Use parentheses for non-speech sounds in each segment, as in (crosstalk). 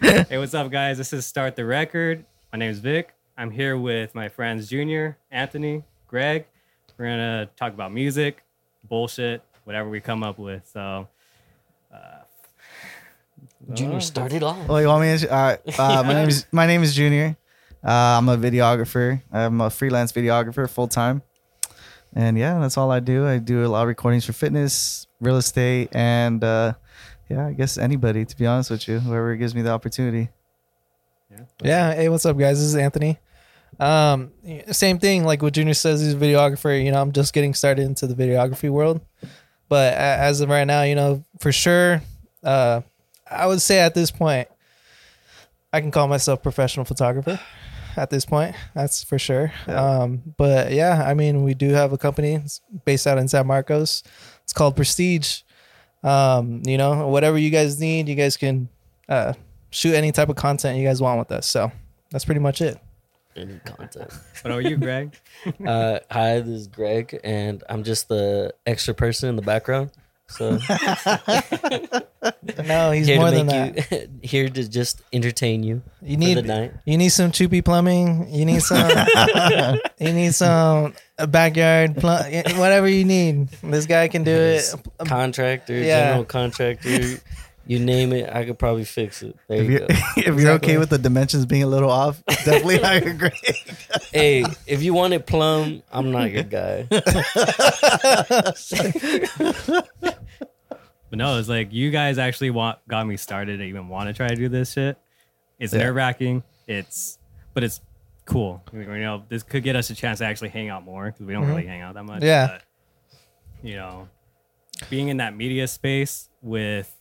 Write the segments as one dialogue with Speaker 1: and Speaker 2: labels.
Speaker 1: Hey, what's up, guys? This is Start the Record. My name is Vic. I'm here with my friends Junior, Anthony, Greg. We're gonna talk about music, bullshit, whatever we come up with. So, uh,
Speaker 2: Junior
Speaker 1: uh,
Speaker 2: started off.
Speaker 3: Well, you want me? To, all right. Uh, my name is my name is Junior. Uh, I'm a videographer. I'm a freelance videographer full time, and yeah, that's all I do. I do a lot of recordings for fitness, real estate, and uh, yeah, I guess anybody. To be honest with you, whoever gives me the opportunity.
Speaker 4: Yeah. Hey, what's up, guys? This is Anthony. Um, same thing. Like what Junior says, he's a videographer. You know, I'm just getting started into the videography world, but a- as of right now, you know, for sure, uh, I would say at this point, I can call myself professional photographer. At this point, that's for sure. Um, but yeah, I mean, we do have a company it's based out in San Marcos. It's called Prestige. Um, you know, whatever you guys need, you guys can uh, shoot any type of content you guys want with us. So that's pretty much it.
Speaker 2: (laughs) Any content.
Speaker 1: what are you, Greg?
Speaker 2: (laughs) Uh, hi, this is Greg, and I'm just the extra person in the background. So
Speaker 4: (laughs) No, he's
Speaker 2: here
Speaker 4: more
Speaker 2: to
Speaker 4: than
Speaker 2: make
Speaker 4: that.
Speaker 2: you (laughs) here to just entertain you.
Speaker 4: You,
Speaker 2: for
Speaker 4: need
Speaker 2: the night.
Speaker 4: you need some choopy plumbing. You need some
Speaker 2: (laughs)
Speaker 4: you need some a backyard pl- whatever you need. This guy can do it. um,
Speaker 2: Contractor,
Speaker 4: yeah.
Speaker 2: general
Speaker 4: (laughs)
Speaker 2: contractor, you name it, I could probably fix it. There
Speaker 3: (laughs) If
Speaker 2: you
Speaker 3: you're,
Speaker 2: go.
Speaker 3: if you're okay with the dimensions being a
Speaker 2: (laughs)
Speaker 3: little off, definitely hire Greg.
Speaker 2: hey, if you want it plumb, I'm not your
Speaker 4: (laughs)
Speaker 2: guy.
Speaker 1: But no, it's like you guys actually want got me started to even want to try to do this shit. It's nerve wracking. It's but it's cool. You know, this could get us a chance to actually hang out more because we don't really hang out that much.
Speaker 4: Yeah.
Speaker 1: But, you know, being in that media space with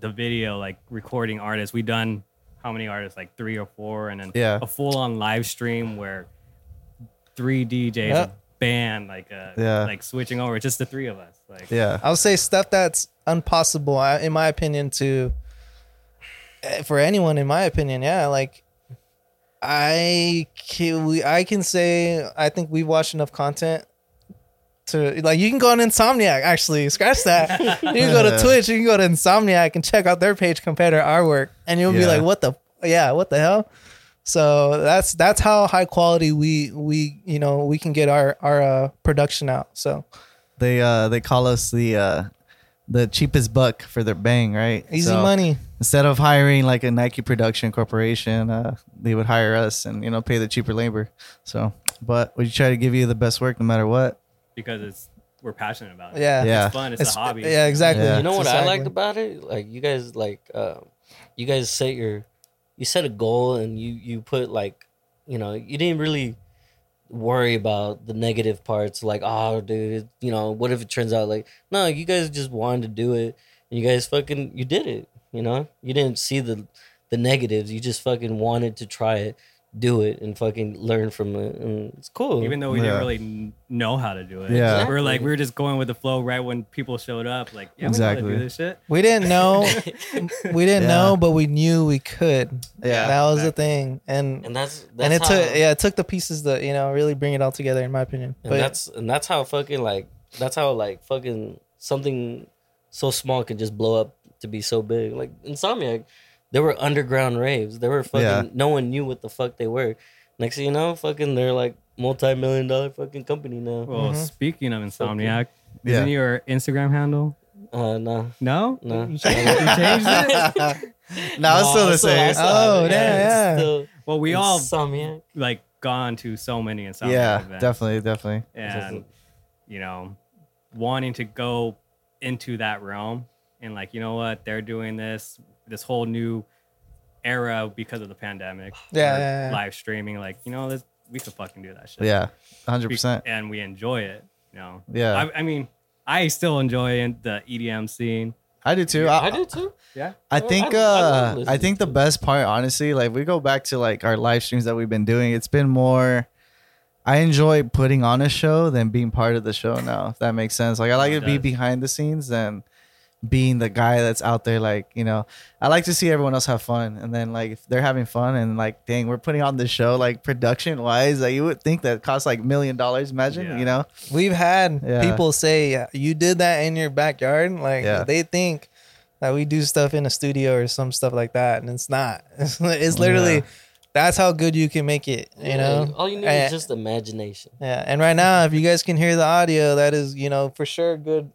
Speaker 1: the video, like recording artists, we done how many artists? Like three or four, and then
Speaker 3: Yeah.
Speaker 1: a full on live stream where three DJs,
Speaker 4: Yeah.
Speaker 1: a band, like uh,
Speaker 3: Yeah.
Speaker 1: like switching over, just the three of us. Like
Speaker 3: Yeah,
Speaker 4: I'll say stuff that's impossible, I- in my opinion, to eh, for anyone. In my opinion, yeah, like I can, we, I can say I think we've watched enough content to like you can go on Insomniac. Actually,
Speaker 3: (laughs)
Speaker 4: scratch that. you can go to Twitch. You can go to Insomniac and check out their page compared to our work, and you'll be
Speaker 3: Yeah.
Speaker 4: like, "What the? Yeah, what the hell?" So that's that's how high quality we we you know we can get our our uh, production out. So
Speaker 3: they uh, they call us the uh, the cheapest buck for their bang, right?
Speaker 4: easy
Speaker 3: So-
Speaker 4: money.
Speaker 3: instead of hiring like a Nike production corporation, uh, they would hire us and you know pay the cheaper labor. So, but we try to give you the best work no matter what.
Speaker 1: because it's we're passionate about it.
Speaker 4: Yeah.
Speaker 3: Yeah.
Speaker 1: It's fun. It's, a hobby.
Speaker 4: uh, Yeah, exactly.
Speaker 3: Yeah.
Speaker 2: You know what I liked
Speaker 4: Exactly.
Speaker 2: about it? Like you guys like um, you guys set your you set a goal and you you put like you know you didn't really worry about the negative parts like oh dude it- you know what if it turns out like no you guys just wanted to do it and you guys fucking you did it you know you didn't see the the negatives you just fucking wanted to try it do it and fucking learn from it and it's cool (laughs)
Speaker 1: Even though we didn't
Speaker 3: Yeah.
Speaker 1: really kn- know how to do it.
Speaker 3: Yeah.
Speaker 1: We We're like, we were just going with the flow right when people showed up. Like, yeah, we know how to
Speaker 3: Exactly.
Speaker 1: do this shit.
Speaker 4: (laughs) We didn't know.
Speaker 2: (laughs)
Speaker 4: we didn't
Speaker 3: Yeah.
Speaker 4: know, but we knew we could.
Speaker 3: Yeah.
Speaker 4: that was the thing, and and,
Speaker 2: and that's that's
Speaker 4: it
Speaker 2: how,
Speaker 4: took yeah, it took the pieces to you know really bring it all together, in my opinion.
Speaker 2: And
Speaker 4: but
Speaker 2: that's and that's how fucking like that's how like fucking something so small can just blow up to be so big. Like Insomniac, there were underground raves. There were fucking no one knew what the fuck they were. Next thing you know, fucking they're like multi million dollar fucking company now.
Speaker 1: Well,
Speaker 4: Mhm.
Speaker 1: speaking of Insomniac,
Speaker 3: Yeah.
Speaker 1: isn't your Instagram handle?
Speaker 2: Uh no.
Speaker 1: No?
Speaker 2: No.
Speaker 1: (laughs) You changed you changed
Speaker 3: (laughs)
Speaker 1: it?
Speaker 3: No, it's still the same.
Speaker 4: Oh, yeah, yeah.
Speaker 1: Well, we all
Speaker 2: Insomniac.
Speaker 1: like gone to so many Insomniac
Speaker 3: yeah,
Speaker 1: events.
Speaker 3: definitely, definitely.
Speaker 1: And, you know, wanting to go into that realm and like, you know what, they're doing this, this whole new era because of the pandemic.
Speaker 4: Yeah,
Speaker 1: or
Speaker 4: yeah, yeah.
Speaker 1: Live streaming, like, you know, this, we could fucking do that shit.
Speaker 3: Yeah, hundred
Speaker 1: Be-
Speaker 3: percent.
Speaker 1: And we enjoy it, you know.
Speaker 3: Yeah.
Speaker 1: I, I mean, I still enjoy in- the EDM scene.
Speaker 3: I do too.
Speaker 2: I
Speaker 3: I,
Speaker 2: do too.
Speaker 1: Yeah.
Speaker 3: I
Speaker 2: I-
Speaker 3: think
Speaker 2: I- I love
Speaker 3: uh,
Speaker 2: listening
Speaker 3: I think the best part, honestly, like we go back to like our live streams that we've been doing. It's been more. I enjoy putting on a show than being part of the show now. If that makes sense, like I like
Speaker 1: it
Speaker 3: to be
Speaker 1: does.
Speaker 3: behind the scenes than being the guy that's out there. Like you know, I like to see everyone else have fun, and then like if they're having fun, and like dang, we're putting on the show. Like production wise, like you would think that costs like million dollars. Imagine,
Speaker 1: Yeah.
Speaker 3: you know,
Speaker 4: we've had
Speaker 3: Yeah.
Speaker 4: people say you did that in your backyard. Like
Speaker 3: Yeah.
Speaker 4: they think that we do stuff in a studio or some stuff like that, and it's not. (laughs) It's, literally that's how good you can make it. You
Speaker 2: Yeah,
Speaker 4: know,
Speaker 2: all you need
Speaker 4: And-
Speaker 2: is just imagination.
Speaker 4: yeah, and right now, if you guys can hear the audio, that is, you know, for sure good,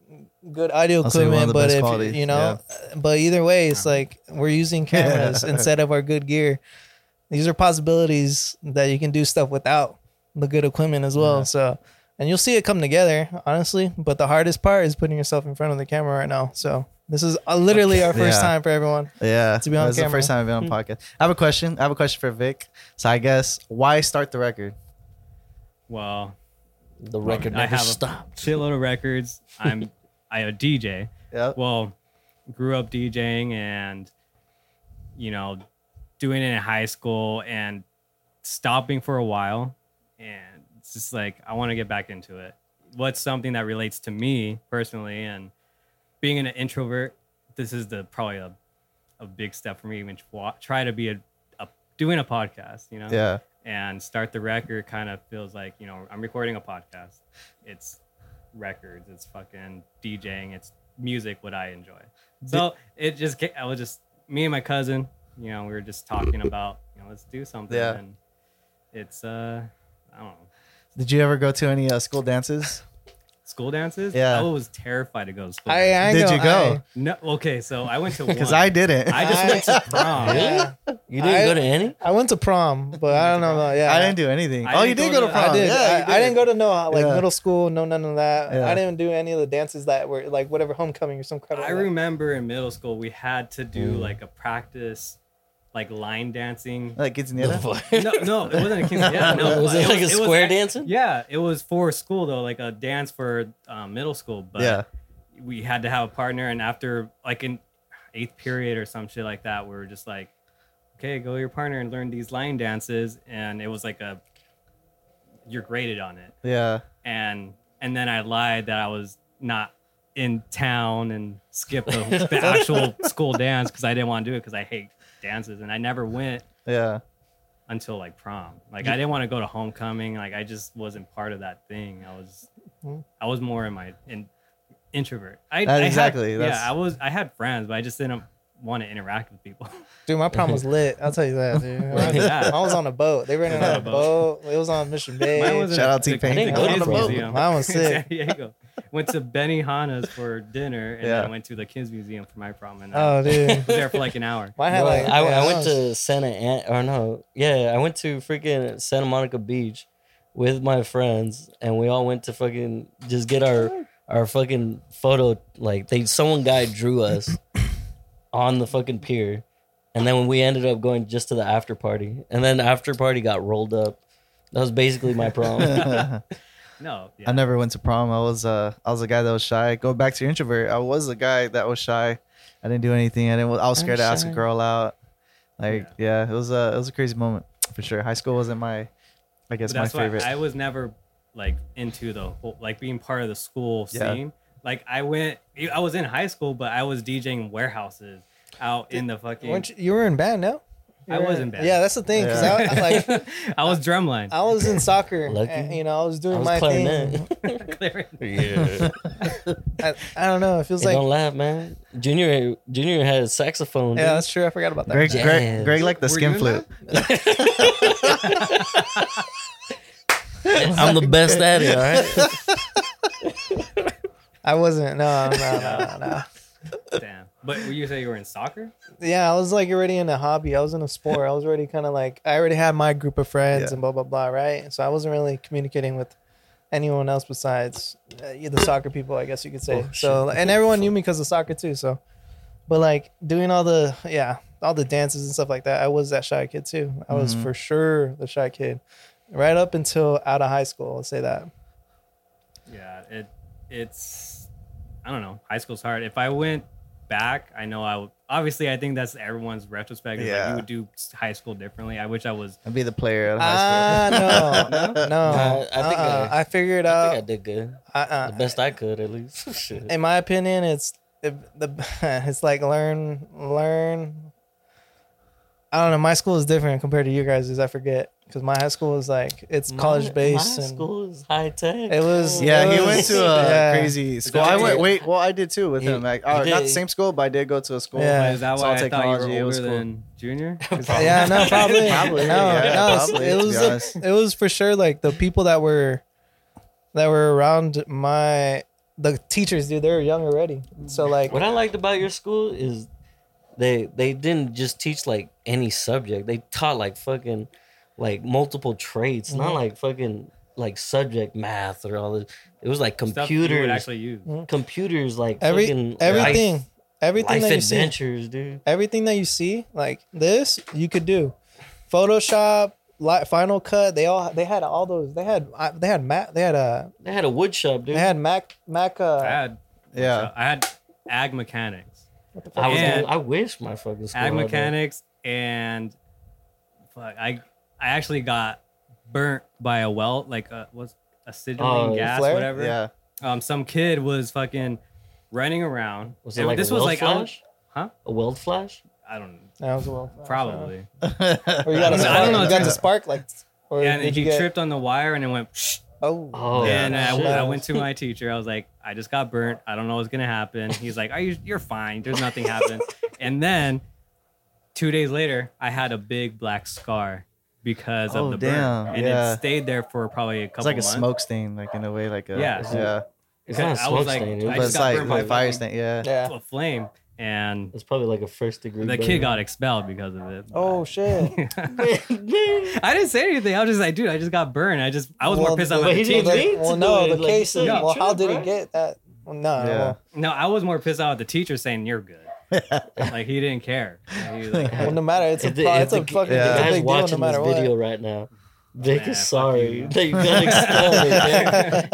Speaker 4: good audio
Speaker 3: I'll say one of
Speaker 4: equipment.
Speaker 3: the
Speaker 4: But
Speaker 3: best
Speaker 4: if
Speaker 3: quality,
Speaker 4: you know, but either way, it's like we're
Speaker 3: (laughs)
Speaker 4: using cameras instead of our good gear. These are possibilities that you can do stuff without the good equipment as well. So, and you'll see it come together, honestly. But the hardest part is putting yourself in front of the camera right now. So this is uh, literally our first
Speaker 3: Yeah.
Speaker 4: time for everyone.
Speaker 3: Yeah,
Speaker 4: To be on
Speaker 3: that's the
Speaker 4: camera.
Speaker 3: first time I've been on podcast. I have a question. I have a question for Vic. So I guess why start the record?
Speaker 1: Well,
Speaker 2: The record
Speaker 1: I
Speaker 2: never
Speaker 1: have a-
Speaker 2: stopped.
Speaker 1: shitload of records. I'm I a DJ.
Speaker 3: Yeah,
Speaker 1: Well, grew up DJing and you know doing it in high school and stopping for a while, and it's just like I want to get back into it. What's something that relates to me personally, and being an introvert, this is the probably a, a big step for me. Even twa- try to be a, a doing a podcast, you know
Speaker 3: yeah.
Speaker 1: and start the record kind of feels like you know i'm recording a podcast it's records it's fucking djing it's music what i enjoy so it just ca- i was just me and my cousin you know we were just talking about you know let's do something
Speaker 3: Yeah.
Speaker 1: and it's uh i don't know
Speaker 3: Did you ever go to any uh,
Speaker 1: (laughs)
Speaker 3: school dances?
Speaker 1: school dances
Speaker 3: Yeah.
Speaker 1: i was terrified to go to school
Speaker 4: I, I
Speaker 3: Did
Speaker 4: know,
Speaker 3: you go?
Speaker 1: no okay so i
Speaker 3: (laughs)
Speaker 1: went to one
Speaker 3: Because I didn't.
Speaker 1: I just went to prom
Speaker 4: I, yeah,
Speaker 2: You didn't
Speaker 4: I-
Speaker 2: go to any?
Speaker 4: I went to prom, but I don't know. About,
Speaker 3: (laughs)
Speaker 4: yeah,
Speaker 3: I didn't do anything.
Speaker 1: I
Speaker 3: oh,
Speaker 1: didn't
Speaker 3: you did
Speaker 1: go
Speaker 3: go to
Speaker 1: to-
Speaker 3: prom.
Speaker 4: I did.
Speaker 1: (laughs)
Speaker 3: Yeah,
Speaker 4: I,
Speaker 3: you
Speaker 4: I didn't go to no uh, like
Speaker 3: Yeah.
Speaker 4: middle school, no none of that.
Speaker 3: Yeah.
Speaker 4: I didn't do any of the dances that were like whatever homecoming or some crap.
Speaker 1: I
Speaker 4: like that.
Speaker 1: remember in middle school we had to do
Speaker 2: Mm.
Speaker 1: like a practice, like line dancing
Speaker 3: Like
Speaker 2: The
Speaker 3: quinceanera.
Speaker 2: fuck?
Speaker 1: no, no, it wasn't a quinceanera. No,
Speaker 2: (laughs) was it like a
Speaker 1: was- was
Speaker 2: square
Speaker 1: act-
Speaker 2: dancing?
Speaker 1: Yeah, it was for school though, like a dance for um, middle school. But
Speaker 3: Yeah.
Speaker 1: we had to have a partner, and after like in eighth period or some shit like that, we were just like, okay, go to your partner and learn these line dances, and it was like a you're graded on it,
Speaker 3: Yeah.
Speaker 1: and and then I lied that I was not in town and skipped the,
Speaker 2: (laughs)
Speaker 1: the actual school dance because I didn't want to do it because I hate dances, and I never went
Speaker 3: Yeah. (laughs)
Speaker 1: until like prom. Like I didn't want to go to homecoming. Like I just wasn't part of that thing. I was,
Speaker 4: Mhm.
Speaker 1: I was more in my in, introvert. I,
Speaker 3: That-
Speaker 1: I had-
Speaker 3: exactly, that's-
Speaker 1: yeah, I was. I had friends, but I just didn't want to interact with people. (laughs)
Speaker 4: Dude, my
Speaker 2: (laughs)
Speaker 4: prom was lit. I'll tell you that, dude. I was,
Speaker 1: Yeah.
Speaker 4: I was on a boat. They rented
Speaker 1: Yeah.
Speaker 4: out a boat. It was
Speaker 1: (laughs)
Speaker 4: on Mission Bay.
Speaker 1: Mine was in
Speaker 3: shout
Speaker 1: the-
Speaker 3: out
Speaker 1: the-
Speaker 3: T-Pain.
Speaker 1: the
Speaker 2: I didn't go to
Speaker 1: kids
Speaker 2: prom.
Speaker 1: museum. (laughs)
Speaker 4: Mine was sick.
Speaker 1: San Diego. Went to Benihana's for dinner, and
Speaker 3: Yeah.
Speaker 1: then went to the kids museum for my prom, and I
Speaker 4: oh, dude.
Speaker 1: was there for like an
Speaker 4: (laughs)
Speaker 1: hour.
Speaker 4: Mine had
Speaker 2: Bro,
Speaker 4: like
Speaker 2: I, I
Speaker 4: yeah,
Speaker 2: went
Speaker 4: was-
Speaker 2: to Santa Ana, or no, yeah, I went to freaking Santa Monica Beach with my friends, and we all went to fucking just get our our fucking photo. Like they, someone guy drew us (coughs) on the fucking pier, and then when we ended up going just to the after party, and then the after party got rolled up. That was basically my
Speaker 4: (laughs)
Speaker 2: problem.
Speaker 3: I
Speaker 1: No, yeah.
Speaker 3: never went to prom. I was uh I was a guy that was shy. Go back to your introvert. I was a guy that was shy. I didn't do anything. I didn't. I was
Speaker 4: I'm
Speaker 3: scared to ask a
Speaker 4: shy.
Speaker 3: girl out. Like yeah, it was a it was a crazy moment for sure. High school wasn't my, I guess
Speaker 1: But
Speaker 3: my
Speaker 1: that's why
Speaker 3: favorite.
Speaker 1: I was never like into the whole like being part of the school
Speaker 3: Yeah.
Speaker 1: scene. Like I went, I was in high school, but I was DJing warehouses out in the fucking. (laughs)
Speaker 4: Weren't you, you were in band, no? You
Speaker 1: I
Speaker 4: were
Speaker 1: was in band.
Speaker 4: Yeah, that's the thing. Cause
Speaker 3: Yeah.
Speaker 4: I, I, uh, like,
Speaker 1: I was drumline. (laughs)
Speaker 4: I was in
Speaker 2: (laughs)
Speaker 4: soccer.
Speaker 2: Lucky.
Speaker 4: and, you know, I was doing
Speaker 2: I was
Speaker 4: my thing.
Speaker 2: clarinet.
Speaker 3: (laughs)
Speaker 2: yeah,
Speaker 4: I, I don't know. It feels
Speaker 2: don't
Speaker 4: like.
Speaker 2: laugh, man. Junior, junior had a saxophone.
Speaker 4: Yeah,
Speaker 2: dude.
Speaker 4: that's true. I forgot about that. (laughs)
Speaker 3: Greg,
Speaker 2: Jazz.
Speaker 3: Greg, Greg liked the
Speaker 1: Were
Speaker 3: skin
Speaker 1: you in
Speaker 3: flute.
Speaker 2: (laughs) I'm the best at it. All right.
Speaker 4: I wasn't. No,
Speaker 1: (laughs)
Speaker 4: no, no, no. no.
Speaker 1: Damn. But you say you were in soccer?
Speaker 4: Yeah, I was like already in a hobby. I was in a sport. I was already kind of like I already had my group of friends
Speaker 3: Yeah.
Speaker 4: and blah blah blah, right? So I wasn't really communicating with anyone else besides uh, the soccer people, I guess you could say.
Speaker 2: Oh,
Speaker 4: so
Speaker 2: shit.
Speaker 4: and everyone knew me because of soccer too. So, but like doing all the yeah all the dances and stuff like that, I was that shy kid too. I was
Speaker 2: Mm-hmm.
Speaker 3: Mhm.
Speaker 4: for sure the shy kid, right up until out of high school. I'll say that.
Speaker 1: Yeah. It. It's. I don't know. High school's hard. If I went back, I know I would. Obviously, I think that's everyone's retrospect. Is Like
Speaker 3: Yeah.
Speaker 1: you would do high school differently. I wish I was.
Speaker 3: I'd be the player at high school.
Speaker 4: Ah
Speaker 2: (laughs)
Speaker 4: no, no.
Speaker 2: Nah, I think
Speaker 4: uh-uh.
Speaker 2: I-
Speaker 4: I figured
Speaker 2: I
Speaker 4: out.
Speaker 2: think I did good. The
Speaker 4: uh-uh.
Speaker 2: best I could, at least. (laughs) Shit.
Speaker 4: in my opinion, it's the, the (laughs) it's like learn learn. I don't know. My school is different compared to you guys. Is I forget because my high school was like it's
Speaker 2: My-
Speaker 4: college based
Speaker 2: My
Speaker 4: and
Speaker 2: school is high tech.
Speaker 4: It was-
Speaker 3: Yeah, he
Speaker 4: It
Speaker 3: went
Speaker 4: was-
Speaker 3: to a
Speaker 4: yeah.
Speaker 3: crazy school.
Speaker 2: what
Speaker 3: I
Speaker 2: you
Speaker 3: went.
Speaker 2: did?
Speaker 3: Wait, well, I did too with
Speaker 2: You-
Speaker 3: him. Like,
Speaker 2: you
Speaker 3: oh, not the
Speaker 2: did-
Speaker 3: same school, but I did go to a school. (laughs)
Speaker 4: Yeah.
Speaker 1: Is that
Speaker 3: It's
Speaker 1: why
Speaker 3: all
Speaker 1: I thought
Speaker 3: technology,
Speaker 1: you
Speaker 3: it
Speaker 1: were
Speaker 3: was
Speaker 1: older
Speaker 3: cool.
Speaker 1: than junior?
Speaker 4: (laughs) yeah,
Speaker 2: (laughs)
Speaker 4: no, probably,
Speaker 2: Probably,
Speaker 4: no,
Speaker 2: yeah,
Speaker 4: no. it's-
Speaker 3: probably,
Speaker 4: it
Speaker 3: to be
Speaker 4: was the-
Speaker 3: honest.
Speaker 4: it was for sure like the people that were that were around my the teachers, dude. They were young already, so
Speaker 2: (laughs)
Speaker 4: like
Speaker 2: What I liked about your school is they they didn't just teach like any subject. They taught like fucking like multiple trades, not
Speaker 4: Mhm.
Speaker 2: like fucking like subject math or all this. It was
Speaker 1: (laughs)
Speaker 2: like
Speaker 1: Stuff you would
Speaker 2: computers,
Speaker 1: actually use.
Speaker 2: computers like
Speaker 4: every
Speaker 2: fucking
Speaker 4: everything,
Speaker 2: life,
Speaker 4: everything
Speaker 2: life
Speaker 4: that you see,
Speaker 2: adventures, dude.
Speaker 4: everything that you see, like this, you could do. Photoshop, Li- Final Cut, they all they had all those. They had uh, they had Mac, they had uh,
Speaker 2: They had a wood shop, dude.
Speaker 4: they had Mac Mac.
Speaker 1: I
Speaker 4: Uh,
Speaker 1: had,
Speaker 3: Yeah.
Speaker 1: I had ag mechanics,
Speaker 2: I was.
Speaker 1: Yeah.
Speaker 2: I wish my fucking school.
Speaker 1: ag
Speaker 2: had that.
Speaker 1: mechanics, and fuck, I I actually got burnt by a welt, like a was a signaling
Speaker 2: Oh,
Speaker 1: gas,
Speaker 4: flare?
Speaker 1: whatever.
Speaker 3: Yeah.
Speaker 1: Um, some kid was fucking running around.
Speaker 2: Was it
Speaker 1: And
Speaker 2: like
Speaker 1: this
Speaker 2: a
Speaker 1: was
Speaker 2: weld
Speaker 1: like I don't-
Speaker 2: flash?
Speaker 1: Huh?
Speaker 2: A weld flash?
Speaker 1: I don't know.
Speaker 4: that was well,
Speaker 1: Probably.
Speaker 4: (laughs) Or you got
Speaker 1: I
Speaker 3: (laughs)
Speaker 4: a
Speaker 1: don't know,
Speaker 4: spark,
Speaker 1: I don't know,
Speaker 4: you got
Speaker 1: dude.
Speaker 4: the spark like. Or
Speaker 1: Yeah, and
Speaker 4: did
Speaker 1: he
Speaker 4: you get,
Speaker 1: tripped on the wire and it went. Psh,
Speaker 4: Oh,
Speaker 2: Oh,
Speaker 3: Yeah,
Speaker 1: and I,
Speaker 2: shit.
Speaker 1: I went to my teacher. I was like, I just got burnt. I don't know what's gonna happen. He's like, Are you? You're fine. There's nothing happened. and then two days later, I had a big black scar because
Speaker 3: Oh,
Speaker 1: of the
Speaker 3: damn.
Speaker 1: burn, and
Speaker 3: Yeah.
Speaker 1: it stayed there for probably a couple.
Speaker 3: It's like a
Speaker 1: months.
Speaker 3: smoke stain, like in a way, like a
Speaker 1: Yeah.
Speaker 3: yeah.
Speaker 2: It's not a
Speaker 1: I
Speaker 2: smoke
Speaker 1: was like-
Speaker 2: stain. dude.
Speaker 1: I
Speaker 3: But
Speaker 1: just
Speaker 3: it's
Speaker 1: got
Speaker 3: like
Speaker 1: burned by
Speaker 3: like fire
Speaker 1: lightning.
Speaker 3: stain, yeah.
Speaker 4: yeah.
Speaker 1: To a flame, and
Speaker 2: It's probably like a first degree.
Speaker 1: the kid
Speaker 2: burn. (laughs)
Speaker 1: got expelled because of it.
Speaker 4: Oh shit!
Speaker 1: (laughs)
Speaker 4: (laughs)
Speaker 1: I didn't say anything. I was just like, dude, I just got burned. I just, I was more
Speaker 4: Well,
Speaker 1: pissed off.
Speaker 2: but
Speaker 1: At
Speaker 2: he
Speaker 1: the
Speaker 2: didn't
Speaker 1: teacher.
Speaker 2: mean to
Speaker 4: well,
Speaker 2: do
Speaker 4: no,
Speaker 2: it,
Speaker 4: the
Speaker 2: like, you
Speaker 4: case.
Speaker 2: said
Speaker 4: is-
Speaker 2: you
Speaker 4: Well, how
Speaker 2: tripped,
Speaker 4: did
Speaker 2: right?
Speaker 4: it get that? Well, no.
Speaker 3: Yeah.
Speaker 4: Well,
Speaker 1: No, I was more pissed off at the teacher saying you're good. like he didn't care. He was
Speaker 4: (laughs)
Speaker 1: like,
Speaker 4: well, no matter. It's a,
Speaker 2: If the-
Speaker 4: pro-
Speaker 2: if
Speaker 4: it's a
Speaker 2: the-
Speaker 4: fucking
Speaker 3: if
Speaker 2: The
Speaker 3: the
Speaker 4: it's a
Speaker 2: guy's
Speaker 4: big deal, no
Speaker 2: watching
Speaker 4: matter
Speaker 2: this video
Speaker 4: what.
Speaker 2: right now. Vic
Speaker 1: Oh, Man, fuck
Speaker 2: is sorry
Speaker 1: you.
Speaker 2: that you got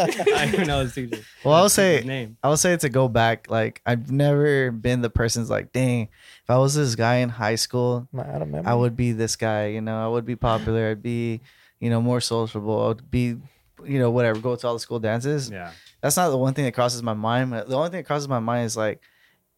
Speaker 1: (laughs)
Speaker 3: (laughs)
Speaker 2: expelled. dude.
Speaker 1: I don't even know his teacher.
Speaker 3: Well, I'll
Speaker 1: His
Speaker 3: say-
Speaker 1: teacher's name.
Speaker 3: I would say to go back, like I've never been the person's like, dang, if I was this guy in high school,
Speaker 4: Man, I don't remember.
Speaker 3: I would be this guy, you know, I would be popular, I'd be, you know, more sociable, I would be, you know, whatever, go to all the school dances.
Speaker 1: Yeah.
Speaker 3: That's not the one thing that crosses my mind. The only thing that crosses my mind is like,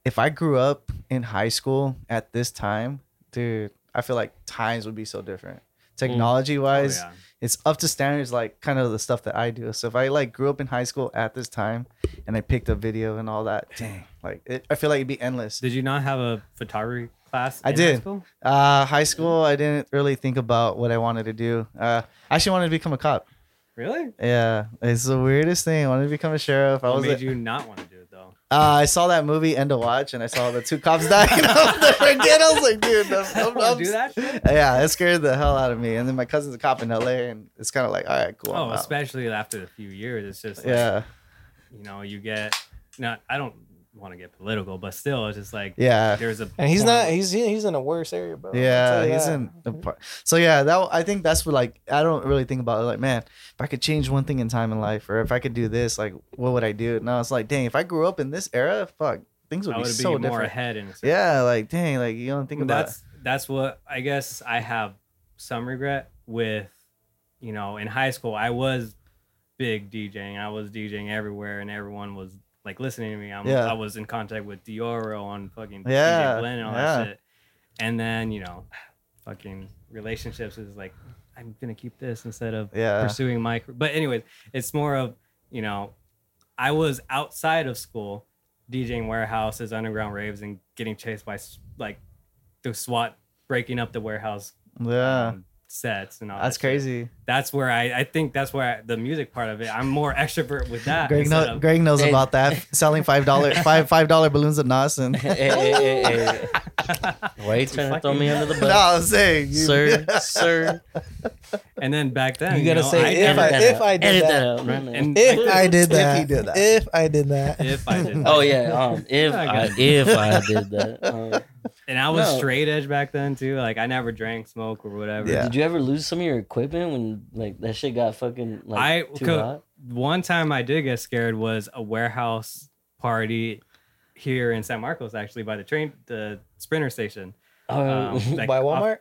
Speaker 3: if I grew up in high school at this time, dude, I feel like times would be so different. Technology
Speaker 1: Mm. Oh,
Speaker 3: wise,
Speaker 1: yeah.
Speaker 3: it's up to standards like kind of the stuff that I do. So if I like grew up in high school at this time and I picked up video and all that, dang, like it, I feel like it'd be endless.
Speaker 1: Did you not have a photography class?
Speaker 3: I
Speaker 1: in
Speaker 3: did.
Speaker 1: High school?
Speaker 3: Uh, high school, I didn't really think about what I wanted to do. Uh, I actually wanted to become a cop.
Speaker 1: Really?
Speaker 3: Yeah, it's the weirdest thing. I wanted to become a sheriff. I
Speaker 1: What
Speaker 3: was.
Speaker 1: made
Speaker 3: a-
Speaker 1: you not want to do it though?
Speaker 3: Uh, I saw that movie End of Watch, and I saw the two cops (laughs) die. And I'll never again. I was like, dude, I'm,
Speaker 1: I don't (laughs)
Speaker 3: I'm,
Speaker 1: wanna
Speaker 3: I'm-
Speaker 1: do that. shit.
Speaker 3: Yeah, it scared the hell out of me. And then my cousin's a cop in L.A., and it's kind of like, all right, cool. I'm
Speaker 1: Oh,
Speaker 3: out.
Speaker 1: especially after a few years, it's just like,
Speaker 3: yeah,
Speaker 1: You know, you get not. I don't want to get political, but still, it's just like
Speaker 3: yeah.
Speaker 1: There's a
Speaker 4: And he's
Speaker 1: point
Speaker 4: not.
Speaker 1: where-
Speaker 4: He's he- he's in a worse area, bro. I'll
Speaker 3: Yeah,
Speaker 4: tell you
Speaker 3: he's
Speaker 4: that.
Speaker 3: in the part. So yeah, that I think that's what like I don't really think about it. Like, man, if I could change one thing in time in life, or if I could do this, like, what would I do? No, it's like, dang, if I grew up in this era, fuck, things would
Speaker 1: I
Speaker 3: be
Speaker 1: would be
Speaker 3: so
Speaker 1: more
Speaker 3: different.
Speaker 1: ahead in a sense.
Speaker 3: Yeah, like, dang, like you don't think
Speaker 1: Well,
Speaker 3: about.
Speaker 1: that's that's what I guess I have some regret with. You know, in high school, I was big DJing. I was DJing everywhere, and everyone was like listening to me. I'm,
Speaker 3: Yeah.
Speaker 1: I was in contact with Dioro on fucking
Speaker 3: Yeah,
Speaker 1: DJ Blend and all
Speaker 3: yeah.
Speaker 1: that shit. And then you know, fucking relationships is like I'm gonna keep this instead of
Speaker 3: it. yeah,
Speaker 1: pursuing my career. But anyways, it's more of you know, I was outside of school, DJing warehouses, underground raves, and getting chased by s- like the SWAT breaking up the warehouse
Speaker 3: yeah.
Speaker 1: um, sets and all.
Speaker 3: Uh. that's
Speaker 1: that shit.
Speaker 3: crazy.
Speaker 1: That's where I I think that's where I, the music part of it. I'm more (laughs) extrovert with that.
Speaker 3: Greg,
Speaker 1: instead
Speaker 3: know,
Speaker 1: of-
Speaker 3: Greg knows
Speaker 2: Hey.
Speaker 1: (laughs)
Speaker 3: about that. Selling five dollar five five dollar balloons of Nas and
Speaker 2: Hey, hey, hey, hey, hey. (laughs) Why you trying to throw me under the
Speaker 3: (laughs) no,
Speaker 2: bus,
Speaker 3: I'm saying, you- (laughs)
Speaker 2: sir? Sir,
Speaker 1: (laughs) and then back then
Speaker 4: You gotta
Speaker 1: know,
Speaker 4: say
Speaker 1: I
Speaker 4: if
Speaker 1: never-
Speaker 4: I-
Speaker 2: Edit
Speaker 4: if
Speaker 2: that out. Edit
Speaker 4: did that-
Speaker 2: out right now.
Speaker 1: and-
Speaker 4: If I did that.
Speaker 3: he did that.
Speaker 4: If I did that. (laughs)
Speaker 1: if I did.
Speaker 2: oh yeah,
Speaker 1: (laughs)
Speaker 2: um, if
Speaker 1: I
Speaker 2: I,
Speaker 1: got
Speaker 2: if I
Speaker 1: (laughs)
Speaker 2: did that, um,
Speaker 1: and I was
Speaker 2: No.
Speaker 1: straight edge back then too. Like I never drank, smoke, or whatever.
Speaker 3: Yeah.
Speaker 2: did you ever lose some of your equipment when like that shit got fucking like
Speaker 1: I-
Speaker 2: too
Speaker 1: co-
Speaker 2: hot?
Speaker 1: one time I did get scared was a warehouse party here in San Marcos, actually by the train, the Sprinter station.
Speaker 2: Oh,
Speaker 4: (laughs)
Speaker 1: Um, like,
Speaker 4: by
Speaker 1: off-
Speaker 4: Walmart.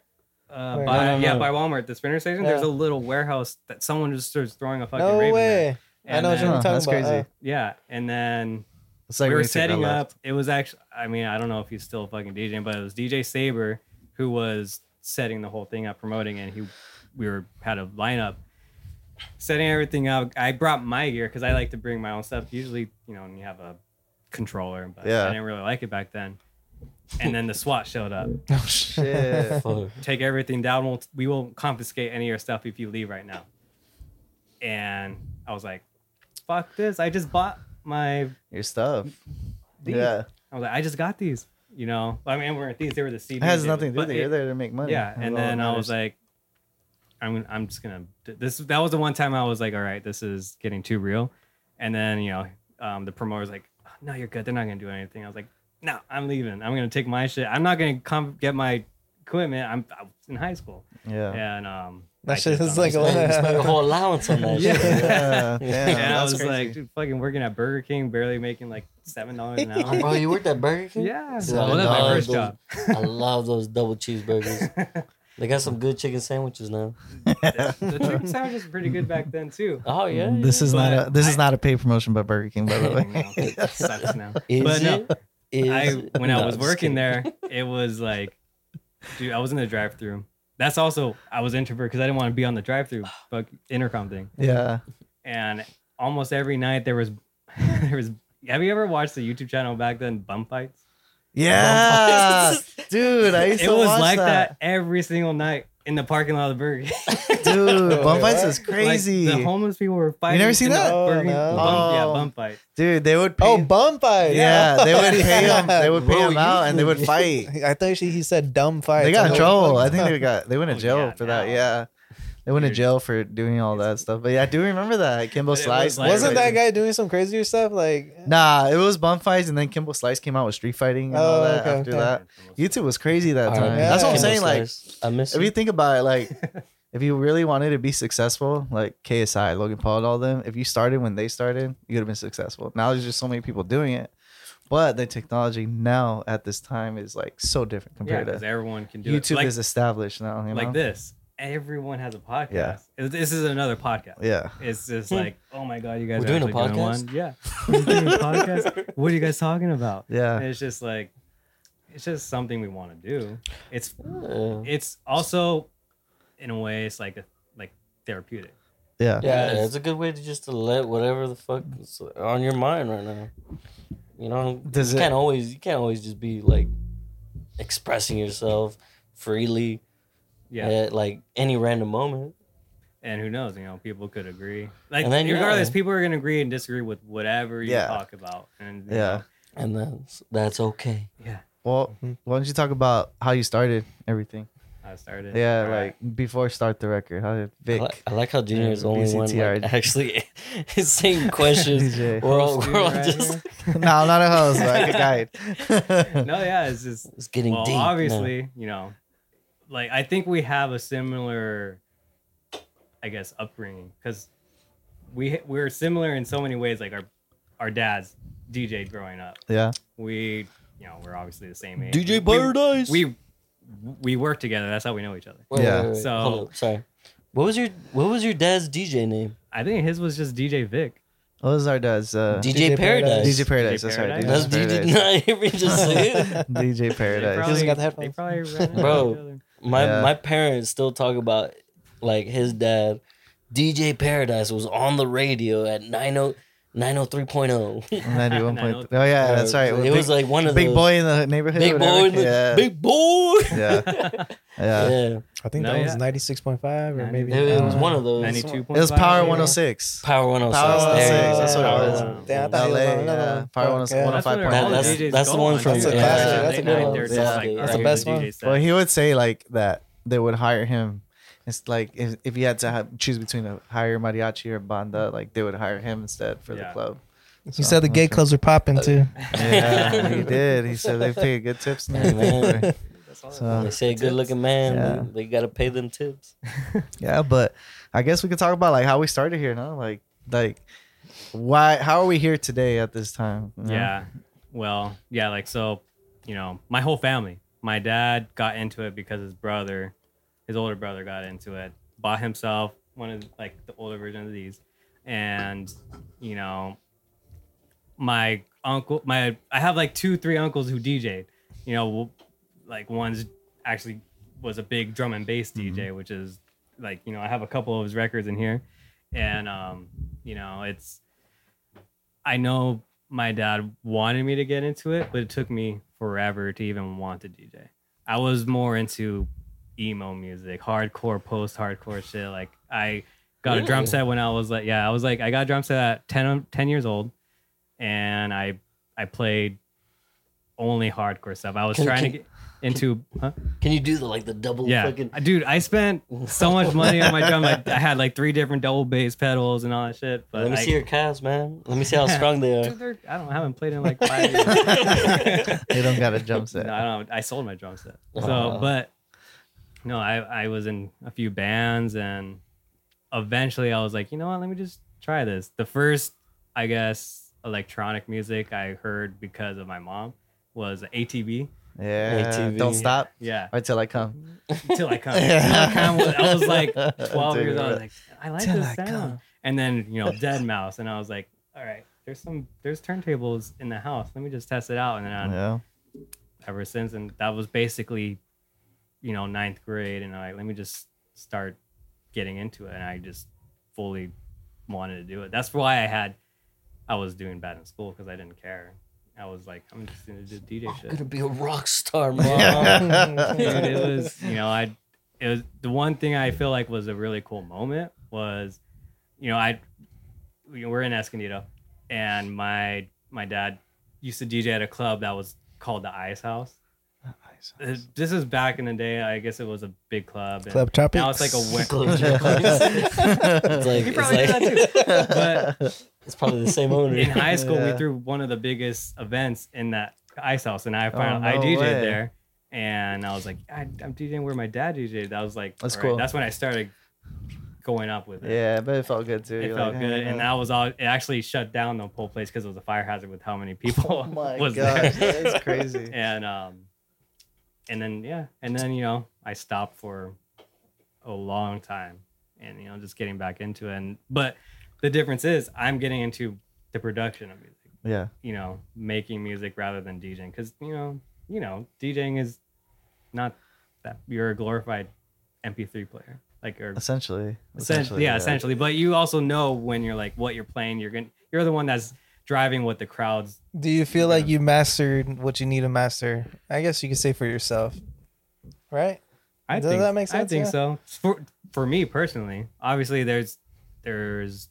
Speaker 1: uh,
Speaker 4: Where?
Speaker 1: by,
Speaker 2: No, no,
Speaker 1: Yeah,
Speaker 2: no.
Speaker 1: by Walmart, the Sprinter station. There's
Speaker 4: Yeah.
Speaker 1: a little warehouse that someone just starts throwing a fucking
Speaker 4: No
Speaker 1: rave. in there.
Speaker 4: way. I
Speaker 1: And
Speaker 4: know what
Speaker 1: then,
Speaker 4: you're
Speaker 3: Huh,
Speaker 4: talking
Speaker 3: that's
Speaker 4: about.
Speaker 3: crazy.
Speaker 4: uh,
Speaker 1: Yeah, and then
Speaker 3: It's like
Speaker 1: we were
Speaker 3: when you take that
Speaker 1: setting
Speaker 3: left.
Speaker 1: up. It was actually, I mean, I don't know if he's still fucking DJing, but it was DJ Saber who was setting the whole thing up, promoting it. He we were had a lineup, setting everything up. I brought my gear because I like to bring my own stuff. Usually, you know, when you have a controller, but
Speaker 3: Yeah.
Speaker 1: I didn't really like it back then. And then the SWAT showed up.
Speaker 4: Oh shit.
Speaker 1: (laughs)
Speaker 3: Shit.
Speaker 2: Fuck.
Speaker 1: Take everything down. We'll, we won't confiscate any of your stuff if you leave right now. And I was like, fuck this. I just bought my
Speaker 3: Your stuff.
Speaker 1: these.
Speaker 3: Yeah.
Speaker 1: I was like, I just got these. You know, I mean, weren't these? They were the CDs.
Speaker 3: It has
Speaker 1: they-
Speaker 3: nothing to do
Speaker 1: but
Speaker 3: with it. You're
Speaker 1: it-
Speaker 3: there to make money.
Speaker 1: Yeah,
Speaker 3: That's all
Speaker 1: and then
Speaker 3: that
Speaker 1: I was
Speaker 3: matters.
Speaker 1: like, I'm gonna- I'm just gonna this. That was the one time I was like, all right, this is getting too real. And then you know, um, the promoter was like, no, you're good. They're not gonna do anything. I was like, no, I'm leaving. I'm gonna take my shit. I'm not gonna come get my equipment. I'm, I was in high school, (laughs)
Speaker 3: yeah.
Speaker 1: and um,
Speaker 4: That
Speaker 1: I
Speaker 4: shit
Speaker 1: just
Speaker 4: is
Speaker 2: (laughs)
Speaker 4: like
Speaker 1: honestly-
Speaker 2: It's like a whole allowance on that.
Speaker 1: Yeah.
Speaker 2: shit.
Speaker 3: Yeah, damn,
Speaker 1: and I
Speaker 3: that's
Speaker 1: was
Speaker 3: crazy. (laughs)
Speaker 1: like, dude, fucking working at Burger King, barely making like seven dollars an
Speaker 2: (laughs) Oh, bro,
Speaker 1: hour.
Speaker 2: you worked at Burger King?
Speaker 1: yeah,
Speaker 2: So
Speaker 1: so that was my
Speaker 2: dog,
Speaker 1: first
Speaker 2: those-
Speaker 1: job.
Speaker 2: I love those double cheeseburgers.
Speaker 1: (laughs)
Speaker 2: They got some good chicken sandwiches now.
Speaker 1: the (laughs) chicken
Speaker 3: (laughs)
Speaker 1: sandwich was pretty good back then too.
Speaker 2: Oh yeah.
Speaker 1: Mm,
Speaker 3: This is not a
Speaker 1: But
Speaker 3: this is
Speaker 1: I-
Speaker 3: not a paid promotion by Burger King, by the
Speaker 1: (laughs)
Speaker 3: way.
Speaker 1: No, it sucks now.
Speaker 2: Is
Speaker 1: but no,
Speaker 2: it? Is
Speaker 1: I
Speaker 2: it?
Speaker 1: when
Speaker 2: No,
Speaker 1: I was
Speaker 2: I'm just
Speaker 1: working
Speaker 2: kidding.
Speaker 1: there, it was like, dude, I was in the drive-through. That's also I was introvert because I didn't want to be on the drive-through, but intercom thing.
Speaker 3: Yeah.
Speaker 1: And almost every night there was, (laughs) there was. Have you ever watched the YouTube channel back then, Bump Fights?
Speaker 3: Yeah.
Speaker 1: (laughs)
Speaker 3: Dude, I used
Speaker 1: It
Speaker 3: to
Speaker 1: was
Speaker 3: watch
Speaker 1: like that.
Speaker 3: that.
Speaker 1: every single night in the parking lot of the Burger King.
Speaker 3: Dude, bump fights
Speaker 4: Yeah.
Speaker 3: is
Speaker 1: (laughs)
Speaker 3: crazy.
Speaker 1: Like, the homeless people were fighting.
Speaker 3: never seen
Speaker 1: in the
Speaker 3: that?
Speaker 1: Burger
Speaker 4: Oh,
Speaker 1: King-
Speaker 4: no.
Speaker 1: Bump- yeah,
Speaker 3: Oh.
Speaker 1: Bump Fight.
Speaker 3: Dude, they would pay
Speaker 4: (laughs) Oh, bum fight.
Speaker 3: Yeah, they would
Speaker 4: (laughs)
Speaker 3: pay them. They would pay
Speaker 2: Bro,
Speaker 3: them out, and they would
Speaker 2: you-
Speaker 3: fight.
Speaker 4: I thought she, he said dumb Oh, fight.
Speaker 3: They got in trouble. I think they got they went to
Speaker 1: Oh,
Speaker 3: jail
Speaker 1: yeah,
Speaker 3: for that.
Speaker 1: now.
Speaker 3: Yeah, they went to
Speaker 1: Dude.
Speaker 3: jail for doing all that stuff. But yeah, I do remember that Kimbo
Speaker 1: But it
Speaker 3: Slice.
Speaker 1: was like-
Speaker 4: Wasn't that guy doing some crazier stuff? Like,
Speaker 3: Nah, it was bum fights, and then Kimbo Slice came out with street fighting and all
Speaker 4: Oh,
Speaker 3: that.
Speaker 4: okay,
Speaker 3: after
Speaker 1: (laughs)
Speaker 4: okay.
Speaker 3: that, YouTube was crazy that
Speaker 2: All right,
Speaker 3: time.
Speaker 4: yeah.
Speaker 3: That's what I'm
Speaker 4: Kimbo
Speaker 3: saying. Like,
Speaker 2: Slice. I miss
Speaker 3: if you think about it, like. If you really wanted to be successful, like KSI, Logan Paul, and all them, if you started when they started, you could have been successful. Now there's just so many people doing it, but the technology now at this time is like so different
Speaker 1: Yeah,
Speaker 3: compared
Speaker 1: because
Speaker 3: to
Speaker 1: everyone can do
Speaker 3: YouTube
Speaker 1: it. Like,
Speaker 3: is established now. You know?
Speaker 1: like this. Everyone has a podcast.
Speaker 3: Yeah.
Speaker 1: It- This is another podcast.
Speaker 3: Yeah.
Speaker 1: It's just like, oh my god, you guys
Speaker 2: We're
Speaker 1: are
Speaker 2: doing a
Speaker 1: actually doing
Speaker 2: podcast?
Speaker 1: one. Yeah, (laughs) We're doing a
Speaker 3: (laughs)
Speaker 1: podcast. What are you guys talking about? And
Speaker 3: Yeah.
Speaker 1: it's just like, it's just something we want to do. It's
Speaker 2: Yeah.
Speaker 1: it's also, in a way, it's like a, like therapeutic.
Speaker 3: Yeah.
Speaker 2: (laughs) Yeah, it's a good way to just to let whatever the fuck is on your mind right now. You know,
Speaker 3: Does
Speaker 2: you
Speaker 3: it-
Speaker 2: can't always you can't always just be like expressing yourself freely
Speaker 1: Yeah.
Speaker 2: at like any random moment.
Speaker 1: and who knows? You know, people could agree. Like,
Speaker 2: And then, yeah.
Speaker 1: regardless, people are gonna agree and disagree with whatever you
Speaker 3: Yeah.
Speaker 1: talk about. And you
Speaker 3: Yeah.
Speaker 2: And that's that's okay.
Speaker 1: know, yeah.
Speaker 3: Well,
Speaker 4: Mhm.
Speaker 3: why don't you talk about how you started everything?
Speaker 1: I started.
Speaker 3: Yeah,
Speaker 1: All right.
Speaker 3: like before start the record. How did
Speaker 2: I,
Speaker 3: Vic?
Speaker 2: li- I like how Junior is the only one
Speaker 3: BCTR.
Speaker 2: like, actually (laughs)
Speaker 3: (laughs)
Speaker 2: same questions.
Speaker 3: DJ.
Speaker 2: We're all,
Speaker 1: Dude,
Speaker 2: we're all
Speaker 1: right
Speaker 2: just
Speaker 1: here.
Speaker 3: (laughs) no, I'm not a host. Like a guide.
Speaker 1: (laughs) no, yeah, it's just
Speaker 2: it's getting
Speaker 1: well,
Speaker 2: deep. now.
Speaker 1: obviously, you know, like I think we have a similar, I guess, upbringing because we we're similar in so many ways. Like our our dads DJ growing up,
Speaker 3: (laughs) yeah.
Speaker 1: we you know we're obviously the same age.
Speaker 2: DJ
Speaker 1: We-
Speaker 2: Paradise.
Speaker 1: We we, we work together. That's how we know each other.
Speaker 3: Yeah.
Speaker 1: So-
Speaker 2: hold up, sorry. What was your what was your dad's DJ name?
Speaker 1: I think his was just DJ Vic.
Speaker 3: What was our dad's? Uh, DJ,
Speaker 2: DJ,
Speaker 4: DJ
Speaker 2: Paradise.
Speaker 4: Paradise.
Speaker 3: Paradise.
Speaker 1: DJ
Speaker 3: That's
Speaker 1: Paradise?
Speaker 2: That's DJ.
Speaker 3: right.
Speaker 2: (laughs)
Speaker 3: DJ
Speaker 2: Not every just say it. (laughs)
Speaker 3: (laughs) Paradise. DJ
Speaker 1: They
Speaker 3: Paradise.
Speaker 1: probably,
Speaker 4: He doesn't got the
Speaker 1: they
Speaker 4: headphones.
Speaker 1: probably ran into
Speaker 2: Bro.
Speaker 1: each other.
Speaker 2: My
Speaker 3: Yeah.
Speaker 2: my parents still talk about like his dad. DJ Paradise was on the radio at oh, 90 903.0. (laughs)
Speaker 3: 91.3.
Speaker 1: I
Speaker 3: Oh yeah, that's right.
Speaker 2: oh. It
Speaker 3: Well,
Speaker 2: was,
Speaker 3: big,
Speaker 2: like one of
Speaker 3: big
Speaker 2: those-
Speaker 3: boy in the neighborhood.
Speaker 2: Big
Speaker 3: whatever.
Speaker 2: boy. in the- (laughs)
Speaker 3: Yeah.
Speaker 2: Big boy.
Speaker 3: (laughs) Yeah.
Speaker 1: (laughs)
Speaker 3: yeah.
Speaker 2: yeah.
Speaker 4: I think
Speaker 1: No,
Speaker 4: that
Speaker 1: yeah.
Speaker 4: was ninety six point five or maybe
Speaker 1: It
Speaker 2: It
Speaker 4: I
Speaker 2: was
Speaker 4: don't
Speaker 2: one of
Speaker 4: know.
Speaker 2: those.
Speaker 1: Ninety-two
Speaker 3: It
Speaker 1: point
Speaker 3: was Power
Speaker 1: five, you know?
Speaker 3: 106.
Speaker 2: Power 106.
Speaker 3: Power
Speaker 2: There you go.
Speaker 3: 106, that's what it
Speaker 2: Power 106.
Speaker 3: was.
Speaker 4: Damn, Oh, I thought
Speaker 3: LA.
Speaker 4: he was
Speaker 3: Yeah. Power
Speaker 4: on another one. Fuck,
Speaker 3: 106.
Speaker 4: yeah.
Speaker 1: That's what
Speaker 3: 105.1.
Speaker 1: all the DJs
Speaker 2: That's- that's the
Speaker 1: go
Speaker 2: one
Speaker 1: on,
Speaker 2: from-
Speaker 1: too.
Speaker 4: That's a
Speaker 1: Yeah,
Speaker 4: classic,
Speaker 1: they-
Speaker 4: that's a good
Speaker 1: they're
Speaker 4: one.
Speaker 1: just
Speaker 3: Yeah.
Speaker 1: like,
Speaker 2: That's
Speaker 1: all
Speaker 4: the
Speaker 1: right,
Speaker 4: best
Speaker 1: here's
Speaker 4: one.
Speaker 1: DJ set.
Speaker 3: Well, he would say like that they would hire him. It's like if, if he had to ha choose between a hire mariachi or banda, like they would hire him instead for the
Speaker 1: Yeah.
Speaker 2: (laughs)
Speaker 3: club.
Speaker 4: You said the gay clubs were
Speaker 1: (laughs)
Speaker 4: popping too.
Speaker 3: (laughs) Yeah, he did. He said they pay good tips and
Speaker 2: Hey, man.
Speaker 3: everything.
Speaker 1: That's all
Speaker 2: They
Speaker 3: so
Speaker 2: say good looking man.
Speaker 3: oh Yeah.
Speaker 2: They, got to pay them tips.
Speaker 3: (laughs) yeah, but I guess we could talk about like how we started here, no? Like like why? How are we here today at this time? you know?
Speaker 1: Yeah. Well, yeah, like so, you know, my whole family. My dad got into it because his brother, his older brother got into it, bought himself one of like the older version of these. And, you know, my uncle my I have like two, three uncles who DJ'd.
Speaker 2: Mm-hmm.
Speaker 1: You know, like one's actually was a big drum and bass DJ, which is like you know I have a couple of his records in here, and um, you know it's I know my dad wanted me to get into it, but it took me forever to even want to DJ. I was more into emo music, hardcore, post hardcore shit. Like I got a drum
Speaker 2: Really?
Speaker 1: set when I was like, yeah, I was like, I got a drum set at 10, 10 years old, and I I played only hardcore stuff. I was
Speaker 2: Can-
Speaker 1: trying
Speaker 2: can-
Speaker 1: to get into, huh?
Speaker 2: Can you do the like the double
Speaker 1: yeah,
Speaker 2: fucking?
Speaker 1: dude. I spent so much money on my drum. Like I had like three different double bass pedals and all that shit. But
Speaker 2: Let me
Speaker 1: I,
Speaker 2: see your calves, man. Let
Speaker 1: (laughs)
Speaker 2: me see how strong they are.
Speaker 1: Dude, they're- I don't. I haven't played in like five years.
Speaker 2: (laughs)
Speaker 3: They don't got a
Speaker 1: (laughs)
Speaker 3: jump set.
Speaker 1: No, I don't. I sold my drum set. So,
Speaker 2: Wow.
Speaker 1: but no, I I was in a few bands, and eventually I was like, you know what? Let me just try this. The first, I guess, electronic music I heard because of my mom was ATB.
Speaker 3: Yeah.
Speaker 2: ATV.
Speaker 3: Don't stop.
Speaker 1: Yeah,
Speaker 3: Right till I come.
Speaker 1: until I
Speaker 4: (laughs)
Speaker 1: come.
Speaker 3: Yeah.
Speaker 1: Till I, come was, I was like twelve
Speaker 3: Dude,
Speaker 1: years old. I was
Speaker 3: right.
Speaker 1: like, I like
Speaker 4: Till
Speaker 1: this
Speaker 4: I
Speaker 1: sound.
Speaker 4: come.
Speaker 1: And then you know, Dead Mouse, and I was like, all right. There's some there's turntables in the house. Let me just test it out. And then I,
Speaker 3: Yeah.
Speaker 1: ever since and that was basically you know ninth grade and i let me just start getting into it and i just fully wanted to do it that's why i had i was doing bad in school because i didn't care i was like i'm just gonna do dj
Speaker 2: I'm
Speaker 1: shit
Speaker 2: gonna be a rock star, mom.
Speaker 1: Dude,
Speaker 3: Yeah.
Speaker 4: Yeah.
Speaker 1: it was you know i it was the one thing i feel like was a really cool moment was you know i we we're in escondido and my my dad used to dj at a club that was called the ice house Uh, this is back in the day. I guess it was a big club. and
Speaker 4: (laughs) Club Tropics.
Speaker 1: Now it's like a (laughs) wet.
Speaker 2: Close
Speaker 3: (laughs)
Speaker 2: your eyes. it's like,
Speaker 1: You
Speaker 2: it's,
Speaker 1: probably
Speaker 2: like-
Speaker 1: did that
Speaker 2: (laughs) it's probably the same
Speaker 1: (laughs)
Speaker 2: owner. (laughs)
Speaker 1: In high school,
Speaker 3: Yeah.
Speaker 1: we threw one of the biggest events in that ice house, and I
Speaker 3: Oh,
Speaker 1: found I
Speaker 3: no
Speaker 1: DJ'd
Speaker 3: way.
Speaker 1: there, and I was like, I, I'm DJing where my dad DJ'd. That was like,
Speaker 3: That's
Speaker 1: all right,
Speaker 3: cool.
Speaker 1: That's when I started going up with it.
Speaker 3: yeah, but it felt good too.
Speaker 1: It
Speaker 3: You're
Speaker 1: felt
Speaker 3: like, "Oh,
Speaker 1: good,
Speaker 3: "Hey,
Speaker 1: and (laughs) that was all. It actually shut down the whole place because it was a fire hazard with how
Speaker 3: (laughs)
Speaker 1: many people
Speaker 3: Oh
Speaker 1: (laughs)
Speaker 3: my
Speaker 1: was
Speaker 3: gosh,
Speaker 1: there.
Speaker 3: that's crazy.
Speaker 1: and um and then yeah and then you know i stopped for a long time and you know just getting back into it and but the difference is i'm getting into the production of music
Speaker 3: Yeah.
Speaker 1: you know making music rather than djing because you know you know djing is not that you're a glorified mp3 player like or
Speaker 3: Essentially.
Speaker 1: essentially, yeah, essentially but you also know when you're like what you're playing you're gonna you're the one that's driving what the crowds
Speaker 4: Do you feel like you mastered what you need to master? I guess you could say for yourself, right?
Speaker 1: I
Speaker 4: Does
Speaker 1: think
Speaker 4: that make
Speaker 1: I
Speaker 4: sense?
Speaker 1: think
Speaker 4: Yeah.
Speaker 1: so. For for me personally, obviously there's there's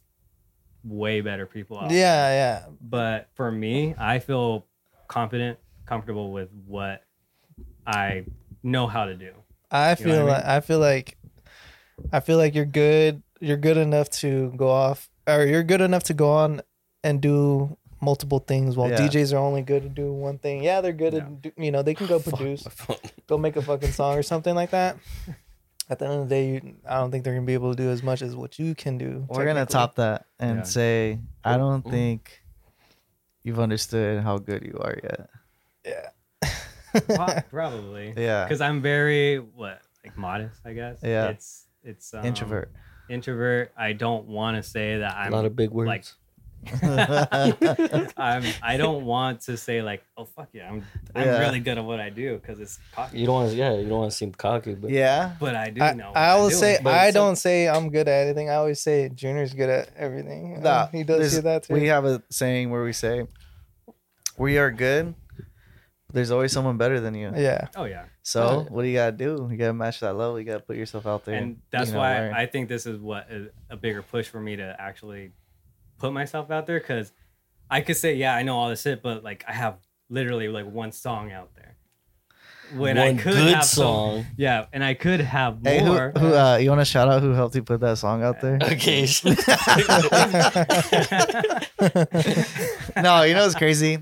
Speaker 1: way better people out. there.
Speaker 4: Yeah, yeah.
Speaker 1: But for me, I feel confident, comfortable with what I know how to do.
Speaker 4: I
Speaker 1: know what I
Speaker 4: feel like I feel like I feel like you're good. You're good enough to go off, or you're good enough to go on and do multiple things. While
Speaker 3: Yeah.
Speaker 4: DJs are only good to do one thing. Yeah, they're good at do, you know they can go produce, go make a fucking song or something like that. At the end of the day, you, I don't think they're gonna be able to do as much as what you can do.
Speaker 3: We're gonna
Speaker 4: technically.
Speaker 3: top that and
Speaker 1: Yeah.
Speaker 3: say I don't
Speaker 2: Mm.
Speaker 3: think you've understood how good you are yet.
Speaker 1: Po- Probably.
Speaker 3: Yeah.
Speaker 1: Because I'm very what like modest, I guess.
Speaker 3: Yeah.
Speaker 1: It's it's um,
Speaker 3: Introvert.
Speaker 1: Introvert. I don't want to say that (laughs)
Speaker 2: A
Speaker 1: I'm
Speaker 2: lot of big words. (laughs)
Speaker 1: like- um, (laughs) I'm I don't want to say like oh fuck yeah I'm I'm
Speaker 3: Yeah.
Speaker 1: really good at what I do because it's cocky.
Speaker 2: you don't want to, yeah, you don't want to seem cocky, but
Speaker 3: (laughs) yeah.
Speaker 1: But I do
Speaker 4: I,
Speaker 1: know.
Speaker 4: I always say
Speaker 2: but
Speaker 4: I
Speaker 2: it's a-
Speaker 4: don't say I'm good at anything. I always say Junior's good at everything.
Speaker 3: Nah,
Speaker 4: Uh, he does
Speaker 3: there's-
Speaker 4: do that too.
Speaker 3: We have a saying where we say we are good. But there's always someone better than you.
Speaker 4: yeah,
Speaker 1: Oh yeah,
Speaker 3: So
Speaker 4: Yeah.
Speaker 3: what do you gotta do? You gotta match that level. You gotta put yourself out there.
Speaker 1: and that's
Speaker 3: you know,
Speaker 1: why
Speaker 3: learn.
Speaker 1: I think this is what is a bigger push for me to actually put myself out there because I could say yeah I know all this shit, but like I have literally like one song out there. When
Speaker 2: one
Speaker 1: I could
Speaker 2: good
Speaker 1: have some-
Speaker 2: song.
Speaker 1: yeah, and I could have
Speaker 3: Hey, who,
Speaker 1: more.
Speaker 3: who uh, (laughs) you want to shout out? Who helped you put that song out there?
Speaker 2: Okay.
Speaker 1: (laughs)
Speaker 2: (laughs)
Speaker 3: (laughs) no, you know what's crazy?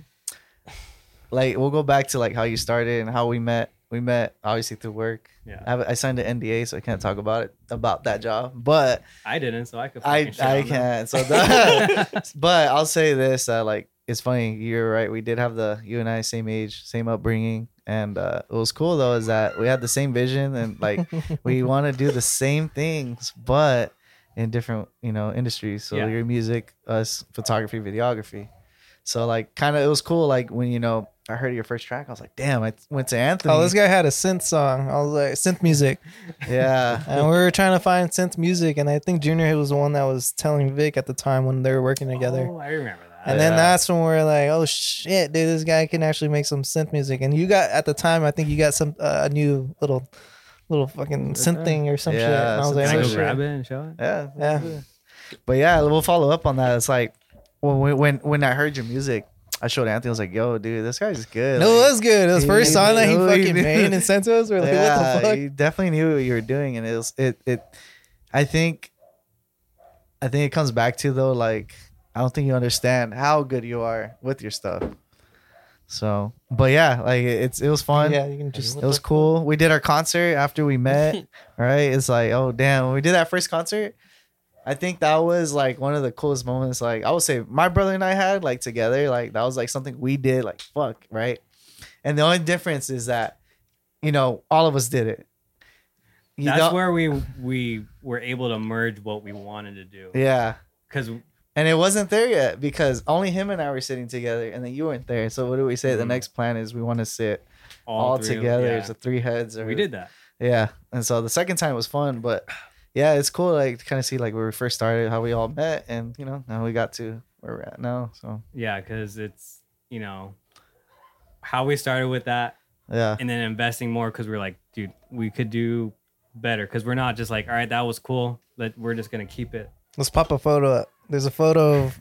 Speaker 3: Like we'll go back to like how you started and how we met. We met obviously through work.
Speaker 1: (laughs)
Speaker 3: I,
Speaker 1: yeah,
Speaker 3: have, I signed an NDA, so I can't talk about it about that job. But
Speaker 1: I didn't, so I could.
Speaker 3: I
Speaker 1: fucking shit
Speaker 3: I
Speaker 1: on them. (laughs)
Speaker 3: can't. So that, (laughs) but I'll say this: uh, like it's funny. You're right. We did have the you and I same age, same upbringing, and uh, what was cool though is that we had the same vision
Speaker 1: (laughs)
Speaker 3: and like we want to do the same things, but in different you know industries. So
Speaker 1: Yeah.
Speaker 3: your music, us photography, videography. So like, kind of, it was cool. Like when you know I heard your first track, I was like, damn, I went to Anthony.
Speaker 4: Oh, this guy had a synth song. I was like synth music,
Speaker 3: Yeah, (laughs)
Speaker 4: and we were trying to find synth music. And I think Junior was the one that was telling Vic at the time when they were working together.
Speaker 1: Oh, I remember that.
Speaker 4: And then that's when we're like, oh shit, dude, this guy can actually make some synth music. And you got at the time, I think you got some uh, a new little, little fucking synth thing or some shit.
Speaker 3: Yeah,
Speaker 4: And I was
Speaker 3: some
Speaker 4: like,
Speaker 1: Can I
Speaker 4: oh,
Speaker 1: go
Speaker 3: sure.
Speaker 4: shit.
Speaker 1: grab it and show it?
Speaker 3: yeah,
Speaker 4: Yeah.
Speaker 3: But yeah, we'll follow up on that. It's like when when when I heard your music, I showed Anthony. I was like, "Yo, dude, this guy's good."
Speaker 4: No, it
Speaker 3: Like,
Speaker 4: was good. It was the
Speaker 3: He
Speaker 4: first song that he
Speaker 3: knew- he
Speaker 4: fucking
Speaker 3: knew.
Speaker 4: made and sent to us. We're like,
Speaker 3: yeah,
Speaker 4: what the fuck?
Speaker 3: you definitely knew what you were doing, and it was it it. I think, I think it comes back to though, like I don't think you understand how good you are with your stuff. So, but yeah, like it- it's it was fun.
Speaker 4: Yeah, you can just.
Speaker 3: It was cool. We did our concert after we met.
Speaker 1: (laughs)
Speaker 3: right? It's like, oh damn, when we did that first concert. I think that was like one of the coolest moments. Like I would say, my brother and I had like together. Like that was like something we did. Like fuck, right? And the only difference is that, you know, all of us did it. You
Speaker 1: That's
Speaker 3: don't-
Speaker 1: where we we were able to merge what we wanted to do.
Speaker 3: yeah.
Speaker 1: Because
Speaker 3: And it wasn't there yet because only him and I were sitting together, and then you weren't there. So what do we say? The
Speaker 1: Mhm.
Speaker 3: next plan is we want to sit
Speaker 1: all,
Speaker 3: all,
Speaker 1: three of-
Speaker 3: together.
Speaker 1: yeah.
Speaker 3: It's the three heads. Or,
Speaker 1: we did that.
Speaker 3: Yeah. And so the second time was fun, but yeah, it's cool like to kind of see like where we first started, how we all met, and you know, now we got to where we're at now. So
Speaker 1: Yeah, because it's you know how we started with that,
Speaker 3: yeah.
Speaker 1: and then investing more because we're like, dude, we could do better because we're not just like, all right, that was cool, but we're just gonna keep it.
Speaker 4: Let's pop a photo up. There's a photo of,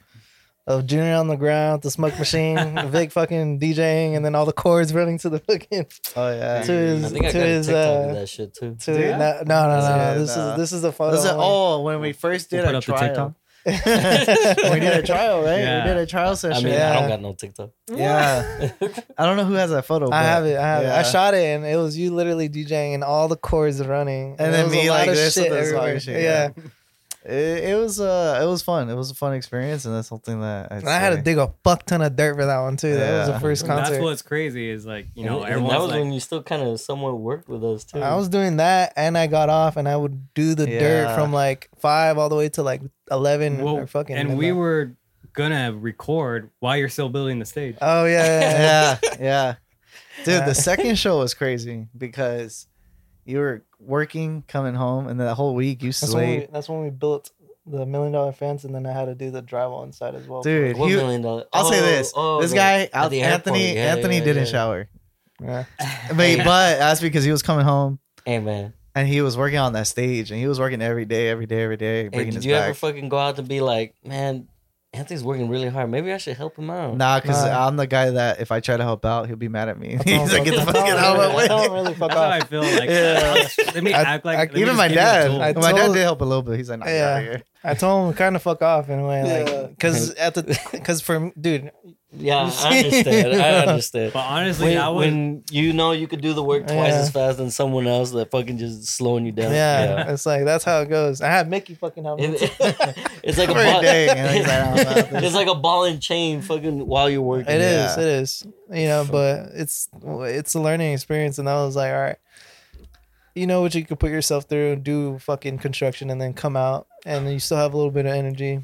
Speaker 4: of Junior on the ground, the
Speaker 3: (laughs)
Speaker 4: smoke machine, Vic fucking DJing, and then all the chords running to the fucking
Speaker 3: Oh yeah.
Speaker 4: to
Speaker 2: I
Speaker 4: his
Speaker 2: think I
Speaker 4: to
Speaker 2: got a
Speaker 4: his
Speaker 2: TikTok of
Speaker 4: uh
Speaker 2: that shit too.
Speaker 4: to
Speaker 1: Yeah.
Speaker 4: no, no no no,
Speaker 3: Yeah,
Speaker 4: no. this
Speaker 3: nah.
Speaker 4: is this is the photo.
Speaker 3: This is
Speaker 4: only.
Speaker 3: oh when we first did
Speaker 1: We'll put
Speaker 3: our
Speaker 1: up the
Speaker 3: trial. (laughs) we did a trial, right?
Speaker 1: Yeah.
Speaker 3: We did a trial
Speaker 2: I
Speaker 3: session.
Speaker 2: mean, I
Speaker 4: Yeah.
Speaker 2: don't got no TikTok. (laughs)
Speaker 3: yeah. I don't know who has that photo.
Speaker 4: I
Speaker 3: but-
Speaker 4: have it. I have it.
Speaker 3: Yeah.
Speaker 4: I shot it, and it was you literally DJing, and all the chords running,
Speaker 3: And
Speaker 4: it
Speaker 3: then
Speaker 4: was a
Speaker 3: me
Speaker 4: lot
Speaker 3: like
Speaker 4: of
Speaker 3: this with
Speaker 4: shit
Speaker 3: this
Speaker 4: everywhere.
Speaker 3: fucking shit.
Speaker 4: yeah.
Speaker 3: Yeah. It, it was uh it was fun. It was a fun experience and that's something that I'd
Speaker 4: And I had to
Speaker 3: say.
Speaker 4: dig a fuck ton of dirt for that one too. That was
Speaker 3: Yeah.
Speaker 4: the first
Speaker 1: That's
Speaker 4: concert.
Speaker 1: what's crazy is like (laughs) you know
Speaker 2: (laughs) And- and that
Speaker 1: everyone's
Speaker 2: was
Speaker 1: like,
Speaker 2: when you still kind of somewhat worked with us too.
Speaker 4: I was doing that, and I got off, and I would do the dirt
Speaker 3: Yeah.
Speaker 4: from like five all the way to like eleven
Speaker 1: well,
Speaker 4: or fucking.
Speaker 1: and we
Speaker 4: midnight.
Speaker 1: were gonna record while you're still building the stage.
Speaker 4: Oh yeah, yeah, yeah.
Speaker 3: yeah,
Speaker 4: (laughs)
Speaker 3: yeah. Dude,
Speaker 4: Yeah.
Speaker 3: the second show was crazy because you were working, coming home, and that whole week you
Speaker 4: that's when we,
Speaker 3: slayed.
Speaker 4: that's when we built the million dollar fence, and then I had to do the drywall inside as well.
Speaker 3: Dude,
Speaker 2: What
Speaker 3: he-
Speaker 2: million dollar?
Speaker 3: I'll say
Speaker 2: Oh,
Speaker 3: this:
Speaker 2: oh,
Speaker 3: this
Speaker 2: the-
Speaker 3: guy,
Speaker 2: at the
Speaker 3: Anthony,
Speaker 2: airport. Yeah,
Speaker 3: Anthony
Speaker 2: yeah,
Speaker 3: didn't
Speaker 2: yeah.
Speaker 3: shower,
Speaker 4: yeah.
Speaker 3: but, but that's because he was coming home
Speaker 2: (laughs) Hey man,
Speaker 3: and he was working on that stage, and he was working every day, every day, every day,
Speaker 2: hey,
Speaker 3: breaking
Speaker 2: did
Speaker 3: his
Speaker 2: you
Speaker 3: back.
Speaker 2: ever fucking go out and be like, man, Anthony's working really hard. Maybe I should help him out.
Speaker 3: Nah, because
Speaker 4: Nah.
Speaker 3: I'm the guy that if I try to help out, he'll be mad at me. (laughs)
Speaker 4: I
Speaker 3: (laughs) He's
Speaker 4: told
Speaker 3: like,
Speaker 4: him,
Speaker 3: "Get the
Speaker 4: Oh, I
Speaker 3: fuck out of
Speaker 4: told him, I told
Speaker 3: my
Speaker 4: him
Speaker 3: way."
Speaker 4: really fuck
Speaker 1: That's how I (laughs)
Speaker 4: off.
Speaker 1: feel like.
Speaker 3: Yeah.
Speaker 1: (laughs) Let me
Speaker 4: I-
Speaker 1: act like.
Speaker 4: I-
Speaker 1: let me
Speaker 3: Even
Speaker 1: just
Speaker 3: my
Speaker 1: give you the
Speaker 3: dad,
Speaker 1: tool.
Speaker 4: I
Speaker 3: my dad
Speaker 4: told-
Speaker 3: did help a little bit. He's like, nah, yeah.
Speaker 4: Yeah.
Speaker 3: out here.
Speaker 4: I told him kind of fuck off in a way,
Speaker 3: Yeah. (laughs)
Speaker 4: like because at the because for dude, (laughs)
Speaker 2: Yeah, I understand. I understand.
Speaker 1: But (laughs) honestly,
Speaker 2: When,
Speaker 1: I was
Speaker 2: when you know you could do the work twice
Speaker 4: Yeah.
Speaker 2: as fast than someone else that fucking just slowing you
Speaker 4: yeah,
Speaker 2: down.
Speaker 4: it's like that's how it goes. I had Mickey fucking help me.
Speaker 2: It- (laughs) it's like a
Speaker 3: Every
Speaker 2: ball,
Speaker 3: day, and he's like, "I
Speaker 2: (laughs)
Speaker 3: don't know about this."
Speaker 2: it's like a ball and chain fucking while you're working.
Speaker 4: (laughs) It is,
Speaker 3: Yeah.
Speaker 4: It is. You know, but it's it's a learning experience, and I was like, all right, you know what you could put yourself through, do fucking construction, and then come out, and you still have a little bit of energy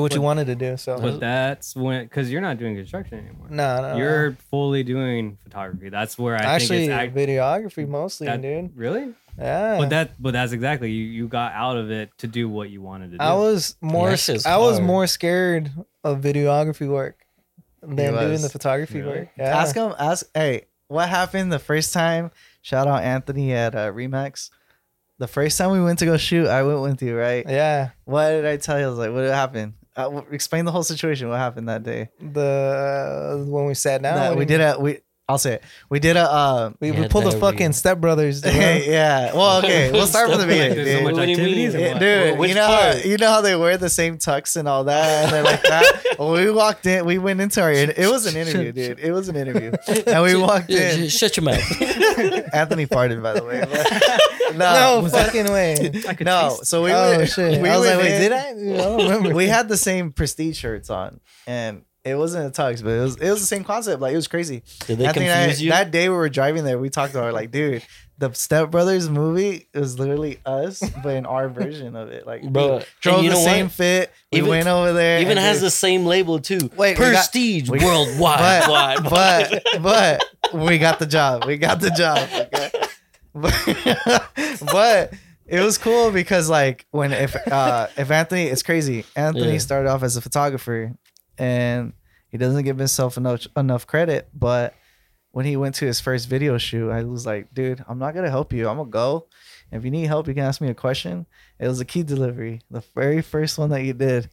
Speaker 2: (laughs)
Speaker 4: what you wanted to do. So
Speaker 1: But that's when, because you're not doing construction anymore.
Speaker 4: no, no,
Speaker 1: You're fully doing photography. That's where I
Speaker 4: Uh, actually
Speaker 1: think it's act-
Speaker 4: videography mostly,
Speaker 1: that-
Speaker 4: dude.
Speaker 1: really.
Speaker 4: Yeah.
Speaker 1: But that, but that's exactly you. You got out of it to do what you wanted to do.
Speaker 4: I was more
Speaker 2: that shit's
Speaker 4: I was
Speaker 2: hard.
Speaker 4: more scared of videography work than doing
Speaker 3: was.
Speaker 4: the photography
Speaker 1: Really?
Speaker 4: work. Yeah.
Speaker 3: Ask him. Ask. Hey, what happened the first time? Shout out Anthony at uh, Remax. The first time we went to go shoot, I went with you, right?
Speaker 4: yeah.
Speaker 3: What did I tell you? I was like, what happened? Uh, w- explain the whole situation. What happened that day?
Speaker 4: The uh, when we sat down,
Speaker 3: That
Speaker 4: what
Speaker 3: we
Speaker 4: do you
Speaker 3: did a. We. I'll say it. We did a. Uh,
Speaker 4: mean? we, we
Speaker 2: Yeah,
Speaker 4: pulled the
Speaker 2: that
Speaker 4: fucking
Speaker 2: we-
Speaker 3: (laughs)
Speaker 4: stepbrothers. dude.
Speaker 3: yeah.
Speaker 2: (laughs)
Speaker 3: Well, okay. We'll start from the
Speaker 1: Like,
Speaker 3: beginning,
Speaker 1: there's
Speaker 3: dude.
Speaker 1: so much
Speaker 2: What do you
Speaker 1: activities.
Speaker 2: mean?
Speaker 1: and
Speaker 3: Yeah,
Speaker 1: what-
Speaker 3: dude,
Speaker 2: Which
Speaker 3: you know how,
Speaker 2: part?
Speaker 3: you know how they wear the same tux and all that, and they're like that. when we walked in, we went into our. It was an interview, dude. It was an interview, and we walked
Speaker 2: Yeah,
Speaker 3: in.
Speaker 2: just shut your
Speaker 3: (laughs)
Speaker 2: mouth.
Speaker 3: Anthony farted, by the way. no,
Speaker 4: No (laughs) fucking way.
Speaker 1: I could
Speaker 3: no.
Speaker 1: taste
Speaker 3: So uh, (laughs) we
Speaker 4: oh
Speaker 3: went-
Speaker 4: shit!
Speaker 3: we
Speaker 4: I was
Speaker 3: went
Speaker 4: like, wait,
Speaker 3: in-
Speaker 4: did I? Dude, I don't remember.
Speaker 3: (laughs) We had the same prestige shirts on, and it wasn't a tux, but it was it was the same concept. Like it was crazy.
Speaker 2: Did they
Speaker 3: Anthony and I-
Speaker 2: confuse you?
Speaker 3: that day we were driving there. We talked about it, like, dude, the Step Brothers movie is literally us, but in our version of it. Like,
Speaker 2: Bro,
Speaker 3: we
Speaker 2: and
Speaker 3: drove
Speaker 2: you
Speaker 3: the
Speaker 2: know
Speaker 3: same
Speaker 2: what?
Speaker 3: fit. We
Speaker 2: Even-
Speaker 3: went over there.
Speaker 2: Even
Speaker 3: and
Speaker 2: has
Speaker 3: did-
Speaker 2: the same label too.
Speaker 3: Wait, we got-
Speaker 2: Prestige
Speaker 3: we-
Speaker 2: worldwide. (laughs)
Speaker 3: but,
Speaker 2: wide, wide.
Speaker 3: (laughs) but but we got the job. We got the job. Okay? But, (laughs) but it was cool because like when if uh if Anthony it's crazy. Anthony
Speaker 2: Yeah.
Speaker 3: started off as a photographer and he doesn't give himself enough enough credit, but when he went to his first video shoot, I was like, dude, I'm not gonna help you. I'm gonna go. If you need help, you can ask me a question. It was a key delivery, the very first one that you did.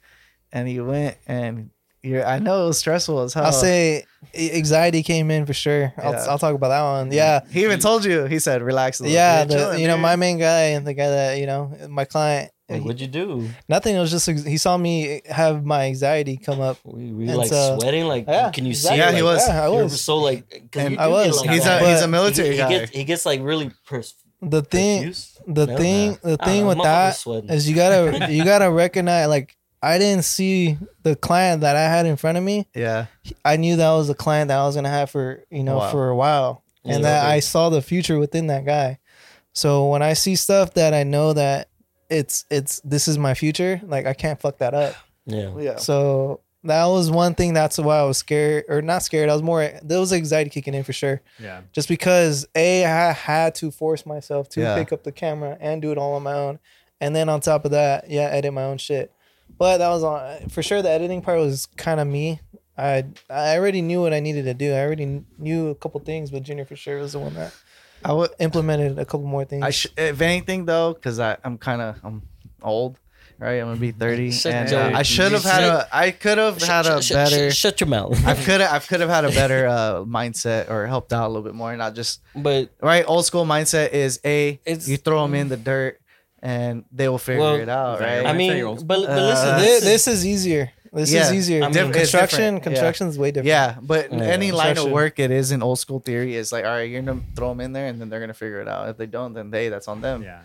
Speaker 3: And he went and you I know it was stressful as hell.
Speaker 4: I'll say a- anxiety came in for sure. I'll,
Speaker 3: Yeah.
Speaker 4: I'll talk about that one. Yeah.
Speaker 3: He even told you. He said, "Relax." A little.
Speaker 4: Yeah,
Speaker 3: You're
Speaker 4: the,
Speaker 3: chilling,
Speaker 4: you know
Speaker 3: dude.
Speaker 4: my main guy and the guy that you know my client.
Speaker 2: Like,
Speaker 4: he-
Speaker 2: what'd you do?
Speaker 4: nothing. It was just ex- he saw me have my anxiety come up.
Speaker 2: We were you,
Speaker 4: And
Speaker 2: like
Speaker 4: so-
Speaker 2: sweating? Like,
Speaker 4: Yeah,
Speaker 2: can you
Speaker 4: exactly.
Speaker 2: see?
Speaker 3: uh, Yeah,
Speaker 2: like,
Speaker 3: he was.
Speaker 4: Yeah, I
Speaker 2: you were
Speaker 4: was.
Speaker 2: so like, 'cause
Speaker 3: And
Speaker 2: you
Speaker 4: I
Speaker 2: do get
Speaker 4: was.
Speaker 2: Like
Speaker 3: He's
Speaker 2: that.
Speaker 3: a he's
Speaker 4: But
Speaker 3: a military
Speaker 2: he,
Speaker 3: guy.
Speaker 2: He gets, he gets like really pers-
Speaker 4: The thing,
Speaker 2: perfuse.
Speaker 4: the
Speaker 2: No?
Speaker 4: thing, the
Speaker 2: I don't
Speaker 4: thing
Speaker 2: know,
Speaker 4: with
Speaker 2: motherfucker's
Speaker 4: that
Speaker 2: sweating.
Speaker 4: is
Speaker 2: (laughs)
Speaker 4: you gotta you gotta recognize like I didn't see the client that I had in front of me.
Speaker 3: (laughs) yeah,
Speaker 4: I knew that was a client that I was gonna have for you know
Speaker 3: Wow.
Speaker 4: for a while, and
Speaker 2: Yeah.
Speaker 4: that I saw the future within that guy. So when I see stuff that I know that it's it's this is my future, like I can't fuck that up.
Speaker 2: yeah.
Speaker 3: yeah.
Speaker 4: So that was one thing. That's why I was scared, or not scared. I was more there was anxiety kicking in for sure,
Speaker 1: Yeah.
Speaker 4: just because a I had to force myself to
Speaker 3: Yeah.
Speaker 4: pick up the camera and do it all on my own, and then on top of that, yeah, edit my own shit. But that was on for sure. The editing part was kind of me. I I already knew what I needed to do. I already kn- knew a couple things, but Junior for sure was the one that
Speaker 3: I would.
Speaker 4: implemented a couple more things.
Speaker 3: I sh- if anything though, because I I'm kind of I'm old, right? I'm gonna be thirty,
Speaker 2: Shut
Speaker 3: and
Speaker 1: your-
Speaker 3: uh, I should have
Speaker 2: you
Speaker 3: had
Speaker 2: said-
Speaker 3: a I could have had a
Speaker 2: Shut- shut-
Speaker 3: better.
Speaker 2: shut- Shut your mouth.
Speaker 3: (laughs) I could I could have had a better uh, mindset or helped out a little bit more, not just
Speaker 2: but
Speaker 3: right. Old school mindset is a
Speaker 2: It's-
Speaker 3: you throw them in the dirt and they will figure
Speaker 2: Well,
Speaker 3: it out,
Speaker 1: exactly.
Speaker 3: right?
Speaker 2: I
Speaker 1: I'd say
Speaker 2: mean,
Speaker 1: you're old
Speaker 2: but, but listen,
Speaker 3: Uh,
Speaker 4: Thi-
Speaker 2: this,
Speaker 4: this,
Speaker 2: is-
Speaker 4: is easier. This
Speaker 3: Yeah.
Speaker 4: is easier.
Speaker 2: I mean,
Speaker 4: construction
Speaker 3: it's different.
Speaker 4: construction is way different.
Speaker 3: Yeah, but
Speaker 2: Yeah.
Speaker 3: any line of
Speaker 4: Construction.
Speaker 3: work it is in old school theory is like, all right, you're gonna throw them in there, and then they're gonna figure it out. If they don't, then they that's on them.
Speaker 1: Yeah.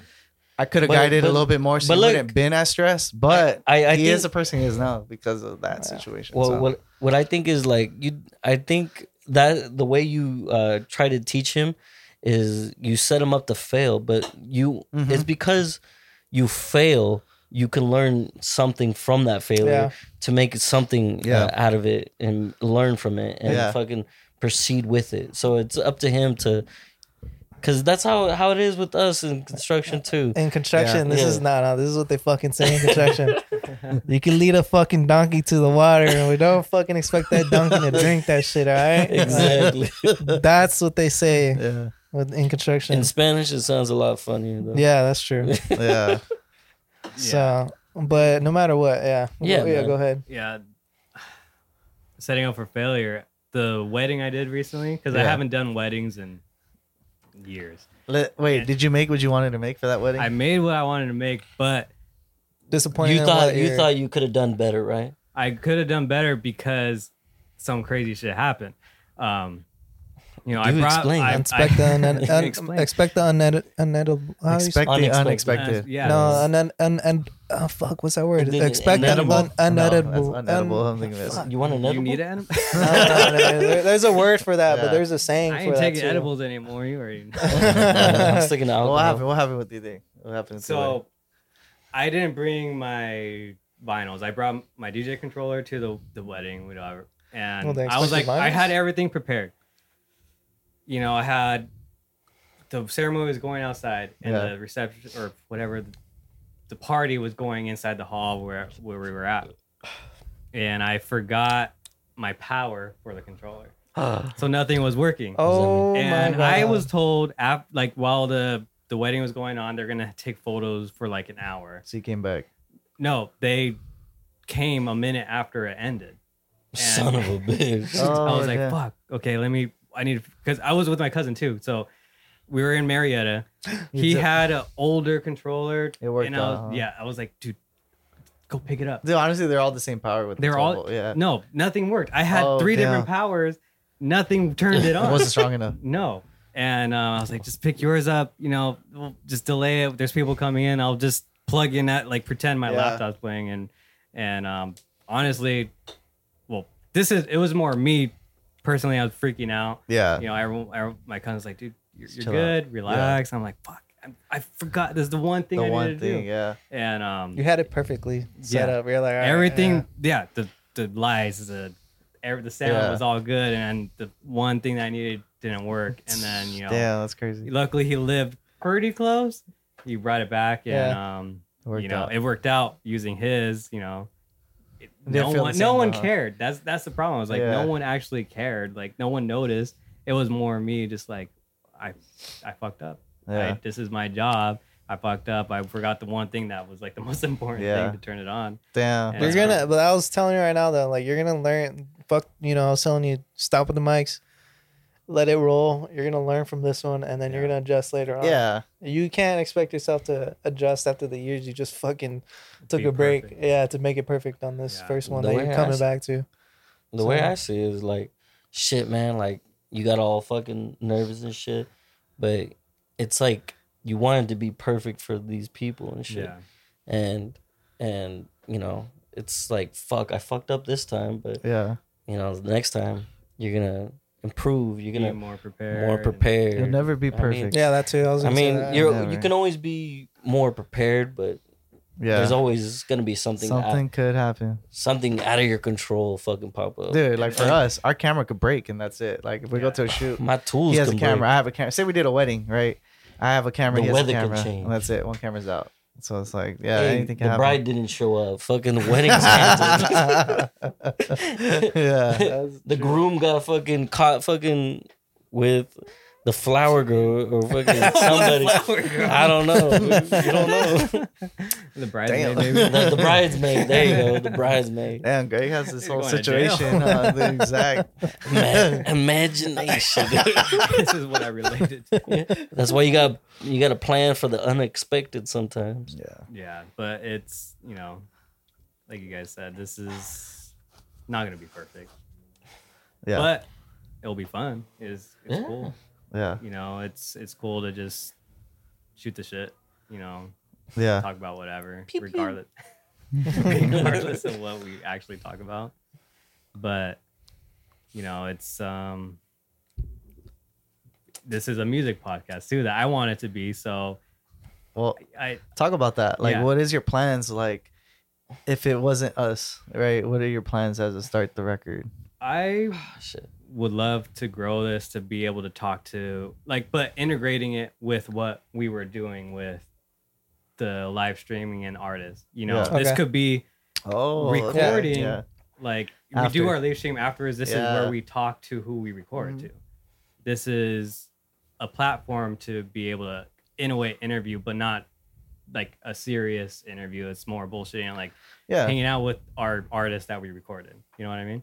Speaker 3: I could have
Speaker 2: But-
Speaker 3: guided
Speaker 2: but-
Speaker 3: a little bit more, so
Speaker 2: but
Speaker 3: he
Speaker 2: look-
Speaker 3: wouldn't been as stressed. But
Speaker 2: I, I
Speaker 3: he
Speaker 2: think,
Speaker 3: is the person he is now because of that situation.
Speaker 2: well,
Speaker 3: so.
Speaker 2: what what I think is like you. I think that the way you uh, try to teach him is you set him up to fail, but you
Speaker 3: Mhm.
Speaker 2: it's because you fail. You can learn something from that failure
Speaker 4: Yeah.
Speaker 2: to make something
Speaker 3: Yeah.
Speaker 2: uh, out of it and learn from it and
Speaker 3: Yeah.
Speaker 2: fucking proceed with it. So it's up to him to, because that's how how it is with us in construction
Speaker 4: (laughs)
Speaker 2: too.
Speaker 4: In construction, this
Speaker 2: Yeah.
Speaker 4: is not. Nah, this is what they fucking say
Speaker 3: (laughs)
Speaker 4: in construction. you can lead a fucking donkey to the water, and we don't fucking expect that donkey to drink that shit. All right.
Speaker 2: Exactly.
Speaker 4: Like, that's what they say
Speaker 3: yeah,
Speaker 4: with in construction.
Speaker 2: In Spanish, it sounds a lot funnier though.
Speaker 4: yeah, that's true.
Speaker 3: (laughs) yeah,
Speaker 2: (laughs)
Speaker 4: So, but no matter what, yeah,
Speaker 2: Yeah,
Speaker 4: Go- yeah.
Speaker 2: man.
Speaker 4: Go ahead.
Speaker 1: yeah (sighs) setting up for failure the wedding i did recently because i
Speaker 3: Yeah.
Speaker 1: haven't done weddings in years
Speaker 3: Let- wait,
Speaker 1: Yeah.
Speaker 3: did you make what you wanted to make for that wedding?
Speaker 1: i made what i wanted to make but
Speaker 4: Disappointed.
Speaker 2: You
Speaker 4: in
Speaker 2: thought
Speaker 4: what
Speaker 2: you
Speaker 4: you're- (laughs)
Speaker 2: thought you could have done better, right?
Speaker 1: i could have done better because some crazy shit happened um you know i
Speaker 2: Do
Speaker 1: brought
Speaker 2: explain.
Speaker 1: I,
Speaker 4: expect the
Speaker 1: I-
Speaker 3: (laughs)
Speaker 4: un-
Speaker 1: (laughs)
Speaker 4: un-
Speaker 1: Explain.
Speaker 4: expect the unned unned. how do you
Speaker 3: expect the
Speaker 2: Unexpected.
Speaker 1: Uh,
Speaker 3: unexpected.
Speaker 1: yeah
Speaker 4: no,
Speaker 1: it was-
Speaker 4: and then and and oh fuck, what's that word?
Speaker 2: And then
Speaker 4: Expect an
Speaker 2: inedible.
Speaker 4: un- unedible.
Speaker 3: No, that's unedible. I'm thinking of it.
Speaker 4: Fuck.
Speaker 2: You want an edible?
Speaker 1: you need
Speaker 4: (laughs)
Speaker 1: an edible
Speaker 4: No, no, no, there- there's a word for that, but
Speaker 3: Yeah.
Speaker 4: there's a saying
Speaker 1: i ain't
Speaker 4: for that
Speaker 1: taking
Speaker 4: too. (laughs)
Speaker 1: edibles anymore you already know
Speaker 2: (laughs) I'm sticking to
Speaker 3: What
Speaker 2: alcohol.
Speaker 3: happened? What happened with you there? What happened? to
Speaker 1: So I didn't bring my vinyls. I brought my DJ controller to the, the wedding, whatever. And
Speaker 4: Well, they
Speaker 1: I was like,
Speaker 4: expected
Speaker 1: I
Speaker 4: vinyls?
Speaker 1: had everything prepared. You know, I had the ceremony was going outside and
Speaker 3: Yeah.
Speaker 1: the reception or whatever the, the party was going inside the hall where where we were at. And I forgot my power for the controller.
Speaker 2: Ah,
Speaker 1: So nothing was working
Speaker 4: Oh
Speaker 1: and
Speaker 4: my god!
Speaker 1: I was told af- like while the the wedding was going on, they're gonna take photos for like an hour.
Speaker 3: so he came back.
Speaker 1: No, they came a minute after it ended. (laughs)
Speaker 2: Son of a bitch.
Speaker 1: I was like,
Speaker 3: Oh, yeah.
Speaker 1: "Fuck, okay, let me." I need because I was with my cousin too, so we were in
Speaker 3: (gasps)
Speaker 1: Marietta. He
Speaker 3: You did-
Speaker 1: had an older controller.
Speaker 3: It worked
Speaker 1: and I
Speaker 3: out,
Speaker 1: was,
Speaker 3: huh?
Speaker 1: Yeah, I was like, "Dude, go pick it up."
Speaker 3: Dude, honestly, they're all the same power with. the
Speaker 1: They're all- (laughs)
Speaker 3: 12 yeah.
Speaker 1: No, nothing worked. I had
Speaker 3: Oh,
Speaker 1: three
Speaker 3: damn.
Speaker 1: different powers. Nothing turned
Speaker 2: (laughs)
Speaker 1: it
Speaker 3: It
Speaker 1: on.
Speaker 3: wasn't strong enough.
Speaker 1: no. And uh, I was like, just pick yours up, you know, we'll just delay it. There's people coming in. I'll just plug in that, like pretend my
Speaker 3: Yeah.
Speaker 1: laptop's playing. And, and um, honestly, well, this is, it was more me personally. I was freaking out.
Speaker 3: Yeah.
Speaker 1: You know, everyone, everyone my cousin's like, dude, you're,
Speaker 3: Just
Speaker 1: you're
Speaker 3: chill out.
Speaker 1: good, relax. I'm like, fuck, I, I forgot. This is the one thing
Speaker 3: the
Speaker 1: I needed
Speaker 3: one
Speaker 1: to
Speaker 3: thing,
Speaker 1: do.
Speaker 3: yeah.
Speaker 1: And um,
Speaker 4: You had it perfectly set
Speaker 1: Yeah.
Speaker 4: up. You're like all right,
Speaker 1: everything, yeah. the the lights, the every, the sound
Speaker 3: Yeah.
Speaker 1: was all good, and the one thing that I needed didn't work. And then you know,
Speaker 3: Yeah, that's crazy.
Speaker 1: luckily he lived pretty close. He brought it back, and um,
Speaker 3: Worked
Speaker 1: you know,
Speaker 3: out.
Speaker 1: it worked out using his. You know, it,
Speaker 4: They
Speaker 1: no
Speaker 4: feel the
Speaker 1: one,
Speaker 4: same
Speaker 1: no one
Speaker 4: though, huh?
Speaker 1: cared. That's that's the problem. It was like
Speaker 3: Yeah.
Speaker 1: no one actually cared. Like no one noticed. It was more me, just like I, I fucked up.
Speaker 3: Yeah.
Speaker 1: I, this is my job. I fucked up. I forgot the one thing that was like the (laughs) most important
Speaker 3: Yeah.
Speaker 1: thing to turn it on.
Speaker 3: Damn.
Speaker 1: Yeah.
Speaker 4: You're
Speaker 1: That's
Speaker 4: gonna,
Speaker 1: cool.
Speaker 4: but I was telling you right now though, like you're gonna learn. Fuck, you know, I was telling you, stop with the mics, let it roll. You're gonna learn from this one, and then you're
Speaker 1: Yeah.
Speaker 4: gonna adjust later on.
Speaker 3: Yeah.
Speaker 4: you can't expect yourself to adjust after the years you just fucking took
Speaker 1: Be
Speaker 4: a break.
Speaker 1: perfect.
Speaker 4: Yeah, to make it perfect on this
Speaker 1: Yeah.
Speaker 4: first one
Speaker 2: The
Speaker 4: that
Speaker 2: way
Speaker 4: you're
Speaker 2: I
Speaker 4: coming
Speaker 2: s-
Speaker 4: back to.
Speaker 2: The way
Speaker 4: So-
Speaker 2: I see it is like, shit, man, like you got all fucking nervous and shit, but it's like you wanted to be perfect for these people and shit,
Speaker 1: Yeah,
Speaker 2: and and you know, it's like fuck, I fucked up this time, but
Speaker 3: Yeah.
Speaker 2: you know, the next time you're gonna improve, you're
Speaker 1: be
Speaker 2: gonna
Speaker 1: more prepared. (laughs)
Speaker 2: more prepared.
Speaker 3: You'll never be
Speaker 2: I mean-
Speaker 3: perfect.
Speaker 4: Yeah, that too. I was.
Speaker 2: I
Speaker 4: gonna say
Speaker 2: mean,
Speaker 4: that.
Speaker 2: you are
Speaker 3: Never.
Speaker 2: you can always be more prepared, but
Speaker 3: yeah.
Speaker 2: there's always gonna be something
Speaker 3: Something
Speaker 2: something
Speaker 3: could happen.
Speaker 2: something out of your control fucking pop up.
Speaker 3: Dude, like for us, our camera could break and that's it. Like if we go
Speaker 1: Yeah.
Speaker 3: to
Speaker 2: (laughs)
Speaker 3: a shoot,
Speaker 2: my tools
Speaker 3: he has a
Speaker 2: can
Speaker 3: camera.
Speaker 2: break.
Speaker 3: I have a camera. Say we did a wedding, right? I have a camera.
Speaker 2: The
Speaker 3: he has
Speaker 2: weather
Speaker 3: a
Speaker 2: can
Speaker 3: camera.
Speaker 2: change.
Speaker 3: And that's it. One camera's out. So it's like, yeah,
Speaker 2: Hey, the
Speaker 3: anything can happen.
Speaker 2: bride didn't show up. Fucking the
Speaker 3: (laughs)
Speaker 2: wedding's canceled.
Speaker 3: yeah.
Speaker 2: the groom got fucking caught fucking with the flower girl (laughs) or fucking somebody. Ah, I don't know. You don't know.
Speaker 1: The
Speaker 3: Damn.
Speaker 1: bridesmaid, maybe.
Speaker 2: The, the bridesmaid. There you go. The
Speaker 3: (laughs)
Speaker 2: bridesmaid.
Speaker 3: Damn, Greg has this
Speaker 1: You're
Speaker 3: whole
Speaker 1: going to jail.
Speaker 3: situation on
Speaker 2: (laughs)
Speaker 3: the exact.
Speaker 2: Ma- imagination.
Speaker 1: (laughs)
Speaker 2: (laughs)
Speaker 1: this is what I related to.
Speaker 2: That's why you got you got to plan for the unexpected sometimes.
Speaker 3: (laughs) Yeah.
Speaker 1: Yeah, but it's you know, like you guys said, this is not gonna be perfect.
Speaker 3: Yeah.
Speaker 1: But it'll be fun. It's it's
Speaker 2: Yeah.
Speaker 1: cool.
Speaker 3: Yeah.
Speaker 1: You know, it's it's cool to just shoot the shit. You know,
Speaker 3: Yeah.
Speaker 1: talk about whatever,
Speaker 2: Pew, pew.
Speaker 3: (laughs)
Speaker 1: regardless, regardless of what we actually talk about. But you know, it's um, this is a music podcast too that I want it to be. So
Speaker 3: Well,
Speaker 1: I
Speaker 3: talk about that. Like,
Speaker 1: Yeah.
Speaker 3: what is your plans? Like, if it wasn't us, right? What are your plans as to start the record?
Speaker 1: I
Speaker 2: Ah, shit.
Speaker 1: would love to grow this to be able to talk to like but integrating it with what we were doing with the live streaming and artists you know
Speaker 3: Yeah.
Speaker 1: this
Speaker 4: Okay.
Speaker 1: could be
Speaker 3: Oh, that's-
Speaker 1: Recording.
Speaker 3: Yeah.
Speaker 1: like we
Speaker 3: After.
Speaker 1: do our live stream afterwards this is
Speaker 3: Yeah. Mm-hmm.
Speaker 1: where we talk to who we record
Speaker 4: Mhm.
Speaker 1: to this is a platform to be able to in a way interview but not like a serious interview it's more bullshit and like
Speaker 3: Yeah.
Speaker 1: hanging out with our artists that we recorded you know what i mean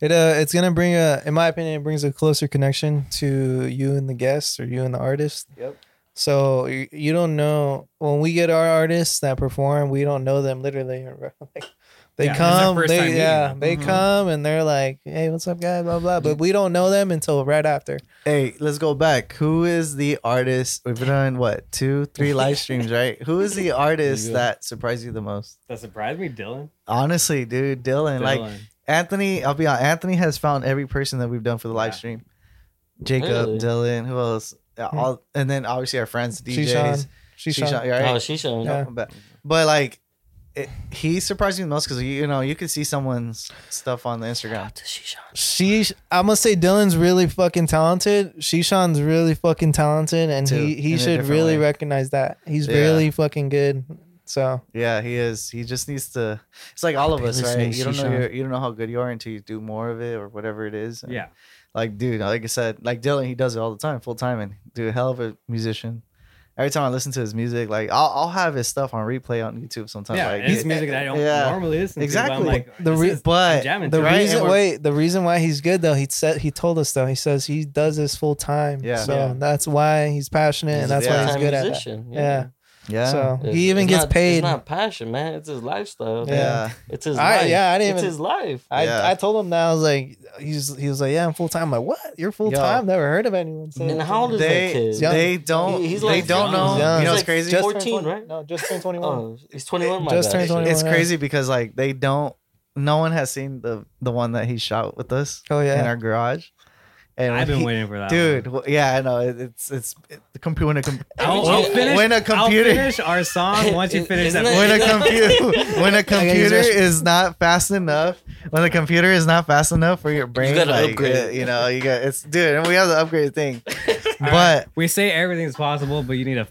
Speaker 4: It uh, it's gonna bring a, in my opinion, it brings a closer connection to you and the guest or you and the artist.
Speaker 3: Yep.
Speaker 4: So you, you don't know when we get our artists that perform, we don't know them literally. (laughs) Like, they
Speaker 1: Yeah, this is our
Speaker 4: come,
Speaker 1: first time
Speaker 4: they
Speaker 1: meeting
Speaker 4: yeah,
Speaker 1: them. Mm-hmm.
Speaker 4: they
Speaker 3: Mhm.
Speaker 4: come and they're like, "Hey, what's up, guys?" Blah blah. But we don't know them until right after.
Speaker 3: Hey, let's go back. Who is the artist? We've done what two, three (laughs) live streams, right? Who is the artist
Speaker 2: Yeah.
Speaker 3: that surprised you the most?
Speaker 1: that surprised me dylan,
Speaker 3: Honestly, dude, Dylan, Like
Speaker 1: Dylan.
Speaker 3: Anthony, I'll be honest. Anthony has found every person that we've done for the live
Speaker 1: Yeah.
Speaker 3: stream. Jacob,
Speaker 2: Really?
Speaker 3: Dylan, who else? Yeah,
Speaker 4: Hmm.
Speaker 3: All and then obviously our friends, DJs.
Speaker 4: Shishan, Shishan.
Speaker 3: Shishan, right?
Speaker 2: Oh, she showing
Speaker 4: Yeah.
Speaker 2: up.
Speaker 3: (laughs) but, but like it, he surprised me the most because you know you could see someone's stuff on the Instagram.
Speaker 2: Shout out to Shishan.
Speaker 4: She, I'm gonna say Dylan's really fucking talented. Shishan's really fucking talented, and
Speaker 3: Too,
Speaker 4: he he
Speaker 3: in a
Speaker 4: should
Speaker 3: different
Speaker 4: really
Speaker 3: way.
Speaker 4: recognize that. He's
Speaker 3: Yeah.
Speaker 4: really fucking good. So
Speaker 3: Yeah, he is. He just needs to. It's like all of
Speaker 2: been
Speaker 3: us,
Speaker 2: listening
Speaker 3: right?
Speaker 2: to
Speaker 3: You don't know
Speaker 2: Shishan.
Speaker 3: your, you don't know how good you are until you do more of it or whatever it is. And,
Speaker 1: yeah
Speaker 3: Like dude, like I said, like Dylan, he does it all the time, full time, and dude, a hell of a musician. Every time I listen to his music, like I'll, I'll have his stuff on replay on YouTube sometimes.
Speaker 1: yeah,
Speaker 3: like,
Speaker 1: and it's music that I don't
Speaker 3: yeah.
Speaker 1: normally listen
Speaker 3: Exactly.
Speaker 1: to. But I'm like,
Speaker 4: The
Speaker 1: this
Speaker 4: re-
Speaker 1: is
Speaker 3: but
Speaker 1: jamming
Speaker 4: the
Speaker 1: to, right?
Speaker 4: reason,
Speaker 1: And we're-
Speaker 4: wait, the reason why he's good though, he said he told us though. He says he does this full time.
Speaker 3: Yeah.
Speaker 4: So
Speaker 2: Yeah.
Speaker 4: that's why he's passionate, and that's why
Speaker 3: Yeah.
Speaker 4: he's good at that.
Speaker 2: musician.
Speaker 4: Yeah.
Speaker 3: yeah,
Speaker 4: So
Speaker 2: It's-
Speaker 4: he even
Speaker 2: it's
Speaker 4: gets
Speaker 2: not-
Speaker 4: paid.
Speaker 2: It's not passion, man. It's his lifestyle.
Speaker 4: Yeah.
Speaker 2: Yeah.
Speaker 4: (laughs)
Speaker 3: yeah,
Speaker 2: It's his
Speaker 4: I-
Speaker 2: life.
Speaker 4: yeah, I didn't
Speaker 2: it's
Speaker 4: even-
Speaker 2: his life.
Speaker 4: I,
Speaker 3: Yeah.
Speaker 4: I told him that I was like he's he was like yeah I'm full time like what you're full time never heard of anyone saying
Speaker 2: And how old is that
Speaker 3: they
Speaker 2: kid?
Speaker 4: young.
Speaker 3: they don't
Speaker 2: He- he's
Speaker 3: they
Speaker 2: like
Speaker 1: young.
Speaker 3: don't know.
Speaker 1: He's
Speaker 3: You
Speaker 4: young.
Speaker 3: know
Speaker 4: He's
Speaker 3: what's
Speaker 2: like
Speaker 3: crazy?
Speaker 2: just
Speaker 4: 14
Speaker 2: 14,
Speaker 4: right
Speaker 2: right?
Speaker 4: no just turned 21
Speaker 2: Oh, he's 21. My
Speaker 4: Just
Speaker 2: bad.
Speaker 4: turned 21.
Speaker 3: it's
Speaker 4: Yeah.
Speaker 3: crazy because like they don't no one has seen the the one that he shot with us
Speaker 4: oh yeah
Speaker 3: in our garage And
Speaker 1: I've
Speaker 3: when
Speaker 1: been
Speaker 3: he-
Speaker 1: waiting for that,
Speaker 3: Dude,
Speaker 1: one.
Speaker 3: well, yeah, I know it- it's it's it, the computer when a com-
Speaker 1: I'll,
Speaker 2: Every-
Speaker 1: I'll finish.
Speaker 3: when a computer
Speaker 1: I'll finish our
Speaker 2: (laughs)
Speaker 1: song once you finish
Speaker 2: Isn't
Speaker 1: that.
Speaker 2: it-
Speaker 3: when a
Speaker 1: (laughs)
Speaker 3: computer when a computer
Speaker 4: rushing.
Speaker 3: is not fast enough when the computer is not fast enough for your brain
Speaker 2: gotta
Speaker 3: like,
Speaker 2: upgrade.
Speaker 3: uh, you know you got it's dude and we have the upgrade thing
Speaker 1: (laughs) All
Speaker 3: but
Speaker 1: We say everything's possible, but you need a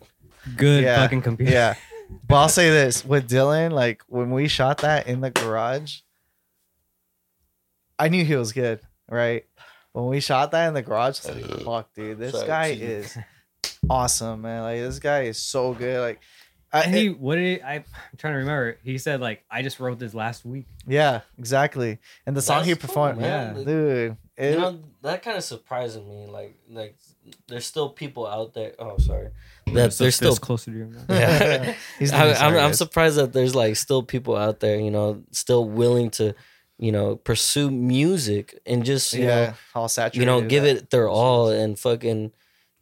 Speaker 1: good
Speaker 3: Yeah.
Speaker 1: fucking computer.
Speaker 3: (laughs) yeah but I'll say this with Dylan like when we shot that in the garage I knew he was good right when we shot that in the garage I was like fuck dude this
Speaker 2: Sorry,
Speaker 3: guy
Speaker 2: excuse me.
Speaker 3: is awesome man like this guy is so good like I,
Speaker 1: And he, what did he, I, I'm trying to remember. He said like, I just wrote this last week.
Speaker 3: yeah exactly and the song he
Speaker 2: That's cool,
Speaker 3: performed
Speaker 2: man.
Speaker 3: yeah dude
Speaker 2: (laughs)
Speaker 3: it,
Speaker 2: you know that kind of surprises me. Like like there's still people out there. Oh, sorry. That
Speaker 1: So
Speaker 2: there's still.
Speaker 1: this closer to your mouth.
Speaker 2: (laughs)
Speaker 4: (laughs)
Speaker 2: Yeah.
Speaker 3: He's
Speaker 2: I,
Speaker 3: doing
Speaker 2: I'm,
Speaker 3: sorry,
Speaker 2: I'm
Speaker 3: guys.
Speaker 2: surprised that there's like still people out there, you know, still willing to, you know, pursue music and just you know
Speaker 3: yeah, all saturated.
Speaker 2: you know give
Speaker 3: that.
Speaker 2: it their all and fucking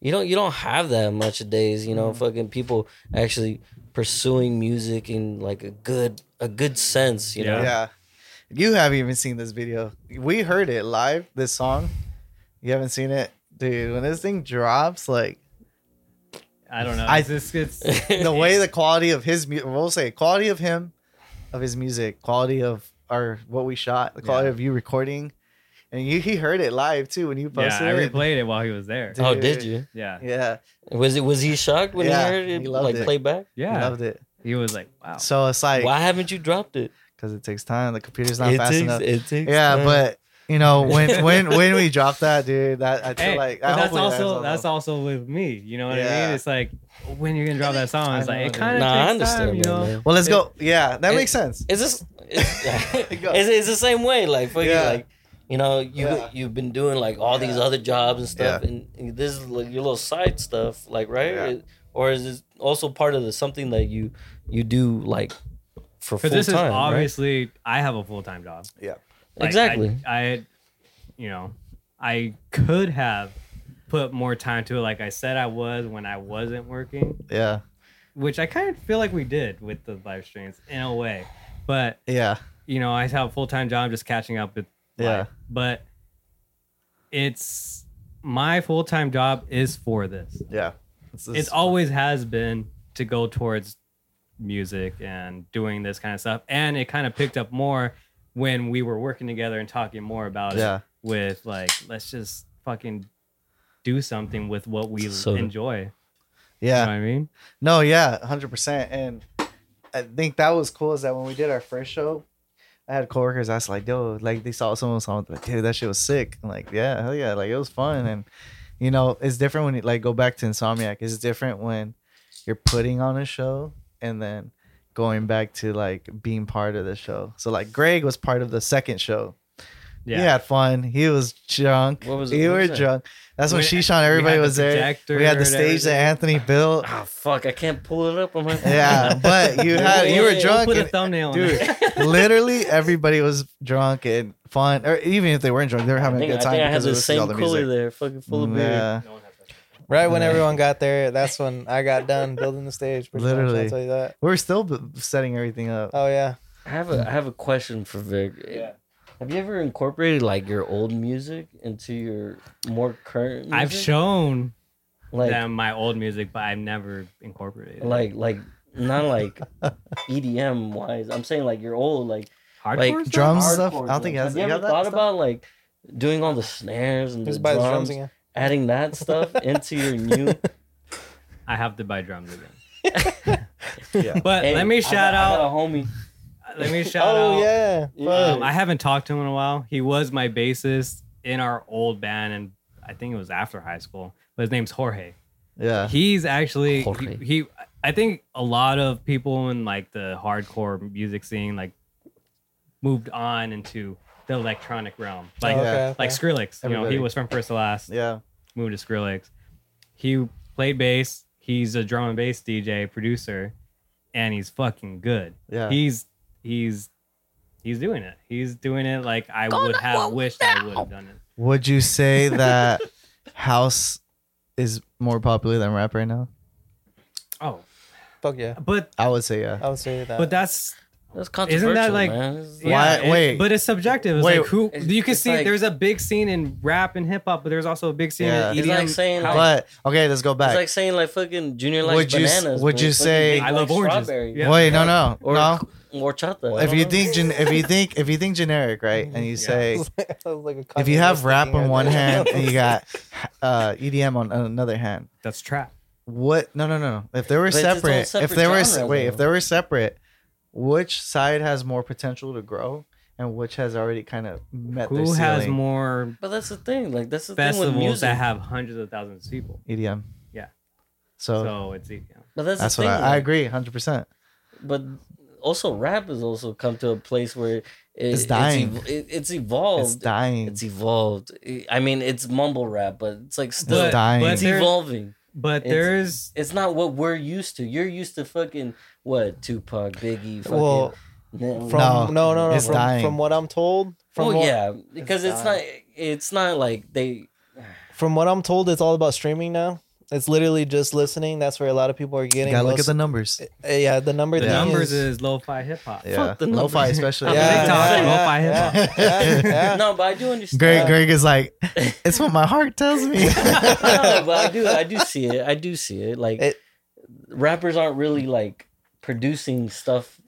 Speaker 2: you don't you don't have that much days you
Speaker 3: Mm.
Speaker 2: know fucking people actually pursuing music in like a good a good sense you know
Speaker 1: Yeah.
Speaker 3: Yeah, you haven't even seen this video. We heard it live. This song, you haven't seen it, dude. When this thing drops, like
Speaker 1: I don't know.
Speaker 3: I-
Speaker 1: I just it's
Speaker 3: (laughs) the way the quality of his, mu- we'll say quality of him, of his music, quality of our what we shot, the quality
Speaker 1: Yeah.
Speaker 3: of you recording, and you he heard it live too when you
Speaker 1: (laughs) yeah.
Speaker 3: posted
Speaker 1: I
Speaker 3: it.
Speaker 1: replayed it while he was there.
Speaker 3: Dude.
Speaker 2: oh did you
Speaker 1: Yeah,
Speaker 3: Yeah,
Speaker 2: was it was he shocked when
Speaker 3: Yeah,
Speaker 2: he heard it
Speaker 3: he loved
Speaker 2: like
Speaker 3: it.
Speaker 2: playback
Speaker 3: yeah,
Speaker 1: yeah.
Speaker 3: loved it.
Speaker 1: He was like, wow.
Speaker 3: So it's like
Speaker 2: why haven't you dropped it
Speaker 3: because it takes time. The computer's not
Speaker 2: it
Speaker 3: fast
Speaker 2: takes
Speaker 3: enough.
Speaker 2: it takes
Speaker 3: yeah,
Speaker 2: time.
Speaker 3: but you
Speaker 2: (laughs)
Speaker 3: know when when when we drop that, dude, that I feel
Speaker 1: Hey,
Speaker 3: like
Speaker 1: but
Speaker 3: I
Speaker 1: that's also that's also with me. You know what I
Speaker 3: Yeah.
Speaker 1: mean? It's like when you're gonna drop that song. It's
Speaker 3: I
Speaker 1: like
Speaker 3: know,
Speaker 1: it
Speaker 3: dude.
Speaker 1: kind of
Speaker 2: nah i
Speaker 1: takes
Speaker 2: understand
Speaker 1: time. You know,
Speaker 2: that, man.
Speaker 3: Well, let's
Speaker 2: It-
Speaker 3: go. Yeah, that
Speaker 2: it-
Speaker 3: makes sense.
Speaker 2: It's just
Speaker 3: (laughs)
Speaker 2: it's,
Speaker 3: Go.
Speaker 2: it's, it's the same way. Like fucking
Speaker 3: Yeah.
Speaker 2: like you know you
Speaker 3: Yeah.
Speaker 2: you've been doing like all these
Speaker 3: Yeah.
Speaker 2: other jobs and stuff, and this is like your little side stuff, like right?
Speaker 3: Yeah.
Speaker 2: It- or is this also part of the something that you you do like for full
Speaker 1: because this is
Speaker 2: time? right?
Speaker 1: obviously I have a full time job. Like,
Speaker 2: exactly.
Speaker 1: I, I, you know, I could have put more time to it, like I said I was when I wasn't working,
Speaker 3: Yeah,
Speaker 1: which I kind of feel like we did with the live streams in a way. But
Speaker 3: yeah,
Speaker 1: you know, I have a full time job, just catching up with.
Speaker 3: Yeah.
Speaker 1: life. But it's my full time job is for this.
Speaker 3: yeah.
Speaker 1: It always has been to go towards music and doing this kind of stuff, and it kind of picked up more when we were working together and talking more about it
Speaker 3: yeah,
Speaker 1: with like let's just fucking do something with what we
Speaker 2: So-
Speaker 1: enjoy. You know what
Speaker 3: yeah.
Speaker 1: I mean?
Speaker 3: No, yeah, hundred percent. And I think that was cool is that when we did our first show, I had coworkers ask like, "Yo," like they saw someone song, like, "Dude, that shit was sick." I'm like, yeah, hell yeah, like it was fun. And you know, it's different when you like go back to Insomniac. It's different when you're putting on a show and then going back to like being part of the show. So like Greg was part of the second show. He had fun. He was drunk.
Speaker 2: What was-
Speaker 3: you
Speaker 2: what
Speaker 3: were
Speaker 2: was that?
Speaker 3: drunk. That's when
Speaker 1: We-
Speaker 3: she shot. Everybody
Speaker 1: had the
Speaker 3: was there.
Speaker 1: projector
Speaker 3: We had the
Speaker 1: and
Speaker 3: stage that
Speaker 1: everything.
Speaker 3: Anthony built.
Speaker 2: Ah fuck! I can't pull it up on my phone.
Speaker 3: Yeah,
Speaker 2: (laughs)
Speaker 3: but you had you
Speaker 2: We'll-
Speaker 3: were
Speaker 2: we'll
Speaker 3: drunk.
Speaker 1: Put a
Speaker 3: and-
Speaker 1: thumbnail
Speaker 3: (laughs)
Speaker 1: on
Speaker 3: dude,
Speaker 1: it.
Speaker 3: literally everybody was drunk and fun, or even if they weren't drunk, they were
Speaker 2: I
Speaker 3: having a
Speaker 2: think,
Speaker 3: good
Speaker 2: I, think
Speaker 3: time
Speaker 2: I had
Speaker 3: because
Speaker 2: the
Speaker 3: of same all
Speaker 2: same
Speaker 3: the
Speaker 2: cooler
Speaker 3: music.
Speaker 2: there, fucking full of beer.
Speaker 3: Yeah,
Speaker 4: Right when everyone got there, that's when I
Speaker 2: (laughs)
Speaker 4: got done building the stage. pretty much,
Speaker 3: Literally.
Speaker 4: I'll tell you that.
Speaker 3: we were still b- setting
Speaker 2: (laughs)
Speaker 3: everything up.
Speaker 4: Oh yeah.
Speaker 2: I have a I have a question for Vic. Have you ever incorporated like your old music into your more current? Music?
Speaker 1: I've shown
Speaker 2: like
Speaker 1: them my old music, but I've never incorporated it.
Speaker 2: like like not
Speaker 3: (laughs)
Speaker 2: like EDM wise. I'm saying like your old like
Speaker 1: hardcore
Speaker 2: like
Speaker 1: stuff?
Speaker 3: drums?
Speaker 2: hardcore
Speaker 3: stuff? I don't think it has-
Speaker 2: Have you
Speaker 3: you
Speaker 2: ever
Speaker 3: have that
Speaker 2: thought
Speaker 3: stuff?
Speaker 2: about like doing all the snares and the
Speaker 4: Just by the drums
Speaker 2: drums,
Speaker 4: again.
Speaker 2: adding that
Speaker 3: (laughs)
Speaker 2: stuff into your new?
Speaker 1: I have to buy drums again.
Speaker 3: Yeah.
Speaker 1: But
Speaker 2: Hey,
Speaker 1: let me
Speaker 2: I
Speaker 1: shout
Speaker 2: got- I got
Speaker 1: out.
Speaker 2: a homie.
Speaker 1: Let me shout
Speaker 4: Oh
Speaker 1: out.
Speaker 4: yeah.
Speaker 2: Yeah.
Speaker 1: Um, I haven't talked to him in a while. He was my bassist in our old band, and I think it was after high school. But his name's Jorge.
Speaker 3: Yeah,
Speaker 1: He's actually
Speaker 2: Jorge.
Speaker 1: he, he- I think a lot of people in like the hardcore music scene like moved on into the electronic realm. Like
Speaker 4: Oh,
Speaker 3: yeah.
Speaker 4: okay,
Speaker 1: like
Speaker 4: okay.
Speaker 1: Skrillex. You know,
Speaker 3: Everybody.
Speaker 1: he was from First to Last,
Speaker 3: yeah,
Speaker 1: moved to Skrillex. He played bass. He's a drum and bass DJ producer, and he's fucking good.
Speaker 3: yeah.
Speaker 1: He's he's he's doing it. He's doing it like I would have wished I would have done it.
Speaker 3: Would you say that house is more popular than rap right now?
Speaker 1: Oh,
Speaker 4: Fuck yeah.
Speaker 1: but
Speaker 3: I would say yeah.
Speaker 2: Oh,
Speaker 4: I would say that.
Speaker 1: but that's
Speaker 2: That's controversial, Isn't that
Speaker 1: like-
Speaker 2: like, man. It's
Speaker 1: Yeah,
Speaker 2: like-
Speaker 3: Why-
Speaker 1: it-
Speaker 3: wait.
Speaker 1: but it's subjective. It's
Speaker 3: Wait.
Speaker 1: like who
Speaker 2: It's-
Speaker 1: you can
Speaker 2: it's
Speaker 1: see.
Speaker 2: like-
Speaker 1: there's a big scene in rap and hip hop, but there's also a big scene
Speaker 3: Yeah.
Speaker 1: in
Speaker 2: It's
Speaker 1: EDM.
Speaker 2: like saying like,
Speaker 3: But okay, let's go
Speaker 2: it's
Speaker 3: back.
Speaker 2: like saying like fucking junior likes
Speaker 3: Would you s-
Speaker 2: bananas.
Speaker 3: would
Speaker 2: but
Speaker 3: you
Speaker 2: fucking
Speaker 3: say-
Speaker 2: big
Speaker 1: I love
Speaker 2: likes
Speaker 1: oranges.
Speaker 2: strawberry.
Speaker 1: Yeah.
Speaker 3: Wait, no, no,
Speaker 2: Or
Speaker 3: no.
Speaker 2: Horchata. I
Speaker 3: If
Speaker 2: don't
Speaker 3: you
Speaker 2: know.
Speaker 3: think gen- if you think if you think generic, right, and you
Speaker 1: Yeah.
Speaker 2: (laughs)
Speaker 4: (laughs)
Speaker 3: say
Speaker 4: like a
Speaker 3: if you have rap on one hand and you
Speaker 4: got
Speaker 3: got uh, EDM on another hand,
Speaker 1: That's trap.
Speaker 3: what? No, no, no, no. If they were
Speaker 2: But it's its own
Speaker 3: separate, if
Speaker 2: separate
Speaker 3: they were
Speaker 2: genre,
Speaker 3: wait,
Speaker 2: though.
Speaker 3: if they were separate, which side has more potential to grow, and which has already kind of met their
Speaker 1: Who
Speaker 3: ceiling?
Speaker 1: has more
Speaker 2: But that's the thing. Like that's the thing with
Speaker 1: festivals
Speaker 2: music.
Speaker 1: that have hundreds of thousands of people?
Speaker 3: EDM?
Speaker 1: Yeah.
Speaker 3: E So,
Speaker 1: So it's EDM.
Speaker 2: but that's,
Speaker 3: that's
Speaker 2: the
Speaker 3: what
Speaker 2: thing.
Speaker 3: I, I
Speaker 2: like,
Speaker 3: agree, hundred percent.
Speaker 2: but also rap has also come to a place where it,
Speaker 3: It's dying.
Speaker 2: It's, ev- it, oh, it's
Speaker 3: It's
Speaker 2: evolved.
Speaker 3: dying.
Speaker 2: It's, evolved. I mean, it's mumble rap, but it's like still
Speaker 1: But-
Speaker 3: dying.
Speaker 1: but
Speaker 2: it's
Speaker 1: there-
Speaker 2: evolving.
Speaker 1: But
Speaker 2: It's-
Speaker 1: there's
Speaker 2: It's not what we're used to. You're used to fucking what Tupac, Biggie, fucking.
Speaker 4: well
Speaker 2: Nin-
Speaker 4: (laughs) from
Speaker 3: No,
Speaker 4: no no no,
Speaker 3: it's
Speaker 4: from,
Speaker 3: dying.
Speaker 4: from what I'm told from
Speaker 2: well,
Speaker 4: what,
Speaker 2: Oh, yeah, because it's, not. It's not like they.
Speaker 4: from what I'm told it's all about streaming now. It's literally just listening. That's where a lot of people are
Speaker 3: You
Speaker 4: getting.
Speaker 3: gotta look at
Speaker 4: most-
Speaker 3: the numbers.
Speaker 4: Uh, yeah, the number.
Speaker 1: the
Speaker 4: thing
Speaker 1: numbers is lo-fi hip hop.
Speaker 3: Yeah,
Speaker 2: the
Speaker 3: lo-fi
Speaker 2: numbers.
Speaker 3: especially.
Speaker 4: yeah,
Speaker 1: Yeah, TikTok,
Speaker 4: yeah,
Speaker 1: lo-fi
Speaker 4: yeah,
Speaker 1: hip-hop.
Speaker 4: yeah, yeah.
Speaker 2: No, but I do understand.
Speaker 3: Greg, Greg
Speaker 2: (laughs)
Speaker 3: is like, it's what my heart tells me.
Speaker 2: no, but I do. I do see it. I do see it. Like
Speaker 4: It-
Speaker 2: rappers aren't really like producing stuff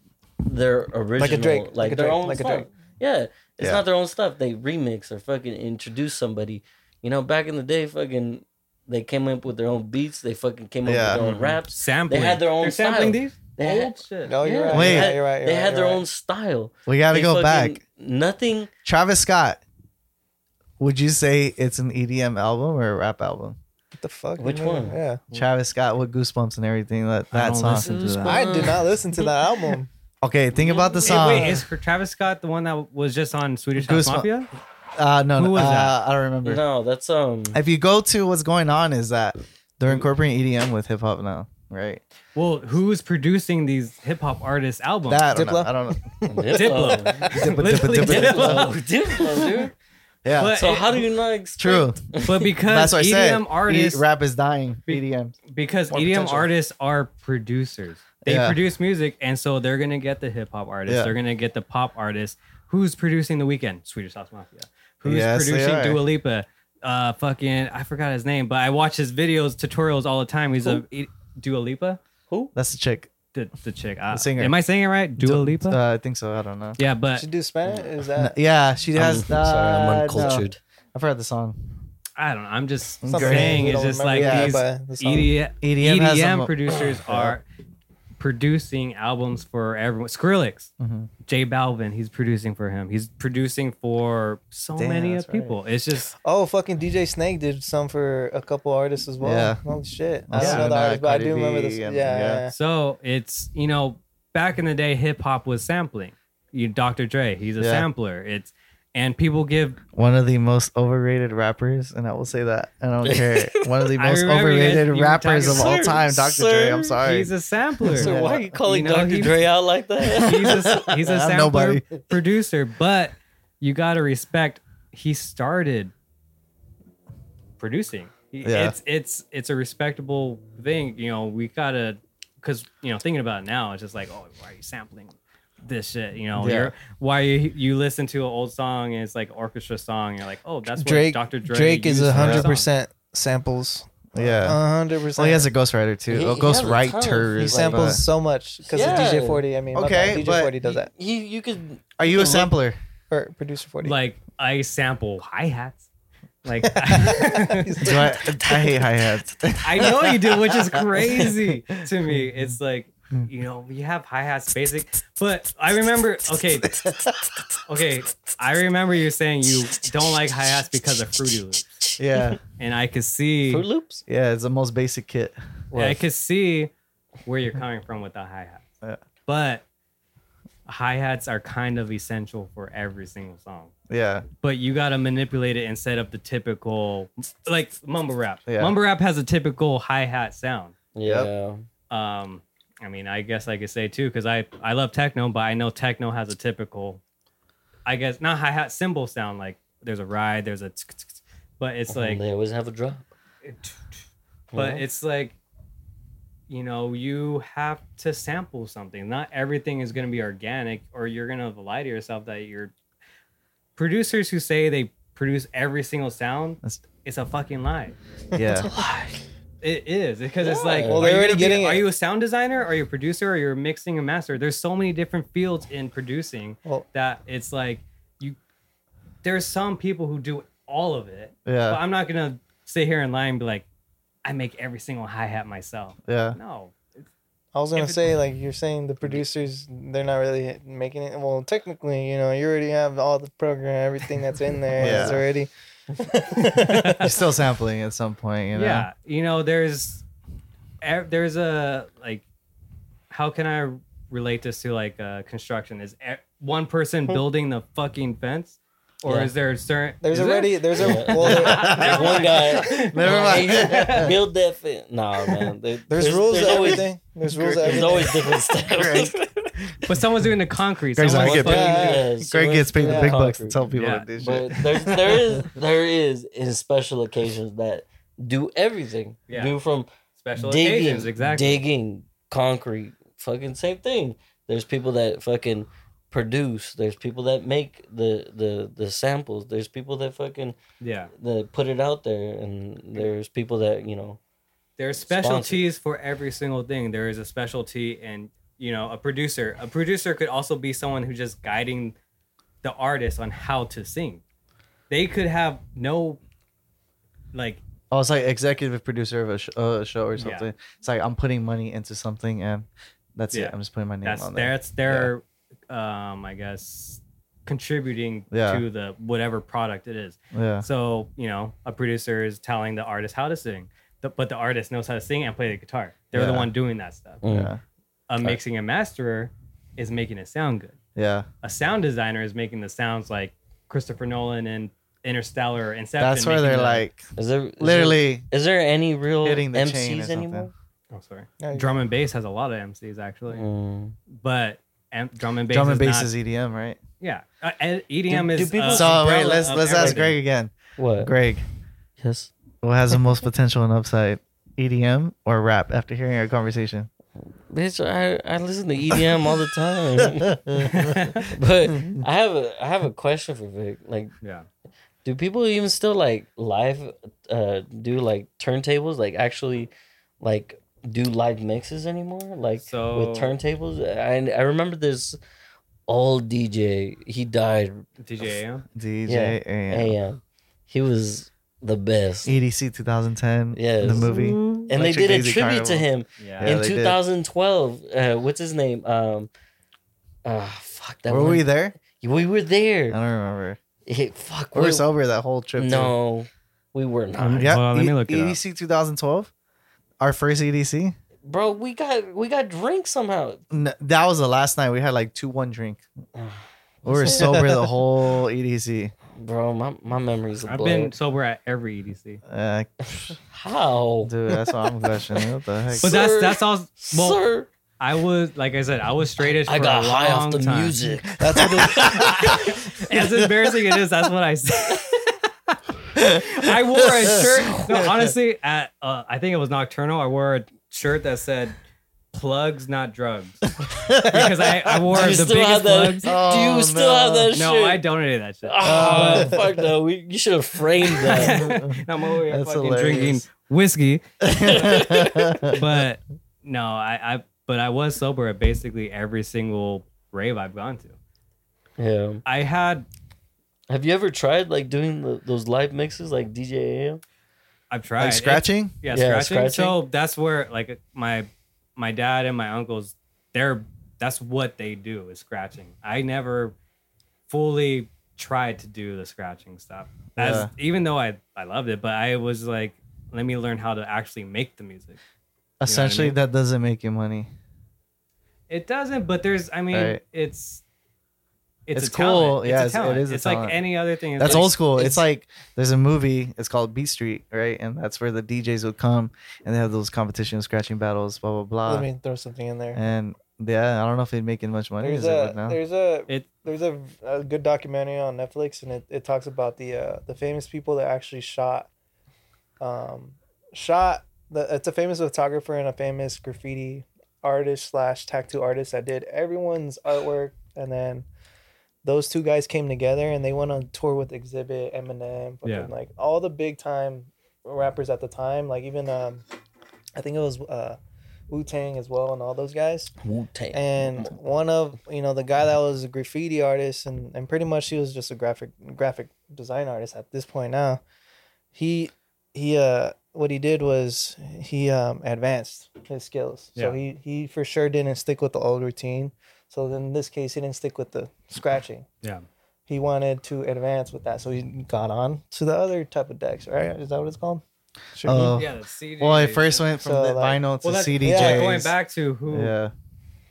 Speaker 2: their (laughs) original, like,
Speaker 4: a Drake, like a
Speaker 2: their
Speaker 4: Drake,
Speaker 2: own
Speaker 4: like a
Speaker 2: stuff.
Speaker 4: Drake.
Speaker 2: Yeah, it's
Speaker 3: Yeah.
Speaker 2: not their own stuff. They remix or fucking introduce somebody. You know, back in the day, fucking they came up with their own beats. They fucking came up
Speaker 3: Yeah.
Speaker 2: with
Speaker 1: Mm-hmm.
Speaker 2: their own raps.
Speaker 1: Sampling.
Speaker 2: They had their own
Speaker 1: They're sampling
Speaker 2: style.
Speaker 1: these
Speaker 2: They
Speaker 1: old
Speaker 2: had,
Speaker 1: shit.
Speaker 4: No, you're
Speaker 2: Yeah.
Speaker 4: right.
Speaker 3: Wait.
Speaker 4: you're right, you're right, you're
Speaker 2: they
Speaker 4: right,
Speaker 2: had their
Speaker 4: you're
Speaker 2: own
Speaker 4: right.
Speaker 2: style.
Speaker 3: (laughs) we gotta
Speaker 2: They
Speaker 3: go
Speaker 2: fucking-
Speaker 3: back.
Speaker 2: Nothing.
Speaker 3: Travis Scott. Would you say it's an EDM album or a rap album?
Speaker 4: What the fuck?
Speaker 2: Which
Speaker 4: Yeah.
Speaker 2: one?
Speaker 4: Yeah,
Speaker 3: Travis Scott with Goosebumps and everything. That
Speaker 1: I
Speaker 3: that
Speaker 1: don't
Speaker 3: song.
Speaker 1: listen to that.
Speaker 2: Uh,
Speaker 4: I did not listen to that album.
Speaker 3: Okay, think about the
Speaker 1: Wait,
Speaker 3: song.
Speaker 1: Wait, is Travis Scott the one that was just on Swedish House
Speaker 3: Goosebumps.
Speaker 1: Mafia?
Speaker 3: uh, no,
Speaker 1: who
Speaker 3: no,
Speaker 1: was
Speaker 3: uh,
Speaker 1: that?
Speaker 3: I don't
Speaker 4: Mm-hmm.
Speaker 3: remember.
Speaker 2: No, that's
Speaker 4: (laughs)
Speaker 2: um.
Speaker 3: If you go to what's going on, is that they're incorporating EDM with hip hop now, right?
Speaker 1: Well, who's producing these hip hop artists' albums?
Speaker 3: That I don't know.
Speaker 4: Diplo?
Speaker 3: I
Speaker 1: (laughs)
Speaker 3: don't know.
Speaker 2: (laughs)
Speaker 1: Diplo.
Speaker 3: Diplo,
Speaker 1: Literally
Speaker 3: Diplo,
Speaker 2: Diplo,
Speaker 1: Diplo.
Speaker 2: Diplo, dude.
Speaker 3: Yeah,
Speaker 1: But-
Speaker 2: So how do you not expect?
Speaker 3: true.
Speaker 1: (laughs) But because
Speaker 3: That's what I said.
Speaker 1: EDM artists,
Speaker 3: E- rap is dying. EDM.
Speaker 1: because
Speaker 4: More
Speaker 1: EDM
Speaker 4: potential.
Speaker 1: artists are producers. They
Speaker 3: Yeah.
Speaker 1: produce music, and so they're gonna get the hip hop artists.
Speaker 3: Yeah.
Speaker 1: They're gonna get the pop artists. Who's producing the weekend? Swedish House Mafia. Who's
Speaker 3: Yes, they
Speaker 1: producing
Speaker 3: are.
Speaker 1: Dua Lipa? Uh, fucking, I forgot his name, but I watch his videos, tutorials all the time. He's a E- Dua Lipa,
Speaker 2: Who?
Speaker 3: That's the chick.
Speaker 1: the, the chick. Uh,
Speaker 3: singer.
Speaker 1: Am I saying it right? Dua
Speaker 3: D-
Speaker 1: Lipa.
Speaker 3: Uh, I think so. I don't know.
Speaker 1: yeah, but
Speaker 4: She do Spanish? Is
Speaker 3: No,
Speaker 4: that
Speaker 3: Yeah, she
Speaker 2: I'm
Speaker 3: has. uh,
Speaker 2: sorry, I'm
Speaker 3: no.
Speaker 2: uncultured.
Speaker 3: I forgot the song.
Speaker 1: I don't know. I'm just
Speaker 3: Something
Speaker 1: saying
Speaker 4: we
Speaker 1: it's
Speaker 4: don't
Speaker 1: just like
Speaker 4: remember that,
Speaker 1: these E
Speaker 4: but the song-
Speaker 1: EDM,
Speaker 3: EDM
Speaker 1: EDM,
Speaker 3: E has some-
Speaker 1: producers are producing albums for everyone. Skrillex,
Speaker 3: Mhm.
Speaker 1: J Balvin, he's producing for him. He's producing for so
Speaker 3: Damn,
Speaker 1: many
Speaker 3: that's
Speaker 1: of people. It's just
Speaker 4: Oh, fucking DJ Snake did some for a couple artists as well.
Speaker 3: Yeah.
Speaker 4: Holy shit.
Speaker 3: I
Speaker 4: I don't
Speaker 3: see
Speaker 4: know the
Speaker 3: that,
Speaker 4: artist, but I
Speaker 3: Cardi
Speaker 4: do remember this.
Speaker 3: B
Speaker 4: Yeah,
Speaker 3: and-
Speaker 4: yeah.
Speaker 3: yeah.
Speaker 4: yeah.
Speaker 1: so it's you know back in the day, hip hop was sampling. You Dr. Dre, he's a
Speaker 3: Yeah.
Speaker 1: sampler. It's and people give.
Speaker 3: One of the most overrated rappers, and I will say that.
Speaker 2: (laughs)
Speaker 3: I don't care. One of the
Speaker 1: I
Speaker 3: most
Speaker 1: remember you guys-
Speaker 3: overrated
Speaker 1: you were
Speaker 3: rappers of
Speaker 1: talking-
Speaker 3: all
Speaker 2: Sir,
Speaker 3: time, Dr. Dre.
Speaker 2: sir,
Speaker 3: I'm sorry.
Speaker 1: He's a sampler.
Speaker 2: (laughs) So why are you calling
Speaker 1: You know,
Speaker 2: Dr.
Speaker 1: he-
Speaker 2: Dre out like
Speaker 1: (laughs)
Speaker 2: that?
Speaker 1: he's
Speaker 4: (laughs)
Speaker 1: a, he's a
Speaker 3: I'm
Speaker 1: sampler
Speaker 3: nobody.
Speaker 1: producer, but you got to respect he started producing. He-
Speaker 3: Yeah.
Speaker 1: It's it's it's a respectable thing, you know. We gotta because you know thinking about it now, it's just like, oh, why are you sampling this shit? You know,
Speaker 3: Yeah.
Speaker 1: you're, why you you listen to an old song and it's like orchestra song, you're like, oh, that's what
Speaker 4: Drake,
Speaker 1: Dr. Dre.
Speaker 4: Drake is
Speaker 1: used for that
Speaker 4: hundred
Speaker 1: song.
Speaker 4: percent samples.
Speaker 3: yeah.
Speaker 4: hundred percent.
Speaker 3: well, Oh, he has a ghostwriter too.
Speaker 2: He-
Speaker 3: oh,
Speaker 2: he has a ton of-
Speaker 3: ghostwriters.
Speaker 4: He
Speaker 2: like,
Speaker 4: samples
Speaker 3: but-
Speaker 4: so much because of
Speaker 2: Yeah.
Speaker 4: DJ Forty. I mean, my
Speaker 3: Okay,
Speaker 4: bad, DJ
Speaker 3: but-
Speaker 4: Forty does that
Speaker 2: You you could
Speaker 3: Are you
Speaker 2: (laughs)
Speaker 3: a sampler?
Speaker 4: or producer Forty.
Speaker 1: Like I sample hi hats.
Speaker 4: (laughs)
Speaker 1: Like (laughs)
Speaker 3: Do I, I hate
Speaker 2: (laughs)
Speaker 3: hi hats.
Speaker 1: I know you do, which is crazy to me.
Speaker 3: Mm-hmm.
Speaker 1: It's like, you know, you have hi hats basic, but I remember, okay, okay, I remember you saying you don't like hi hats because of Fruity Loops,
Speaker 3: (laughs) yeah.
Speaker 1: and I could see,
Speaker 2: Fruit Loops.
Speaker 3: Yeah, it's the most basic kit.
Speaker 1: I could see where you're coming from with the hi hats,
Speaker 3: Yeah.
Speaker 1: but hi hats are kind of essential for every single song.
Speaker 3: Yeah.
Speaker 1: But you gotta manipulate it and set up the typical, like mumble rap.
Speaker 3: Yeah.
Speaker 1: Mumble rap has a typical hi hat sound.
Speaker 2: Yeah.
Speaker 1: um i mean i guess i could say too because i i love techno but i know techno has a typical i guess not hi-hat cymbal sound like there's a ride there's a tsk, tsk, tsk, but it's
Speaker 2: And
Speaker 1: like
Speaker 2: they always have a drop.
Speaker 1: but
Speaker 2: Yeah.
Speaker 1: it's like you know, you have to sample something. Not everything is going to be organic, or you're going to lie to yourself that you're. Producers who say they produce every single sound,
Speaker 3: That's-
Speaker 1: it's a fucking lie.
Speaker 2: (laughs)
Speaker 3: Yeah.
Speaker 4: (laughs)
Speaker 1: It is because it's like,
Speaker 2: Yeah. Well,
Speaker 1: are
Speaker 4: they're
Speaker 1: you
Speaker 4: already
Speaker 1: gonna be-
Speaker 4: getting
Speaker 1: Are
Speaker 4: it.
Speaker 1: you a sound designer? Are you a producer? Or you're mixing and master? There's so many different fields in producing
Speaker 4: Well-
Speaker 1: that it's like you. There's some people who do all of it, but
Speaker 3: Yeah.
Speaker 1: I'm not gonna sit here and lie and be like, I make every single hi hat
Speaker 4: (laughs)
Speaker 1: myself.
Speaker 3: Yeah.
Speaker 1: No,
Speaker 4: I was gonna
Speaker 1: If it-
Speaker 4: say, like you're saying, the producers they're not really making it. Well, technically, you know, you already have all the program, everything that's in
Speaker 3: (laughs)
Speaker 4: there
Speaker 3: Yeah.
Speaker 4: is already.
Speaker 3: You're still sampling at some point, you know?
Speaker 1: yeah, you know, there's e- there's a like, how can I relate this to like uh, construction? Is e- one person building the fucking fence, or
Speaker 2: Yeah.
Speaker 1: is there certain?
Speaker 4: There's
Speaker 1: is there?
Speaker 4: already there's a
Speaker 2: Yeah.
Speaker 4: well, there-
Speaker 1: (laughs)
Speaker 2: There's one guy.
Speaker 3: (laughs) Never mind.
Speaker 2: (laughs)
Speaker 4: (laughs)
Speaker 2: Hey, Build that fence. No, man. there-
Speaker 4: there's, rules
Speaker 2: There's
Speaker 4: to
Speaker 2: always,
Speaker 4: everything. There's rules to
Speaker 2: there's
Speaker 4: everything.
Speaker 2: always different (laughs) steps.
Speaker 3: Greg.
Speaker 1: but someone's doing the concrete.
Speaker 3: Greg's
Speaker 1: someone's
Speaker 3: like, "Get
Speaker 1: putting
Speaker 4: back."
Speaker 1: the-
Speaker 2: Yes,
Speaker 3: Greg gets paid the
Speaker 4: Yeah.
Speaker 3: big bucks to
Speaker 2: Concrete.
Speaker 3: tell people
Speaker 1: Yeah,
Speaker 3: to do shit.
Speaker 2: But there's
Speaker 4: (laughs)
Speaker 2: there is there is in special occasions that do everything.
Speaker 1: Yeah.
Speaker 2: Do from
Speaker 1: special
Speaker 2: digging,
Speaker 1: occasions, exactly.
Speaker 2: digging concrete, fucking same thing. There's people that fucking produce. There's people that make the the the samples. There's people that fucking
Speaker 1: yeah,
Speaker 2: that put it out there, and there's people that you know.
Speaker 1: there's
Speaker 2: Sponsored.
Speaker 1: specialties for every single thing. There is a specialty, and you know, a producer. A producer could also be someone who's just guiding the artist on how to sing. They could have no, like,
Speaker 3: Oh, it's like executive producer of a, sh- uh, a show or something. It's like I'm putting money into something and that's
Speaker 1: Yeah.
Speaker 3: it. I'm just putting my name
Speaker 1: that's
Speaker 3: on there.
Speaker 1: that's their, um, I guess, contributing
Speaker 3: Yeah.
Speaker 1: to the whatever product it is.
Speaker 3: Yeah.
Speaker 1: So you know, a producer is telling the artist how to sing, th- but the artist knows how to sing and play the guitar. They're the
Speaker 3: Yeah.
Speaker 1: one doing that stuff.
Speaker 3: Yeah.
Speaker 1: a mixing and masterer is making it sound good.
Speaker 3: Yeah.
Speaker 1: A sound designer is making the sounds like Christopher Nolan and Interstellar or Inception.
Speaker 3: That's where
Speaker 1: making
Speaker 3: they're
Speaker 1: the-
Speaker 3: like
Speaker 2: Is there is there-
Speaker 3: literally
Speaker 2: is there any real
Speaker 3: hitting the chain or
Speaker 2: MCs
Speaker 3: something.
Speaker 2: anymore?
Speaker 1: oh sorry,
Speaker 4: Yeah, you-
Speaker 1: drum and bass has a lot of MCs actually,
Speaker 2: Mm.
Speaker 1: but am- drum and bass,
Speaker 3: drum and
Speaker 1: is
Speaker 3: bass
Speaker 1: not-
Speaker 3: is EDM, right?
Speaker 1: yeah. Uh, and EDM
Speaker 2: Do- do
Speaker 1: is
Speaker 2: people-
Speaker 1: uh,
Speaker 3: so wait,
Speaker 1: umbrella
Speaker 3: let's
Speaker 1: of
Speaker 3: let's ask Greg
Speaker 1: everything.
Speaker 3: again.
Speaker 2: What?
Speaker 3: Greg,
Speaker 2: Yes.
Speaker 3: what has the most potential and upside? EDM or rap after hearing our conversation?
Speaker 2: (laughs) Bitch, I, I listen to EDM all the
Speaker 3: (laughs)
Speaker 2: time. but I have a I have a question for Vic. Like,
Speaker 1: (laughs) Yeah,
Speaker 2: do people even still like live uh do like turntables? Like actually like do live mixes anymore? Like
Speaker 1: So-
Speaker 2: with turntables? I I remember this old DJ. He died
Speaker 1: DJ
Speaker 3: (laughs)
Speaker 1: AM.
Speaker 3: DJ
Speaker 2: Yeah.
Speaker 3: AM.
Speaker 2: AM. He was the best.
Speaker 3: EDC 2010.
Speaker 2: Yes.
Speaker 3: The movie.
Speaker 2: and they
Speaker 3: Electric
Speaker 2: did a
Speaker 3: Daisy
Speaker 2: tribute to
Speaker 3: Carnival.
Speaker 2: him
Speaker 1: Yeah,
Speaker 3: Yeah.
Speaker 2: in
Speaker 3: they did.
Speaker 2: 2012. Uh, what's his name? Um, uh, fuck that.
Speaker 3: Were
Speaker 2: one-
Speaker 3: we there?
Speaker 2: We were
Speaker 3: I
Speaker 1: Uh,
Speaker 2: there.
Speaker 3: don't remember.
Speaker 2: Hey, fuck.
Speaker 3: We
Speaker 2: we-
Speaker 3: were sober that whole trip. too.
Speaker 2: No, we were not,
Speaker 3: Yeah.
Speaker 1: Hold on, let me
Speaker 3: E-
Speaker 1: look it up.
Speaker 3: EDC 2012. Our first E EDC.
Speaker 2: bro. We got we got drinks somehow.
Speaker 3: N- that was the last night. We had like two one drink. We
Speaker 2: (laughs)
Speaker 3: were
Speaker 2: Was it?
Speaker 3: sober the whole E EDC.
Speaker 2: Bro, my my memories.
Speaker 1: I've been sober at every E EDC.
Speaker 2: (laughs)
Speaker 3: Uh,
Speaker 2: how,
Speaker 3: dude, that's what I'm questioning. What the heck?
Speaker 1: But that's
Speaker 2: Sir.
Speaker 1: that's all. Well,
Speaker 2: sir.
Speaker 1: I was like I said, I was straight edge.
Speaker 2: I
Speaker 1: for
Speaker 2: got
Speaker 1: a
Speaker 2: high
Speaker 1: long
Speaker 2: off the
Speaker 1: time.
Speaker 2: music. (laughs)
Speaker 3: That's what
Speaker 1: (laughs)
Speaker 3: it-
Speaker 1: As embarrassing it is, that's what I said. I wore
Speaker 2: (laughs)
Speaker 1: a shirt. No, honestly, at uh, I think it was Nocturnal. I wore a shirt that said "Plugs, not drugs," because I, I wore
Speaker 2: Do you
Speaker 1: the
Speaker 2: still have
Speaker 1: biggest (laughs) plugs.
Speaker 2: that? Do
Speaker 3: Oh,
Speaker 2: you still have (laughs)
Speaker 3: no.
Speaker 2: that shit?
Speaker 1: No, I donated that
Speaker 2: (laughs)
Speaker 1: shit. (laughs)
Speaker 2: Oh,
Speaker 1: But-
Speaker 2: fuck no. We, you should have framed
Speaker 1: (laughs)
Speaker 2: that.
Speaker 1: I'm over here
Speaker 3: That's
Speaker 1: fucking
Speaker 3: hilarious.
Speaker 1: drinking whiskey,
Speaker 3: (laughs)
Speaker 1: but no, I, I but I was sober at basically every single rave I've gone to.
Speaker 2: yeah.
Speaker 1: I had
Speaker 2: Have you ever tried like doing the, those live mixes like DJ AM?
Speaker 1: I've tried
Speaker 3: like
Speaker 1: It-
Speaker 3: scratching?
Speaker 1: yeah,
Speaker 2: Yeah,
Speaker 1: scratching.
Speaker 2: scratching.
Speaker 1: So that's where like my my dad and my uncles, they're that's what they do is scratching. I never fully tried to do the scratching stuff. As
Speaker 3: Yeah.
Speaker 1: even though I I loved it, but I was like, let me learn how to actually make the music.
Speaker 3: Essentially,
Speaker 1: mean?
Speaker 3: that doesn't make you money.
Speaker 1: It doesn't, but there's I mean,
Speaker 3: Right.
Speaker 1: it's it's,
Speaker 3: It's
Speaker 1: a talent.
Speaker 3: cool. Yeah,
Speaker 1: it's
Speaker 3: it's-
Speaker 1: a
Speaker 3: it
Speaker 1: talent.
Speaker 3: is a
Speaker 1: it's
Speaker 3: talent.
Speaker 1: like any other thing. It's
Speaker 3: That's
Speaker 1: like-
Speaker 3: old school. It's,
Speaker 2: it's-
Speaker 3: like there's a movie. It's called Beat Street, right? And that's where the DJs would come and they have those competition scratching battles, blah blah blah.
Speaker 4: Let me throw something in there.
Speaker 3: and yeah, I don't know if they'd making much money
Speaker 4: There's
Speaker 3: as it would
Speaker 4: a
Speaker 3: now.
Speaker 4: there's a
Speaker 1: It-
Speaker 4: there's a, a good documentary on Netflix, and it, it talks about the uh, the famous people that actually shot, um, shot the, it's a famous photographer and a famous graffiti artist slash tattoo artist that did everyone's artwork, and then those two guys came together and they went on tour with Exhibit, Eminem, fucking
Speaker 1: Yeah.
Speaker 4: like all the big time rappers at the time, like even um, I think it was uh, Wu Tang as well, and all those guys.
Speaker 2: Wu Tang.
Speaker 4: And
Speaker 1: Mm-hmm.
Speaker 4: one of you know the guy that was a graffiti artist and and pretty much he was just a graphic graphic design artist at this point now. He he uh what he did was he um advanced his skills. So
Speaker 1: Yeah.
Speaker 4: he he for sure didn't stick with the old routine. So then in this case he didn't stick with the scratching
Speaker 1: Yeah.
Speaker 4: he wanted to advance with that, so he got on to the other type of decks, right? Is that what it's called? Sure.
Speaker 3: Oh.
Speaker 1: Yeah. The CD.
Speaker 3: Well, I first went from
Speaker 4: So,
Speaker 3: the
Speaker 4: like-
Speaker 3: vinyl to
Speaker 1: Well, that's-
Speaker 3: CDJs.
Speaker 1: yeah, going back to who is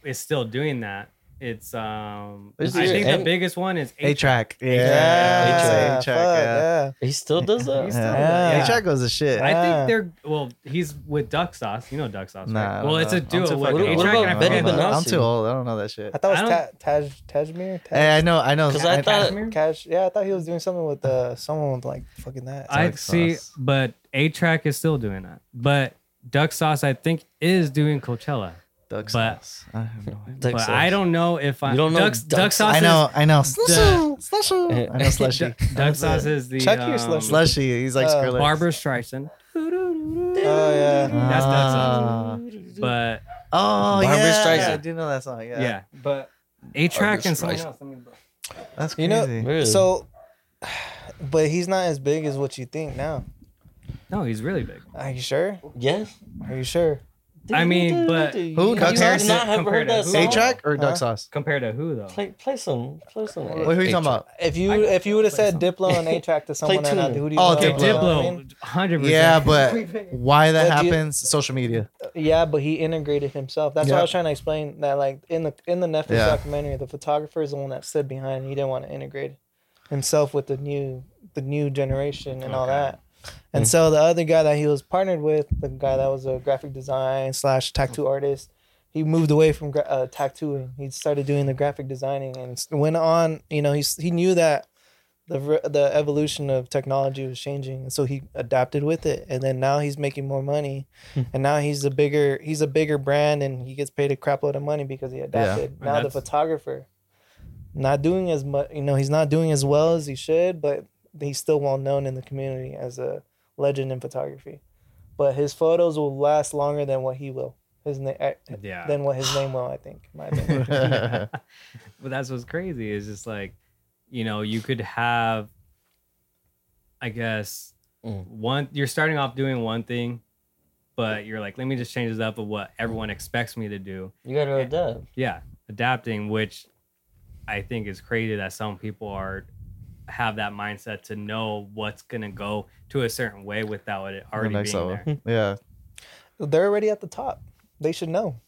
Speaker 3: yeah,
Speaker 1: still doing that. It's um.
Speaker 3: Is
Speaker 1: I
Speaker 3: it-
Speaker 1: think
Speaker 2: and-
Speaker 1: the biggest one is
Speaker 3: A
Speaker 1: H.
Speaker 3: track. Yeah,
Speaker 4: yeah,
Speaker 3: A track.
Speaker 4: fuck, yeah.
Speaker 2: He still
Speaker 1: (laughs)
Speaker 2: does
Speaker 1: He's
Speaker 2: that.
Speaker 1: still-
Speaker 4: Yeah.
Speaker 3: A track goes to shit.
Speaker 1: I
Speaker 4: Yeah.
Speaker 1: think they're well. He's with Duck Sauce. You know Duck Sauce,
Speaker 3: Nah, I
Speaker 1: right?
Speaker 3: don't
Speaker 1: Well, it's
Speaker 3: know.
Speaker 1: a
Speaker 3: I'm
Speaker 1: duo
Speaker 3: too
Speaker 1: with
Speaker 3: fucking
Speaker 1: A
Speaker 2: What
Speaker 1: Track and
Speaker 2: about
Speaker 1: I
Speaker 3: I don't
Speaker 2: Benny
Speaker 1: forget the-
Speaker 3: know.
Speaker 2: Benassi?
Speaker 3: I'm too old. I don't know that shit.
Speaker 4: I thought it was
Speaker 1: I
Speaker 4: Ta- Taj Tajmir.
Speaker 3: Hey, I know, I know.
Speaker 2: Because I thought
Speaker 1: Kashmir?
Speaker 4: Cash. Yeah, I thought he was doing something with uh, someone with like fucking that.
Speaker 1: I
Speaker 3: Duck
Speaker 1: see,
Speaker 3: Sauce.
Speaker 1: but A Track is still doing that. But Duck Sauce, I think, is doing Coachella.
Speaker 3: Duck
Speaker 1: But-
Speaker 3: sauce. I have no idea.
Speaker 2: Duck
Speaker 1: but
Speaker 2: sauce.
Speaker 1: I don't know if I
Speaker 2: You don't know
Speaker 1: Duck,
Speaker 2: Duck
Speaker 1: Duck Sauce.
Speaker 3: I know, I know.
Speaker 1: the-
Speaker 3: Slushy, slushy. (laughs)
Speaker 1: (laughs)
Speaker 3: I know
Speaker 1: Is,
Speaker 3: slushy.
Speaker 1: Duck- Duck Sauce is the
Speaker 4: Chucky or
Speaker 1: um,
Speaker 4: Slushy?
Speaker 3: Slushy. He's like
Speaker 4: Uh,
Speaker 3: Skrillex.
Speaker 1: Barbra Streisand.
Speaker 4: Oh yeah.
Speaker 1: That's Duck Sauce.
Speaker 3: Ah.
Speaker 1: But
Speaker 3: Oh
Speaker 2: Barbra
Speaker 3: yeah,
Speaker 2: Streisand.
Speaker 3: I do know that song. Yeah,
Speaker 1: yeah, but A Track
Speaker 2: Barbra
Speaker 1: and someone
Speaker 2: Streisand.
Speaker 1: else. I mean,
Speaker 3: that's
Speaker 4: You
Speaker 3: crazy.
Speaker 4: know-
Speaker 2: Really?
Speaker 4: So, but he's not as big as what you think now.
Speaker 1: No, he's really big.
Speaker 4: Are you sure?
Speaker 2: yes.
Speaker 4: Are you sure?
Speaker 1: I mean, but-
Speaker 2: You
Speaker 3: Who?
Speaker 2: have
Speaker 3: Duck
Speaker 2: you
Speaker 3: Harrison?
Speaker 2: not have
Speaker 1: Compared
Speaker 2: heard
Speaker 1: to
Speaker 2: that
Speaker 1: who?
Speaker 2: song?
Speaker 3: A track or
Speaker 4: Huh?
Speaker 3: Duck Sauce?
Speaker 1: Compared to who though?
Speaker 2: Play, play some, play some.
Speaker 3: Wait, who are you talking about?
Speaker 4: If you
Speaker 1: I-
Speaker 4: if you would have said
Speaker 1: (laughs) Play
Speaker 4: Diplo and A Track to someone,
Speaker 2: Play
Speaker 4: and I-
Speaker 2: two.
Speaker 4: who do you
Speaker 3: Oh,
Speaker 4: know?
Speaker 3: Diplo.
Speaker 4: You know what I mean?
Speaker 1: Diplo, hundred percent. (laughs)
Speaker 3: Yeah, but why that
Speaker 4: But do you-
Speaker 3: happens? Social
Speaker 4: (laughs)
Speaker 3: media.
Speaker 4: Yeah, but he integrated himself. That's what
Speaker 3: Yeah.
Speaker 4: I was trying to explain. That like in the in the Netflix
Speaker 3: Yeah.
Speaker 4: documentary, the photographer is the one that stood behind. He didn't want to integrate himself with the new the new generation and all
Speaker 1: Okay.
Speaker 4: that. And
Speaker 3: Hmm.
Speaker 4: so the other guy that he was partnered with, the guy that was a graphic design slash tattoo artist, he moved away from gra- uh, tattooing. He started doing the graphic designing and s- went on. You know, he s- he knew that the ver- the evolution of technology was changing, and so he adapted with it. And then now he's making more money,
Speaker 1: Hmm.
Speaker 4: and now he's a bigger he's a bigger brand, and he gets paid a crap load of money because he adapted. Now the
Speaker 1: that's-
Speaker 4: photographer, not doing as much, you know, he's not doing as well as he should, but he's still well known in the community as a legend in photography. But his photos will last longer than what he will. His name
Speaker 1: (laughs) Yeah.
Speaker 4: than what his name will, I think.
Speaker 1: (laughs)
Speaker 4: in My opinion.
Speaker 1: but that's what's crazy is just like, you know, you could have, I guess,
Speaker 2: Mm.
Speaker 1: one. You're starting off doing one thing, but you're like, let me just change this up of what everyone expects me to do.
Speaker 2: You gotta adapt.
Speaker 1: Yeah, adapting, which I think is crazy that some people are have that mindset to know what's gonna go to a certain way without it already
Speaker 3: next
Speaker 1: being
Speaker 3: level.
Speaker 1: there.
Speaker 3: (laughs) Yeah.
Speaker 4: They're already at the top. They should know.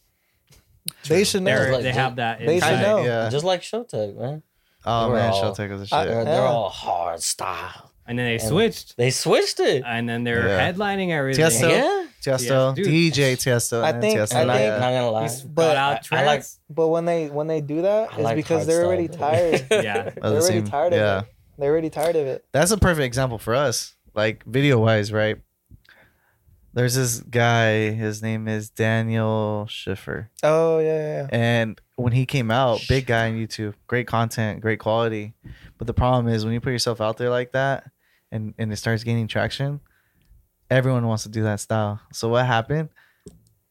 Speaker 4: They should know.
Speaker 1: They're-
Speaker 2: like,
Speaker 1: they have that.
Speaker 4: they should
Speaker 1: inside.
Speaker 4: know.
Speaker 3: Yeah.
Speaker 2: Just like Showtech, man.
Speaker 3: Oh
Speaker 2: We're
Speaker 3: man,
Speaker 2: all-
Speaker 3: she'll take us a shit.
Speaker 4: I-
Speaker 2: They're,
Speaker 4: Yeah.
Speaker 2: they're all hard style.
Speaker 1: And then they
Speaker 2: And-
Speaker 1: switched,
Speaker 2: They switched it.
Speaker 1: and then they're
Speaker 3: Yeah.
Speaker 1: headlining everything.
Speaker 3: Tiesto. So-
Speaker 2: yeah.
Speaker 3: Tiesto,
Speaker 1: dude.
Speaker 3: DJ Tiesto,
Speaker 4: I
Speaker 3: and
Speaker 4: think-
Speaker 3: then
Speaker 4: I
Speaker 3: Tiesto.
Speaker 2: I like,
Speaker 4: think-
Speaker 2: not gonna lie.
Speaker 1: He's
Speaker 4: But
Speaker 1: brought out
Speaker 2: I- I like-
Speaker 1: tracks.
Speaker 4: But when they when they do that,
Speaker 2: I
Speaker 4: it's
Speaker 2: like
Speaker 4: because they're
Speaker 2: hardstyle,
Speaker 4: already
Speaker 2: though.
Speaker 4: tired.
Speaker 1: yeah.
Speaker 3: (laughs)
Speaker 4: They're already
Speaker 3: same-
Speaker 4: tired of
Speaker 3: yeah.
Speaker 4: it. They're already tired of it.
Speaker 3: That's a perfect example for us, like video wise, right? There's this guy. His name is Daniel Schiffer,
Speaker 4: Oh yeah, yeah, yeah.
Speaker 3: and when he came out, big guy on YouTube, great content, great quality. But the problem is when you put yourself out there like that, and and it starts gaining traction, everyone wants to do that style. So what happened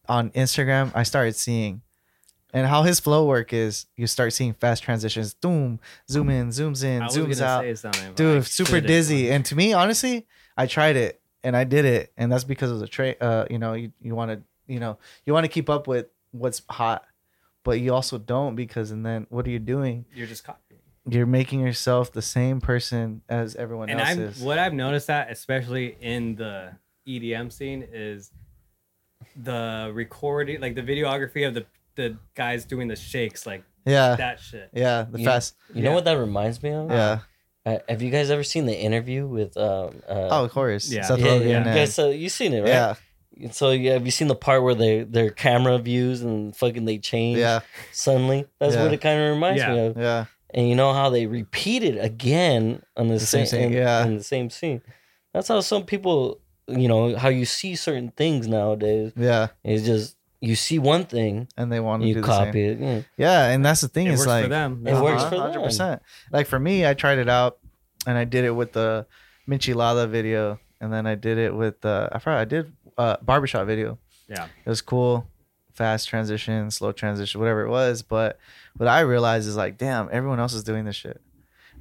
Speaker 3: on Instagram? I started seeing, and how his flow work is. You start seeing fast transitions. Boom, zoom in, zooms in,
Speaker 1: I was
Speaker 3: zooms
Speaker 1: gonna
Speaker 3: out
Speaker 1: say something, but
Speaker 3: dude
Speaker 1: I
Speaker 3: super
Speaker 1: couldn't.
Speaker 3: dizzy and to me honestly i tried it and i did it and that's because of the trade uh you know you, you want to you know you want to keep up with what's hot but you also don't because and then what are you doing
Speaker 1: You're just copying.
Speaker 3: you're making yourself the same person as everyone
Speaker 1: And
Speaker 3: else
Speaker 1: I'm
Speaker 3: is
Speaker 1: what I've noticed that especially in the EDM scene is the recording, like the videography of the the guys doing the shakes,
Speaker 3: (laughs)
Speaker 1: like
Speaker 3: yeah
Speaker 1: that shit.
Speaker 3: yeah the
Speaker 2: You-
Speaker 3: fast
Speaker 2: You
Speaker 1: Yeah.
Speaker 2: know what that reminds me of?
Speaker 3: yeah
Speaker 2: Uh, have you guys ever seen the interview with um? Uh,
Speaker 3: oh of course
Speaker 1: yeah.
Speaker 3: Seth
Speaker 2: yeah,
Speaker 3: Rogen
Speaker 2: yeah.
Speaker 3: and-
Speaker 2: Yeah, So you seen it, right?
Speaker 3: yeah
Speaker 2: So yeah, have you seen the part where they their camera views and fucking they change
Speaker 3: yeah
Speaker 2: suddenly? That's
Speaker 3: Yeah.
Speaker 2: what it kind of reminds
Speaker 1: Yeah.
Speaker 2: me of.
Speaker 3: yeah
Speaker 2: And you know how they repeat it again on the,
Speaker 3: The
Speaker 2: same,
Speaker 3: same scene,
Speaker 2: in,
Speaker 3: yeah.
Speaker 2: in the same scene. That's how some people you know how you see certain things nowadays.
Speaker 3: Yeah,
Speaker 2: It's just you see one thing,
Speaker 3: and they want to do
Speaker 2: you
Speaker 3: the
Speaker 2: copy
Speaker 3: same.
Speaker 2: it. Yeah.
Speaker 3: Yeah, and that's the thing
Speaker 1: it
Speaker 3: is
Speaker 1: works
Speaker 3: like
Speaker 1: for them.
Speaker 2: it works for them.
Speaker 3: 100%. Uh-huh. Like for me, I tried it out and I did it with the Minchilada video and then I did it with the I probably I did uh barbershop video.
Speaker 1: Yeah.
Speaker 3: It was cool, fast transition, slow transition, whatever it was, but what I realized is like, damn, everyone else is doing this shit.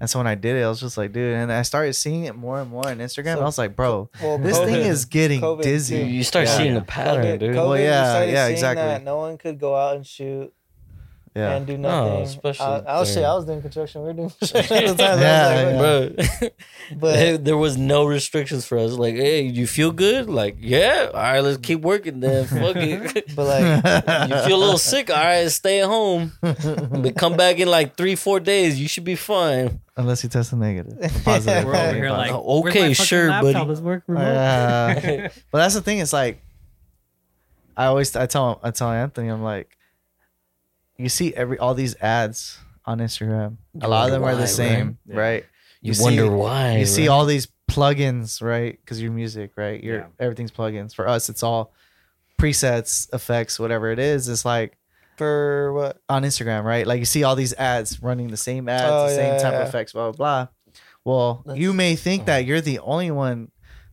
Speaker 3: And so when I did it, I was just like, dude, and I started seeing it more and more on Instagram.
Speaker 4: So-
Speaker 3: and I was like, bro,
Speaker 4: Well,
Speaker 3: this thing
Speaker 4: COVID-
Speaker 3: is getting
Speaker 4: COVID
Speaker 3: dizzy.
Speaker 2: You,
Speaker 4: too.
Speaker 2: you start
Speaker 1: Yeah.
Speaker 2: seeing
Speaker 1: Yeah.
Speaker 2: a pattern,
Speaker 4: COVID,
Speaker 2: dude.
Speaker 4: COVID, (laughs)
Speaker 3: Well,
Speaker 4: we
Speaker 3: yeah,
Speaker 4: started
Speaker 3: yeah,
Speaker 4: seeing
Speaker 3: exactly.
Speaker 4: That. No one could go out and shoot
Speaker 3: Yeah.
Speaker 4: and do
Speaker 2: No,
Speaker 4: nothing.
Speaker 2: especially
Speaker 4: I, I was shit.
Speaker 2: during-
Speaker 4: I was doing construction. We were doing construction at the time.
Speaker 3: Yeah,
Speaker 4: I was like,
Speaker 2: Bro, (laughs)
Speaker 4: But
Speaker 2: Hey, there was no restrictions for us. Like, hey, you feel good? Like, yeah. All right, let's keep working then. Fuck (laughs) it.
Speaker 4: but like
Speaker 2: you feel a
Speaker 3: (laughs)
Speaker 2: little sick? All right, stay at home. But come back in like three, four days. You should be fine.
Speaker 3: Unless you test the negative. Positive.
Speaker 1: We're over here
Speaker 3: Positive.
Speaker 1: like,
Speaker 2: Uh,
Speaker 1: "Where's
Speaker 2: okay,
Speaker 1: my fucking
Speaker 2: sure,
Speaker 1: laptop?
Speaker 2: buddy."
Speaker 1: Let's work remote.
Speaker 3: Yeah. but that's the thing. It's like I always I tell I tell Anthony I'm like, you see every all these ads on Instagram. A lot of them are
Speaker 2: Why,
Speaker 3: the same,
Speaker 1: right?
Speaker 3: right?
Speaker 1: Yeah.
Speaker 2: You,
Speaker 3: see-
Speaker 2: wonder why.
Speaker 3: You see
Speaker 2: right?
Speaker 3: all these plugins, right? Because your music, right? Your
Speaker 1: Yeah.
Speaker 3: everything's plugins. For us, it's all presets, effects, whatever it is. It's like
Speaker 4: for what?
Speaker 3: on Instagram, right? Like you see all these ads running the same ads,
Speaker 4: Oh,
Speaker 3: the same
Speaker 4: yeah,
Speaker 3: type
Speaker 4: yeah.
Speaker 3: of effects, blah blah blah. Well,
Speaker 4: That's- uh-huh.
Speaker 3: you may think that you're the only one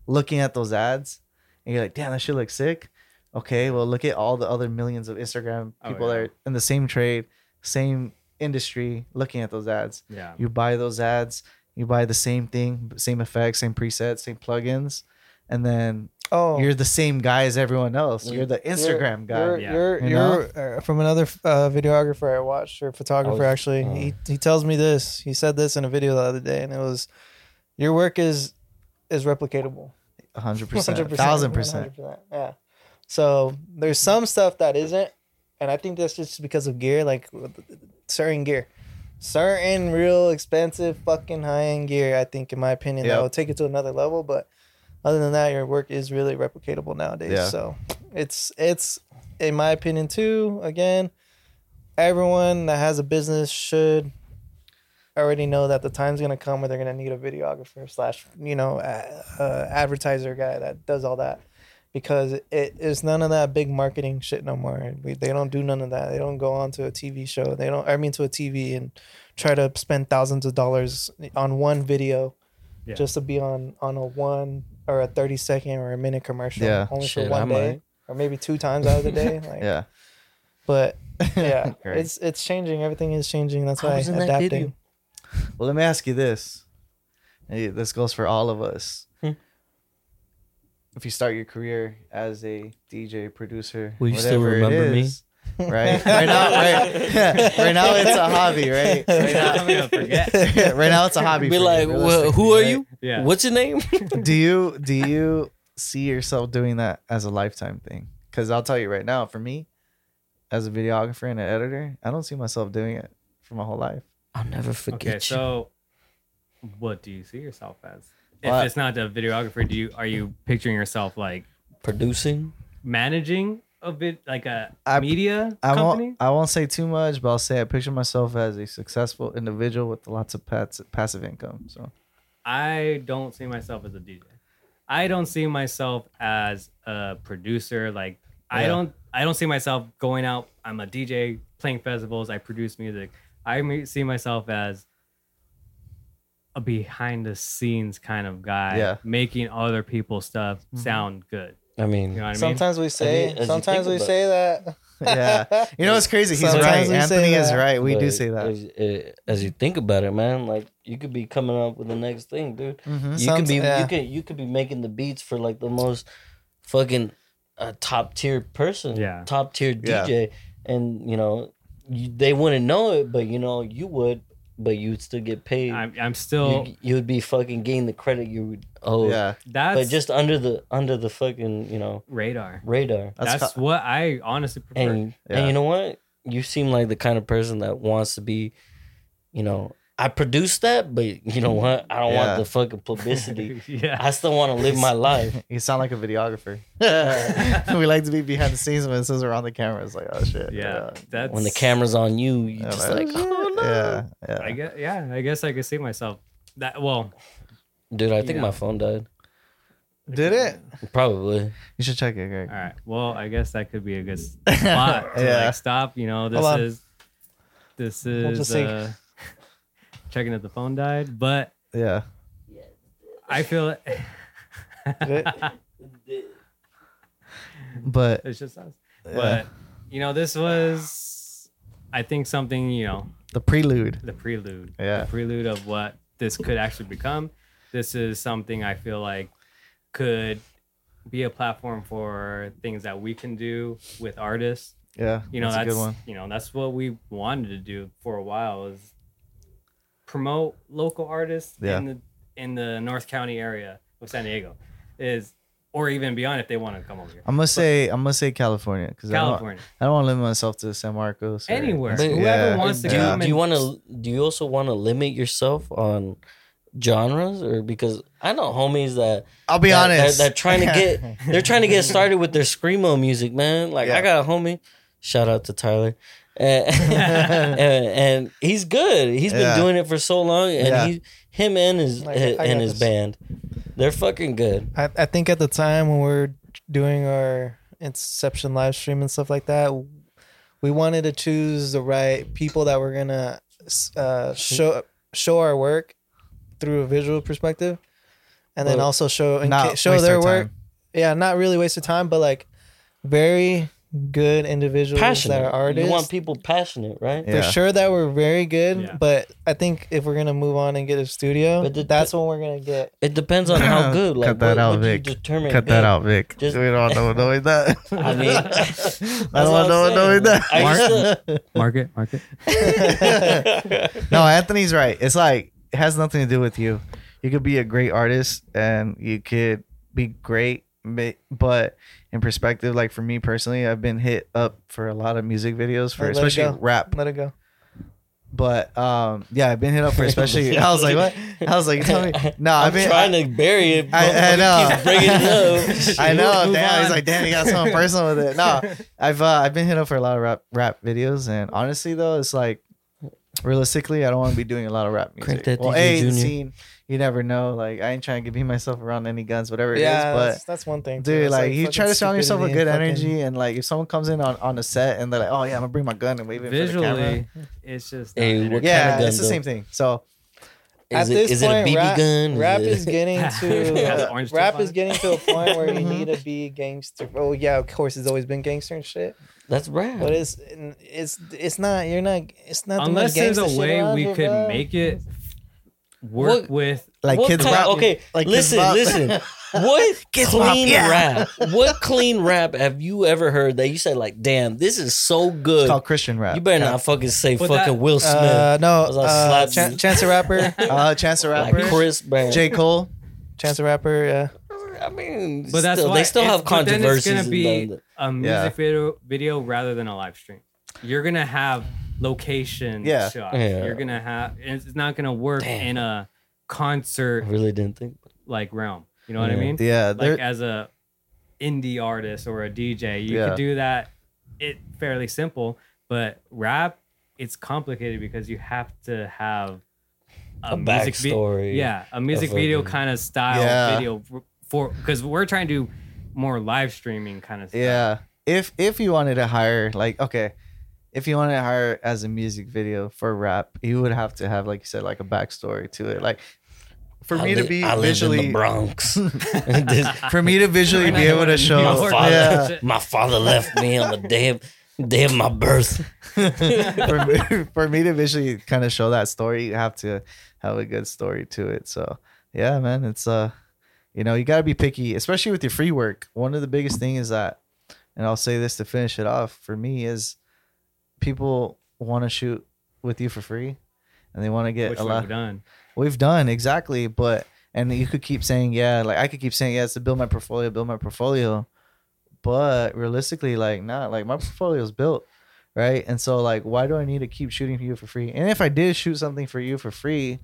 Speaker 3: looking at those ads, and you're like, "Damn, that shit looks sick." Okay, well, look at all the other millions of Instagram
Speaker 1: Oh,
Speaker 3: people
Speaker 1: yeah.
Speaker 3: that are in the same trade, same industry, looking at those ads.
Speaker 1: (laughs) Yeah.
Speaker 3: You buy those ads, you buy the same thing, same effects, same presets, same plugins, and then
Speaker 4: Oh,
Speaker 3: you're the same guy as everyone else. You're the
Speaker 4: you're-
Speaker 3: Instagram guy.
Speaker 4: You're,
Speaker 1: Yeah.
Speaker 4: you're,
Speaker 3: You know?
Speaker 4: you're, uh, from another uh, videographer I watched or photographer
Speaker 2: I was-
Speaker 4: actually.
Speaker 2: oh.
Speaker 4: He he tells me this. He said this in a video the other day, and it was, your work is is replicatable. (laughs)
Speaker 3: 100%,
Speaker 4: 100%,
Speaker 3: 1000%.
Speaker 4: 100%, Yeah. So there's some stuff that isn't, and I think that's just because of gear, like certain gear, certain real expensive fucking high end gear. I think, in my opinion, that
Speaker 3: Yep.
Speaker 4: will take it to another level. But other than that, your work is really replicatable nowadays.
Speaker 3: Yeah.
Speaker 4: So it's it's in my opinion too. Again, everyone that has a business should already know that the time's gonna come where they're gonna need a videographer slash you know a, uh, advertiser guy that does all that because it is none of that big marketing shit no more. We, they don't do none of that. They don't go on to a TV show. They don't. I mean, to a TV and try to spend thousands of dollars on one video
Speaker 1: Yeah.
Speaker 4: just to be on on a one or a thirty second or a minute commercial.
Speaker 3: Yeah.
Speaker 4: only
Speaker 2: Shit,
Speaker 4: for one
Speaker 2: I
Speaker 4: day
Speaker 2: might.
Speaker 4: or maybe two times out of the
Speaker 3: (laughs)
Speaker 4: day. Like,
Speaker 3: Yeah. (laughs)
Speaker 4: But yeah,
Speaker 3: Right.
Speaker 4: it's it's changing. Everything is changing. That's
Speaker 2: I
Speaker 4: why
Speaker 2: was in that video.
Speaker 4: adapting.
Speaker 3: Well, let me ask you this. Hey, This goes for all of us.
Speaker 2: Hmm.
Speaker 3: If you start your career as a DJ, producer,
Speaker 2: Will you still
Speaker 3: whatever it
Speaker 2: remember me?
Speaker 3: is,
Speaker 2: (laughs)
Speaker 3: Right? right now, right, (laughs) right now it's a hobby, right? Right
Speaker 1: I'm
Speaker 3: now,
Speaker 1: gonna
Speaker 3: (laughs)
Speaker 1: forget.
Speaker 3: right now it's a hobby.
Speaker 2: Be
Speaker 3: for you,
Speaker 2: like, well, who are
Speaker 3: realistically,
Speaker 2: you?
Speaker 1: Yeah.
Speaker 2: What's your name?
Speaker 3: right? Do you do you see yourself doing that as a lifetime thing? Because I'll tell you right now, for me, as a videographer and an editor, I don't see myself doing it for my whole life.
Speaker 2: I'll never forget
Speaker 1: Okay,
Speaker 2: you.
Speaker 1: so what do you see yourself as?
Speaker 3: Well, I-
Speaker 1: If it's not a videographer, do you are you picturing yourself like
Speaker 2: Producing.
Speaker 1: managing a bit like a
Speaker 3: I-
Speaker 1: media
Speaker 3: I
Speaker 1: company?
Speaker 3: won't. I won't say too much, but I'll say I picture myself as a successful individual with lots of pats, passive income. So (laughs)
Speaker 1: I don't see myself as a DJ. I don't see myself as a producer. Like I
Speaker 3: Yeah.
Speaker 1: don't I don't see myself going out. I'm a DJ playing festivals. I produce music. I me- see myself as a behind the scenes kind of guy,
Speaker 3: Yeah. Mm-hmm.
Speaker 1: making other people's stuff sound good.
Speaker 2: I mean,
Speaker 1: You know what I mean?
Speaker 4: Sometimes we say.
Speaker 2: as you
Speaker 4: sometimes
Speaker 2: think
Speaker 4: we
Speaker 2: about-
Speaker 4: say that.
Speaker 3: yeah, you know it's crazy. He's
Speaker 4: Sometimes
Speaker 3: right.
Speaker 4: we say
Speaker 3: Anthony is
Speaker 4: that,
Speaker 3: right. We do
Speaker 2: But
Speaker 3: say that.
Speaker 2: As, uh, as you think about it, man, like you could be coming up with the next thing, dude.
Speaker 3: Mhm.
Speaker 2: You could
Speaker 4: Sounds-
Speaker 2: be
Speaker 4: yeah.
Speaker 2: you could you could be making the beats for like the most fucking uh, top tier person,
Speaker 1: Yeah.
Speaker 2: top tier
Speaker 3: Yeah.
Speaker 2: DJ, and you know you, they wouldn't know it, but you know you would, but you'd still get paid.
Speaker 1: I'm, I'm still
Speaker 2: you, you'd be fucking getting the credit you would owe,
Speaker 3: Yeah,
Speaker 1: that's
Speaker 2: but just under the under the fucking you know
Speaker 1: radar.
Speaker 2: radar.
Speaker 3: that's
Speaker 1: That's,
Speaker 3: co-
Speaker 1: what I honestly prefer. (laughs)
Speaker 2: And
Speaker 3: Yeah.
Speaker 2: and you know what? You seem like the kind of person that wants to be, you know, I produced that, but you know what? I don't
Speaker 3: Mm-hmm. Yeah.
Speaker 2: want the fucking
Speaker 1: (laughs)
Speaker 2: publicity.
Speaker 1: yeah.
Speaker 2: I still want to
Speaker 3: (laughs)
Speaker 2: live my life.
Speaker 3: you sound like a videographer. (laughs) we like to be behind the scenes, but since we're on the camera, it's like oh
Speaker 1: (laughs)
Speaker 3: shit.
Speaker 1: Yeah. That's
Speaker 2: When the camera's on you, you
Speaker 3: Yeah,
Speaker 2: just
Speaker 3: man. (laughs)
Speaker 2: like, oh no.
Speaker 3: yeah, yeah.
Speaker 1: I guess, yeah, I guess I could see myself that well.
Speaker 2: Dude, I think
Speaker 1: Yeah.
Speaker 2: my phone died.
Speaker 4: Did it?
Speaker 2: Probably.
Speaker 3: You should check it, Greg.
Speaker 1: All right. Well, I guess that could be a good spot to
Speaker 3: Yeah.
Speaker 1: like stop. You know,
Speaker 4: Hold
Speaker 1: this
Speaker 4: on.
Speaker 1: is this
Speaker 4: We'll
Speaker 1: is
Speaker 4: just see.
Speaker 1: uh, (laughs) checking if the phone died, but
Speaker 3: Yeah.
Speaker 1: I feel it. (laughs)
Speaker 4: Did
Speaker 3: But
Speaker 1: it's just us.
Speaker 3: yeah,
Speaker 1: But you know, this was I think something you know
Speaker 3: the prelude.
Speaker 1: the prelude.
Speaker 3: Yeah.
Speaker 1: The prelude of what this could actually become. This is something I feel like could be a platform for things that we can do with artists
Speaker 3: Yeah.
Speaker 1: you know that's,
Speaker 3: a good one.
Speaker 1: you know that's what we wanted to do for a while is promote local artists
Speaker 3: Yeah.
Speaker 1: in the in the North County area of San Diego is or even beyond if they want to come over here
Speaker 3: I'm gonna say I'm gonna say California because I don't,
Speaker 1: California
Speaker 3: I don't want to limit myself to San Marcos. or-
Speaker 1: anywhere
Speaker 2: But-
Speaker 1: whoever
Speaker 3: Yeah.
Speaker 1: wants to
Speaker 2: do,
Speaker 1: come
Speaker 2: do you
Speaker 1: and-
Speaker 2: want to? Do you also want to limit yourself on genres, or because I know homies that
Speaker 3: I'll be
Speaker 2: that,
Speaker 3: honest.
Speaker 2: that, that trying
Speaker 3: (laughs)
Speaker 2: to get they're trying to get started with their screamo music, man. Like
Speaker 3: Yeah.
Speaker 2: I got a homie, shout out to Tyler,
Speaker 1: (laughs)
Speaker 2: and, (laughs) and, and he's good. He's
Speaker 3: Yeah.
Speaker 2: been doing it for so long, and
Speaker 3: Yeah.
Speaker 2: he, him and his
Speaker 4: Like, I
Speaker 2: and
Speaker 4: got
Speaker 2: his
Speaker 4: this.
Speaker 2: band, they're fucking good.
Speaker 4: I, I think at the time when we were doing our Inception live stream and stuff like that, we wanted to choose the right people that were gonna uh, show show our work through a visual perspective, and then
Speaker 2: Well,
Speaker 4: also show and
Speaker 3: Not
Speaker 4: ca- show
Speaker 3: waste
Speaker 4: their
Speaker 3: our
Speaker 4: work.
Speaker 3: time.
Speaker 4: Yeah, not really waste of time, but like very good individuals
Speaker 2: Passionate.
Speaker 4: that are artists.
Speaker 2: You want people passionate, right?
Speaker 3: Yeah.
Speaker 4: for sure that we're very good,
Speaker 1: Yeah.
Speaker 4: but I think if we're gonna move on and get a studio,
Speaker 2: But the-
Speaker 4: that's when we're gonna get.
Speaker 2: It depends on
Speaker 3: (coughs)
Speaker 2: how good. Like
Speaker 3: Cut that
Speaker 2: what,
Speaker 3: out,
Speaker 2: what do you
Speaker 3: Vic.
Speaker 2: determine
Speaker 3: Cut that
Speaker 2: good?
Speaker 3: out, Vic.
Speaker 2: Just-
Speaker 3: we don't know knowing that.
Speaker 2: (laughs) I
Speaker 3: (laughs)
Speaker 2: mean,
Speaker 3: I don't want no one knowing that. (laughs)
Speaker 1: market market
Speaker 3: no, Anthony's right. It's like it has nothing to do with you. You could be a great artist and you could be great, ma- but in perspective, like for me personally, I've been hit up for a lot of music videos for
Speaker 4: Let it
Speaker 3: especially
Speaker 4: go.
Speaker 3: rap.
Speaker 4: Let it go.
Speaker 3: But um, yeah, I've been hit up
Speaker 2: (laughs)
Speaker 3: for especially. I was like, what? I was like, tell me. No,
Speaker 2: I'm
Speaker 3: I've been
Speaker 2: trying to bury it.
Speaker 3: I- I
Speaker 2: motherfucker
Speaker 3: know.
Speaker 2: keeps bringing
Speaker 3: (laughs)
Speaker 2: it up.
Speaker 3: I know.
Speaker 1: Move
Speaker 3: Damn, he's
Speaker 1: on.
Speaker 3: like, damn, you got something personal with
Speaker 2: (laughs)
Speaker 3: it. No, I've uh, I've been hit up for a lot of rap rap videos, and honestly though, it's like realistically, I don't want to be doing a lot of rap
Speaker 2: Crank
Speaker 3: music.
Speaker 2: that
Speaker 3: well,
Speaker 2: DJ
Speaker 3: a the
Speaker 2: Junior.
Speaker 3: scene, you never know. Like, I ain't trying to be myself around any guns, whatever it is.
Speaker 4: yeah,
Speaker 3: But
Speaker 4: that's, that's one thing. too.
Speaker 3: dude,
Speaker 4: It's
Speaker 3: like, you
Speaker 4: fucking
Speaker 3: try to surround yourself with good
Speaker 4: stupidity and fucking-
Speaker 3: energy, and like, if someone comes in on on a set and they're like, oh yeah, I'm gonna bring my gun and wave it for the camera.
Speaker 1: visually it's just not
Speaker 2: Hey,
Speaker 1: entertaining.
Speaker 2: what kind
Speaker 3: Yeah,
Speaker 2: of gun,
Speaker 3: it's the
Speaker 2: though?
Speaker 3: same thing. So
Speaker 2: Is, it, is it a BB
Speaker 4: rap,
Speaker 2: gun? Is
Speaker 4: Rap
Speaker 2: it-
Speaker 4: is getting
Speaker 1: Has
Speaker 4: to
Speaker 1: an orange tip
Speaker 4: rap
Speaker 1: on
Speaker 4: is
Speaker 1: it?
Speaker 4: getting to a point where you
Speaker 3: Mhm.
Speaker 4: need to be gangster. Oh yeah, of course, it's always been gangster and shit.
Speaker 2: (laughs) that's rap.
Speaker 4: But it's it's it's not. You're not. It's not.
Speaker 1: unless
Speaker 4: the
Speaker 1: there's
Speaker 4: most gangster
Speaker 1: a
Speaker 4: shit
Speaker 1: way
Speaker 4: around
Speaker 1: we
Speaker 4: here,
Speaker 1: could
Speaker 4: bro.
Speaker 1: make it work
Speaker 2: What-
Speaker 1: with
Speaker 3: like
Speaker 2: What
Speaker 3: kids
Speaker 2: kind-
Speaker 3: rap.
Speaker 2: Okay,
Speaker 3: Like kids
Speaker 2: listen,
Speaker 3: rap.
Speaker 2: listen. (laughs) What
Speaker 3: rap,
Speaker 2: clean
Speaker 3: yeah.
Speaker 2: rap? What clean rap have you ever heard that you said like, "Damn, this is so
Speaker 3: (laughs) It's
Speaker 2: good"?
Speaker 3: called Christian rap.
Speaker 2: You better
Speaker 3: Yeah.
Speaker 2: not fucking say
Speaker 1: But
Speaker 2: fucking
Speaker 1: that-
Speaker 2: Will Smith,
Speaker 4: Uh, no,
Speaker 2: was on
Speaker 4: uh,
Speaker 2: Slap-
Speaker 4: Chan- Chance the rapper,
Speaker 3: Mm-hmm. (laughs) Uh, Chance the
Speaker 2: like
Speaker 3: Rapper,
Speaker 2: Chris Brown.
Speaker 3: J Cole.
Speaker 4: Chance the rapper. Yeah,
Speaker 2: I mean,
Speaker 1: But that's
Speaker 2: still,
Speaker 1: why
Speaker 2: they still
Speaker 1: it's-
Speaker 2: have
Speaker 1: but then it's
Speaker 2: controversies.
Speaker 1: gonna
Speaker 2: and
Speaker 1: be-
Speaker 2: the-
Speaker 1: a music
Speaker 3: Yeah.
Speaker 1: video, video rather than a live stream. You're gonna have location
Speaker 3: Yeah.
Speaker 1: shots.
Speaker 2: Yeah.
Speaker 1: You're gonna have and it's not gonna work
Speaker 2: Damn.
Speaker 1: in a
Speaker 2: I
Speaker 1: concert
Speaker 2: really didn't think.
Speaker 1: like realm. You know what
Speaker 2: Yeah.
Speaker 1: I mean?
Speaker 3: Yeah,
Speaker 1: Like uh,
Speaker 3: they're-
Speaker 1: as a indie artist or a DJ, you
Speaker 3: Yeah.
Speaker 1: could do that. It fairly simple, but rap it's complicated because you have to have
Speaker 2: A,
Speaker 1: music vi-
Speaker 2: backstory.
Speaker 1: yeah, a music
Speaker 2: of a
Speaker 1: video
Speaker 2: video.
Speaker 1: kind of style
Speaker 3: Yeah.
Speaker 1: video for- for because we're trying to do more live streaming kind of stuff.
Speaker 3: Yeah. If if you wanted to hire like okay, if you wanted to hire as a music video for rap, you would have to have like you said like a backstory to it. Like for
Speaker 2: I
Speaker 3: me to
Speaker 2: li-
Speaker 3: be
Speaker 2: I lived in
Speaker 3: visually
Speaker 2: the
Speaker 3: (laughs)
Speaker 2: Bronx. (laughs) This-
Speaker 3: for me to visually be
Speaker 1: We're not
Speaker 3: able to
Speaker 1: doing it.
Speaker 3: show
Speaker 2: (laughs) my
Speaker 1: Oh,
Speaker 2: father,
Speaker 3: yeah,
Speaker 2: my father left me on the day of, day of my birth.
Speaker 3: (laughs) for, me, for me to visually kind of show that story, you have to have a good story to it. So yeah, man, it's uh, you know, you gotta be picky, especially with your free work. One of the biggest thing is that, and I'll say this to finish it off for me is, people want to shoot with you for free, and they want to get
Speaker 1: which
Speaker 3: a
Speaker 1: we've
Speaker 3: lot.
Speaker 1: done.
Speaker 3: We've done exactly, but and you could keep saying yeah, like I could keep saying yes to build my portfolio, build my portfolio, but realistically, like nah, like my portfolio's built, right? And so like, why do I need to keep shooting for you for free? And if I did shoot something for you for free,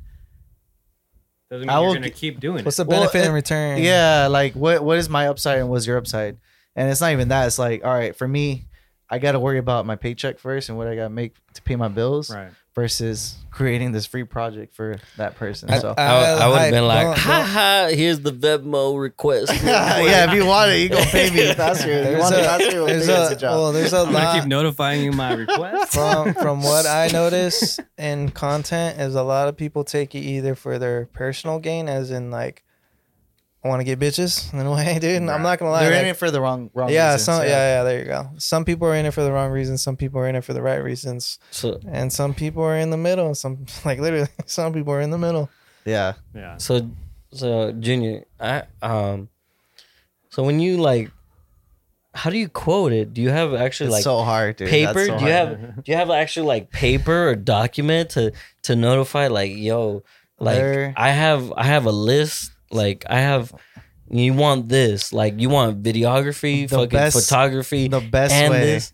Speaker 1: Doesn't mean
Speaker 3: I will
Speaker 1: you're gonna
Speaker 3: g-
Speaker 1: keep doing
Speaker 4: what's
Speaker 1: it.
Speaker 4: the
Speaker 3: Well,
Speaker 4: benefit
Speaker 3: it-
Speaker 4: in return?
Speaker 3: yeah, like what what is my upside and what's your upside? And it's not even that. It's like all right, for me, I got to worry about my paycheck first and what I got to make to pay my bills.
Speaker 1: right.
Speaker 3: versus creating this free project for that person. So
Speaker 4: I-
Speaker 2: I, would have been like,
Speaker 4: Uh, don't-
Speaker 2: ha ha, here's the Venmo
Speaker 3: (laughs)
Speaker 2: request.
Speaker 3: yeah, if you want it, you gonna pay me faster. If you
Speaker 4: There's
Speaker 3: want it
Speaker 4: a-
Speaker 3: faster, we'll
Speaker 4: there's
Speaker 3: pay you
Speaker 4: a,
Speaker 3: a job.
Speaker 4: well, there's a
Speaker 1: I'm gonna
Speaker 4: lot
Speaker 1: keep notifying you my request.
Speaker 4: (laughs) from from what I notice in content is a lot of people take it either for their personal gain, as in like, I want to get bitches. (laughs) And way, dude, I'm not gonna lie.
Speaker 3: They're
Speaker 4: like-
Speaker 3: in it for the wrong, wrong.
Speaker 4: yeah,
Speaker 3: reasons,
Speaker 4: some, yeah, yeah. There you go. Some people are in it for the wrong reasons. Some people are in it for the right reasons,
Speaker 2: so,
Speaker 4: and some people are in the middle. And some, (laughs) like literally, some people are in the middle.
Speaker 3: yeah.
Speaker 1: (laughs) Yeah.
Speaker 2: so, so, Junior, I um, so when you like, how do you quote it? Do you have actually
Speaker 3: It's
Speaker 2: like
Speaker 3: so hard, dude. That's
Speaker 2: paper?
Speaker 3: so
Speaker 2: do you
Speaker 3: hard.
Speaker 2: have do you have actually like paper or document to to notify like yo like
Speaker 3: There-
Speaker 2: I have I have a list like I have you want this like you want videography
Speaker 3: The
Speaker 2: fucking
Speaker 3: best-
Speaker 2: photography
Speaker 3: the best
Speaker 2: and
Speaker 3: way?
Speaker 2: this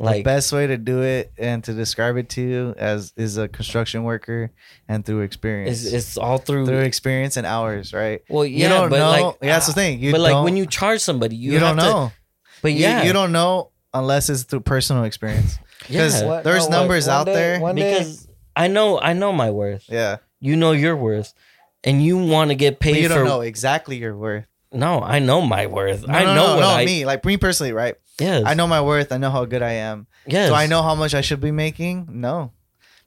Speaker 2: like
Speaker 3: the best way to do it and to describe it to you as is a construction worker and through experience.
Speaker 2: it's, it's all through,
Speaker 3: through experience and hours, right?
Speaker 2: well yeah
Speaker 3: you don't
Speaker 2: but
Speaker 3: know.
Speaker 2: like
Speaker 3: yeah, that's the thing. You
Speaker 2: but like
Speaker 3: don't-
Speaker 2: when you charge somebody you,
Speaker 3: you, don't
Speaker 2: have to-
Speaker 3: know.
Speaker 2: but
Speaker 3: You-
Speaker 2: yeah
Speaker 3: you, don't know unless it's through personal experience.
Speaker 2: yeah
Speaker 3: 'cause what- There's
Speaker 4: Oh, like,
Speaker 3: numbers
Speaker 4: one
Speaker 3: out
Speaker 4: day-
Speaker 3: there.
Speaker 4: One day,
Speaker 2: because I know I know my worth
Speaker 3: Yeah,
Speaker 2: you know your worth and you want to get
Speaker 3: but
Speaker 2: paid
Speaker 3: you
Speaker 2: for
Speaker 3: don't know exactly your worth.
Speaker 2: no I know my worth
Speaker 3: No,
Speaker 2: I
Speaker 3: no,
Speaker 2: know
Speaker 3: no,
Speaker 2: what
Speaker 3: no,
Speaker 2: I
Speaker 3: me like me personally, right?
Speaker 2: yes
Speaker 3: I know my worth. I know how good I am.
Speaker 2: yes
Speaker 3: Do I know how much I should be making? No,
Speaker 2: Well,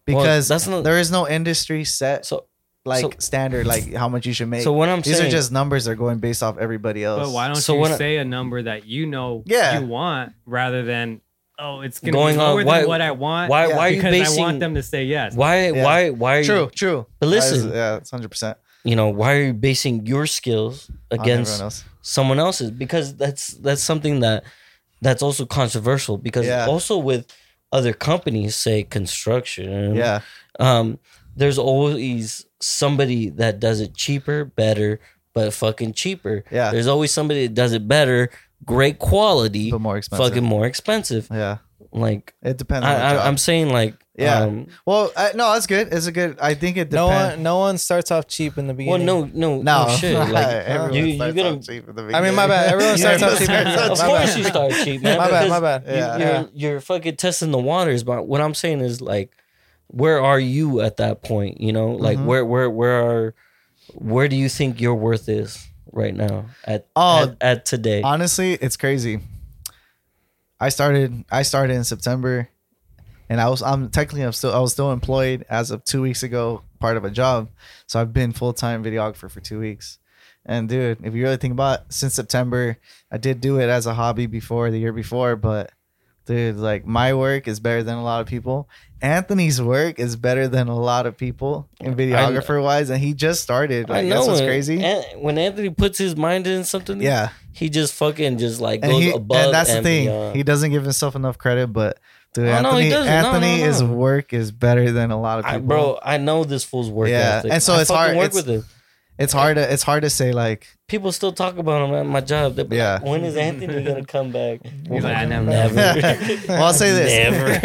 Speaker 3: because
Speaker 2: that's not
Speaker 3: there is no industry set
Speaker 2: so
Speaker 3: like
Speaker 2: so-
Speaker 3: standard like how much you should make.
Speaker 2: so what i'm
Speaker 3: These
Speaker 2: saying
Speaker 3: are just numbers that are going based off everybody else.
Speaker 1: But why don't
Speaker 2: So
Speaker 1: you
Speaker 2: what I-
Speaker 1: say a number that you know
Speaker 3: Yeah.
Speaker 1: you want rather than oh it's gonna
Speaker 2: Going
Speaker 1: be
Speaker 2: on-
Speaker 1: lower than
Speaker 2: why-
Speaker 1: what I want?
Speaker 2: why
Speaker 3: Yeah.
Speaker 2: why are you
Speaker 1: because
Speaker 2: basing
Speaker 1: I want them to say yes.
Speaker 2: why
Speaker 3: Yeah.
Speaker 2: why why are
Speaker 3: True,
Speaker 2: you
Speaker 3: true.
Speaker 2: But listen.
Speaker 3: That is- yeah, it's hundred percent
Speaker 2: you know why are you basing your skills against
Speaker 3: else.
Speaker 2: someone else's because that's that's something that that's also controversial because
Speaker 3: Yeah.
Speaker 2: also with other companies say construction
Speaker 3: Yeah,
Speaker 2: um there's always somebody that does it cheaper better but fucking cheaper
Speaker 3: yeah,
Speaker 2: there's always somebody that does it better great quality
Speaker 3: but more expensive.
Speaker 2: fucking more expensive
Speaker 3: yeah,
Speaker 2: like
Speaker 3: it depends. on the
Speaker 2: I, I,
Speaker 3: job.
Speaker 2: i'm saying like
Speaker 3: Yeah.
Speaker 2: um,
Speaker 3: well, I, no, that's good. It's a good. I think it
Speaker 4: (laughs) no
Speaker 3: depends.
Speaker 4: one, no one starts off cheap in the
Speaker 2: Well,
Speaker 4: beginning.
Speaker 2: no, no, no,
Speaker 3: No, (laughs)
Speaker 2: shit. Like,
Speaker 3: everyone
Speaker 2: you- you
Speaker 3: starts
Speaker 2: gonna-
Speaker 3: off cheap at the
Speaker 4: I mean, my bad.
Speaker 3: (laughs)
Speaker 4: Everyone
Speaker 3: Yeah,
Speaker 4: starts off cheap.
Speaker 3: everyone
Speaker 4: My
Speaker 2: of
Speaker 3: starts off
Speaker 2: course
Speaker 4: bad.
Speaker 2: you
Speaker 3: (laughs)
Speaker 2: start cheap, man.
Speaker 4: (laughs) My bad. My
Speaker 2: because
Speaker 4: bad.
Speaker 3: Yeah.
Speaker 2: You, are you're fucking testing the waters. But what I'm saying is, like, where are you at that point? You know, like,
Speaker 3: Mhm.
Speaker 2: where, where, where are, where do you think your worth is right now at
Speaker 3: Oh.
Speaker 2: at, at today?
Speaker 3: Honestly, it's crazy. I started. I started in September, and I was. I'm technically. I'm still. I was still employed as of two weeks ago, part of a job. So I've been full time videographer for two weeks. And dude, if you really think about it, since September, I did do it as a hobby before the year before, but dude, like my work is better than a lot of people. Anthony's work is better than a lot of people in videographer wise, and he just started. Like that's what's
Speaker 2: when-
Speaker 3: crazy.
Speaker 2: An- when Anthony puts his mind in something,
Speaker 3: yeah.
Speaker 2: he just fucking just like
Speaker 3: and,
Speaker 2: goes
Speaker 3: he, and
Speaker 2: above.
Speaker 3: that's the thing.
Speaker 2: beyond.
Speaker 3: He doesn't give himself enough credit, but dude,
Speaker 2: Oh, no,
Speaker 3: Anthony,
Speaker 2: he doesn't. No,
Speaker 3: Anthony
Speaker 2: no, no.
Speaker 3: his work is better than a lot of
Speaker 2: I,
Speaker 3: people.
Speaker 2: bro, I know this fool's work
Speaker 3: Yeah,
Speaker 2: ethic.
Speaker 3: and so
Speaker 2: I
Speaker 3: it's
Speaker 2: fucking
Speaker 3: hard-
Speaker 2: Work
Speaker 3: it's-
Speaker 2: with him.
Speaker 3: it's hard to it's hard to say like
Speaker 2: people still talk about him at my job. They're
Speaker 3: Yeah.
Speaker 2: like, when is Anthony gonna come
Speaker 1: (laughs)
Speaker 2: back?
Speaker 1: He's like, I never-
Speaker 2: Never.
Speaker 3: well, I'll say this.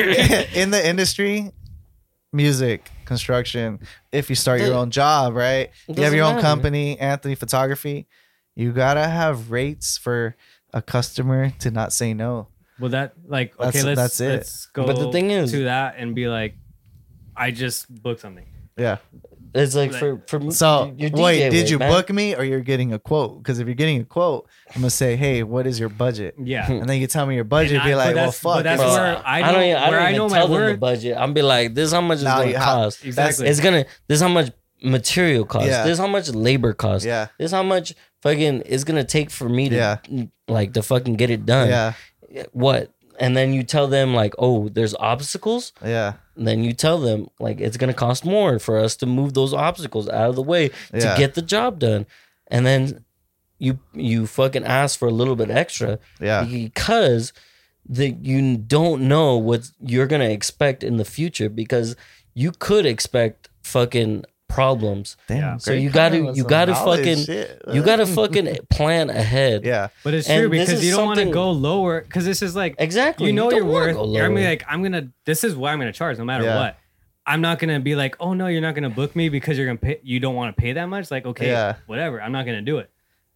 Speaker 2: Never. (laughs)
Speaker 3: (laughs) in the industry, music, construction, if you start your own job, right? You have
Speaker 2: doesn't
Speaker 3: your own
Speaker 2: matter.
Speaker 3: company, Anthony Photography, you gotta have rates for a customer to not say no.
Speaker 1: Well, that like okay,
Speaker 3: That's-
Speaker 1: let's
Speaker 3: that's it.
Speaker 1: let's go.
Speaker 2: But the thing is-
Speaker 1: to that and be like, I just booked something.
Speaker 3: Yeah.
Speaker 2: (laughs) It's like for for me-
Speaker 3: So
Speaker 2: your DJ
Speaker 3: wait, did
Speaker 2: work,
Speaker 3: you
Speaker 2: man.
Speaker 3: book me or you're getting a quote? Because if you're getting a quote, I'm gonna say, hey, what is your budget?
Speaker 2: Hmm.
Speaker 1: Yeah.
Speaker 3: And then you tell me your budget,
Speaker 1: And I-
Speaker 3: be
Speaker 1: but
Speaker 3: like, well,
Speaker 1: that's- but
Speaker 3: fuck.
Speaker 1: that's
Speaker 3: it's-
Speaker 2: Bro,
Speaker 1: where I know-
Speaker 2: even-
Speaker 1: where I
Speaker 2: even
Speaker 1: know my
Speaker 2: tell them the
Speaker 1: worth.
Speaker 2: budget. I'm be like, this is how much it's
Speaker 3: Nah,
Speaker 2: gonna
Speaker 3: you- how-
Speaker 2: cost.
Speaker 1: Exactly.
Speaker 2: It's gonna this is how much material costs.
Speaker 3: Yeah.
Speaker 2: This is how much labor costs.
Speaker 3: yeah,
Speaker 2: This is how much fucking it's gonna take for me to
Speaker 3: Yeah.
Speaker 2: like to fucking get it done.
Speaker 3: yeah,
Speaker 2: What? And then you tell them like, oh, there's obstacles.
Speaker 3: yeah,
Speaker 2: then you tell them like it's going to cost more for us to move those obstacles out of the way to
Speaker 3: Yeah.
Speaker 2: get the job done and then you you fucking ask for a little bit extra
Speaker 3: yeah,
Speaker 2: because that you don't know what you're going to expect in the future because you could expect fucking problems
Speaker 1: Yeah.
Speaker 2: So
Speaker 3: great
Speaker 2: you gotta-
Speaker 3: comment with
Speaker 2: you
Speaker 3: some
Speaker 2: gotta
Speaker 3: knowledge,
Speaker 2: fucking-
Speaker 3: shit.
Speaker 2: you got
Speaker 3: (laughs)
Speaker 2: to fucking plan ahead
Speaker 3: yeah,
Speaker 1: But it's
Speaker 2: And
Speaker 1: true
Speaker 2: this
Speaker 1: because
Speaker 2: is
Speaker 1: you don't want to
Speaker 2: something-
Speaker 1: go lower because this is like
Speaker 2: exactly
Speaker 1: you know
Speaker 2: don't
Speaker 1: your
Speaker 2: wanna
Speaker 1: worth.
Speaker 2: go
Speaker 1: You're gonna be
Speaker 2: lower.
Speaker 1: like, I'm gonna. This is what I'm gonna charge, no matter
Speaker 3: Yeah.
Speaker 1: what. I'm not gonna be like, oh no, you're not gonna book me because you're gonna pay. You don't want to pay that much. Like, okay,
Speaker 3: Yeah.
Speaker 1: whatever. I'm not gonna do it.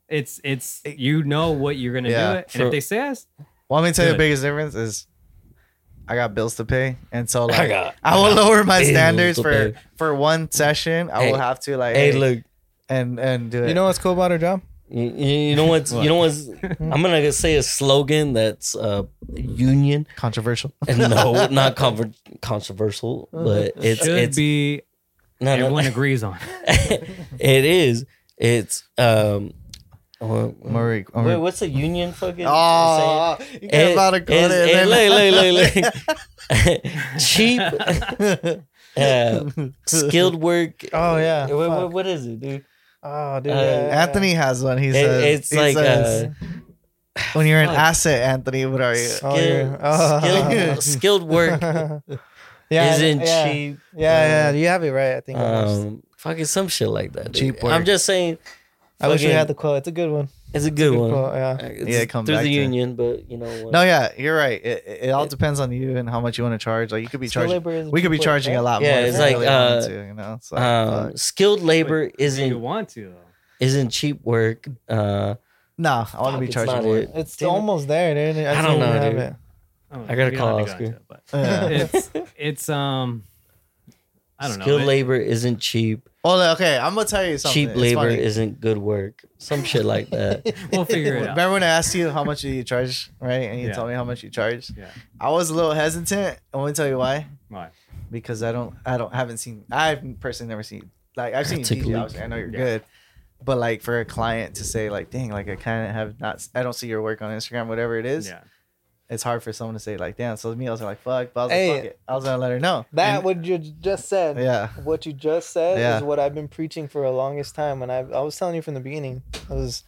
Speaker 1: It's it's you know what you're gonna
Speaker 3: Yeah.
Speaker 1: do it, and
Speaker 2: For-
Speaker 1: if they say yes,
Speaker 3: Well, let me tell you the
Speaker 1: Good.
Speaker 3: biggest difference is I got bills to pay, and so like I,
Speaker 2: I got.
Speaker 3: will lower my
Speaker 2: bills
Speaker 3: standards
Speaker 2: to
Speaker 3: for
Speaker 2: pay.
Speaker 3: for one session. I
Speaker 2: Hey.
Speaker 3: will have to like
Speaker 2: Hey, look.
Speaker 3: and and do it.
Speaker 4: You know what's cool about her job?
Speaker 2: You, you know what's you know what's I'm gonna say a slogan that's uh union (laughs)
Speaker 3: controversial.
Speaker 2: and
Speaker 3: (laughs)
Speaker 2: no not conver- controversial
Speaker 3: Uh,
Speaker 2: but it's
Speaker 1: Should
Speaker 2: it's
Speaker 1: be
Speaker 2: no, no, (laughs)
Speaker 1: everyone agrees on.
Speaker 2: it is it's um what-
Speaker 3: Marie,
Speaker 2: wait what's a union fucking
Speaker 3: oh, you
Speaker 2: saying?
Speaker 3: got about to go
Speaker 2: it's-
Speaker 3: there.
Speaker 2: it-
Speaker 3: and then-
Speaker 2: look, look, look, look. cheap
Speaker 3: (laughs)
Speaker 2: uh, skilled work
Speaker 4: Oh yeah.
Speaker 2: Wait, what-
Speaker 4: fuck.
Speaker 2: what is it dude
Speaker 4: Oh dude.
Speaker 2: Uh,
Speaker 4: yeah, yeah, yeah.
Speaker 3: Anthony has one. He
Speaker 2: It-
Speaker 3: says,
Speaker 2: it's
Speaker 3: he
Speaker 2: like
Speaker 3: says,
Speaker 2: uh,
Speaker 3: when you're an
Speaker 2: fuck.
Speaker 3: asset, Anthony. What are you?
Speaker 4: Oh, yeah.
Speaker 2: skilled,
Speaker 3: (laughs)
Speaker 4: Oh.
Speaker 2: skilled, uh, skilled work
Speaker 4: (laughs) yeah,
Speaker 2: isn't
Speaker 4: yeah.
Speaker 2: cheap.
Speaker 4: Yeah, yeah, you have it right. I think.
Speaker 2: Um, fucking some shit like that. dude.
Speaker 3: Cheap
Speaker 2: I'm
Speaker 3: work.
Speaker 2: just saying.
Speaker 4: I wish we
Speaker 2: fucking-
Speaker 4: had the quote. It's a good one.
Speaker 2: It's a good,
Speaker 4: Good
Speaker 2: one.
Speaker 4: quote, yeah.
Speaker 2: It's
Speaker 3: Yeah, come
Speaker 2: through
Speaker 3: back
Speaker 2: the
Speaker 3: to it.
Speaker 2: union, but you know what?
Speaker 3: No, yeah, you're right. It, it, it all depends on you and how much you want to charge. Like you could be
Speaker 4: Skilled
Speaker 3: charging,
Speaker 4: labor is
Speaker 3: we could be
Speaker 4: cheap work,
Speaker 3: charging
Speaker 4: right?
Speaker 3: a lot
Speaker 2: Yeah,
Speaker 3: more. if
Speaker 2: it's
Speaker 3: we
Speaker 2: like,
Speaker 3: really wanted
Speaker 2: uh,
Speaker 3: to, you know. It's like,
Speaker 2: um,
Speaker 3: fuck.
Speaker 2: skilled labor
Speaker 1: Wait, You
Speaker 2: isn't
Speaker 1: want to though.
Speaker 2: isn't cheap work. Uh,
Speaker 3: nah, I want to
Speaker 2: fuck,
Speaker 3: be
Speaker 2: it's
Speaker 3: charging
Speaker 2: not
Speaker 3: more.
Speaker 2: it.
Speaker 4: It's
Speaker 2: Damn it.
Speaker 4: almost there, dude.
Speaker 2: I
Speaker 4: just
Speaker 2: don't
Speaker 4: even
Speaker 2: know,
Speaker 4: have
Speaker 2: dude.
Speaker 4: it.
Speaker 1: don't
Speaker 2: I gotta
Speaker 1: we don't
Speaker 2: call
Speaker 1: have to go
Speaker 2: Oscar.
Speaker 1: into it, but
Speaker 3: Yeah.
Speaker 2: (laughs)
Speaker 1: (laughs) it's it's um. I don't know.
Speaker 2: skilled
Speaker 1: it-
Speaker 2: labor isn't cheap.
Speaker 3: Oh, okay. I'm gonna tell you something.
Speaker 2: Cheap
Speaker 3: It's
Speaker 2: labor
Speaker 3: funny.
Speaker 2: isn't good work. Some shit like
Speaker 1: (laughs)
Speaker 2: that.
Speaker 1: We'll figure
Speaker 2: (laughs)
Speaker 1: it out.
Speaker 3: Remember when I asked you how much you charge, right? And you
Speaker 1: Yeah.
Speaker 3: told me how much you charge.
Speaker 1: Yeah.
Speaker 3: I was a little hesitant. I want to tell you why.
Speaker 1: Why?
Speaker 3: Because I don't, I don't, haven't seen. I've personally never seen. Like I've seen you
Speaker 2: Took a
Speaker 3: DJ,
Speaker 2: leak.
Speaker 3: obviously, I know you're
Speaker 1: Yeah.
Speaker 3: good, but like for a client to say like, dang, like I kind of have not. I don't see your work on Instagram, whatever it is.
Speaker 1: Yeah.
Speaker 3: It's hard for someone to say like, damn. So me, I was like, fuck. But I was
Speaker 4: Hey.
Speaker 3: like, fuck it. I was gonna let her know.
Speaker 4: That
Speaker 3: And-
Speaker 4: what you just said.
Speaker 3: yeah.
Speaker 4: What you just said
Speaker 3: Yeah.
Speaker 4: is what I've been preaching for the longest time, and I I was telling you from the beginning. I was,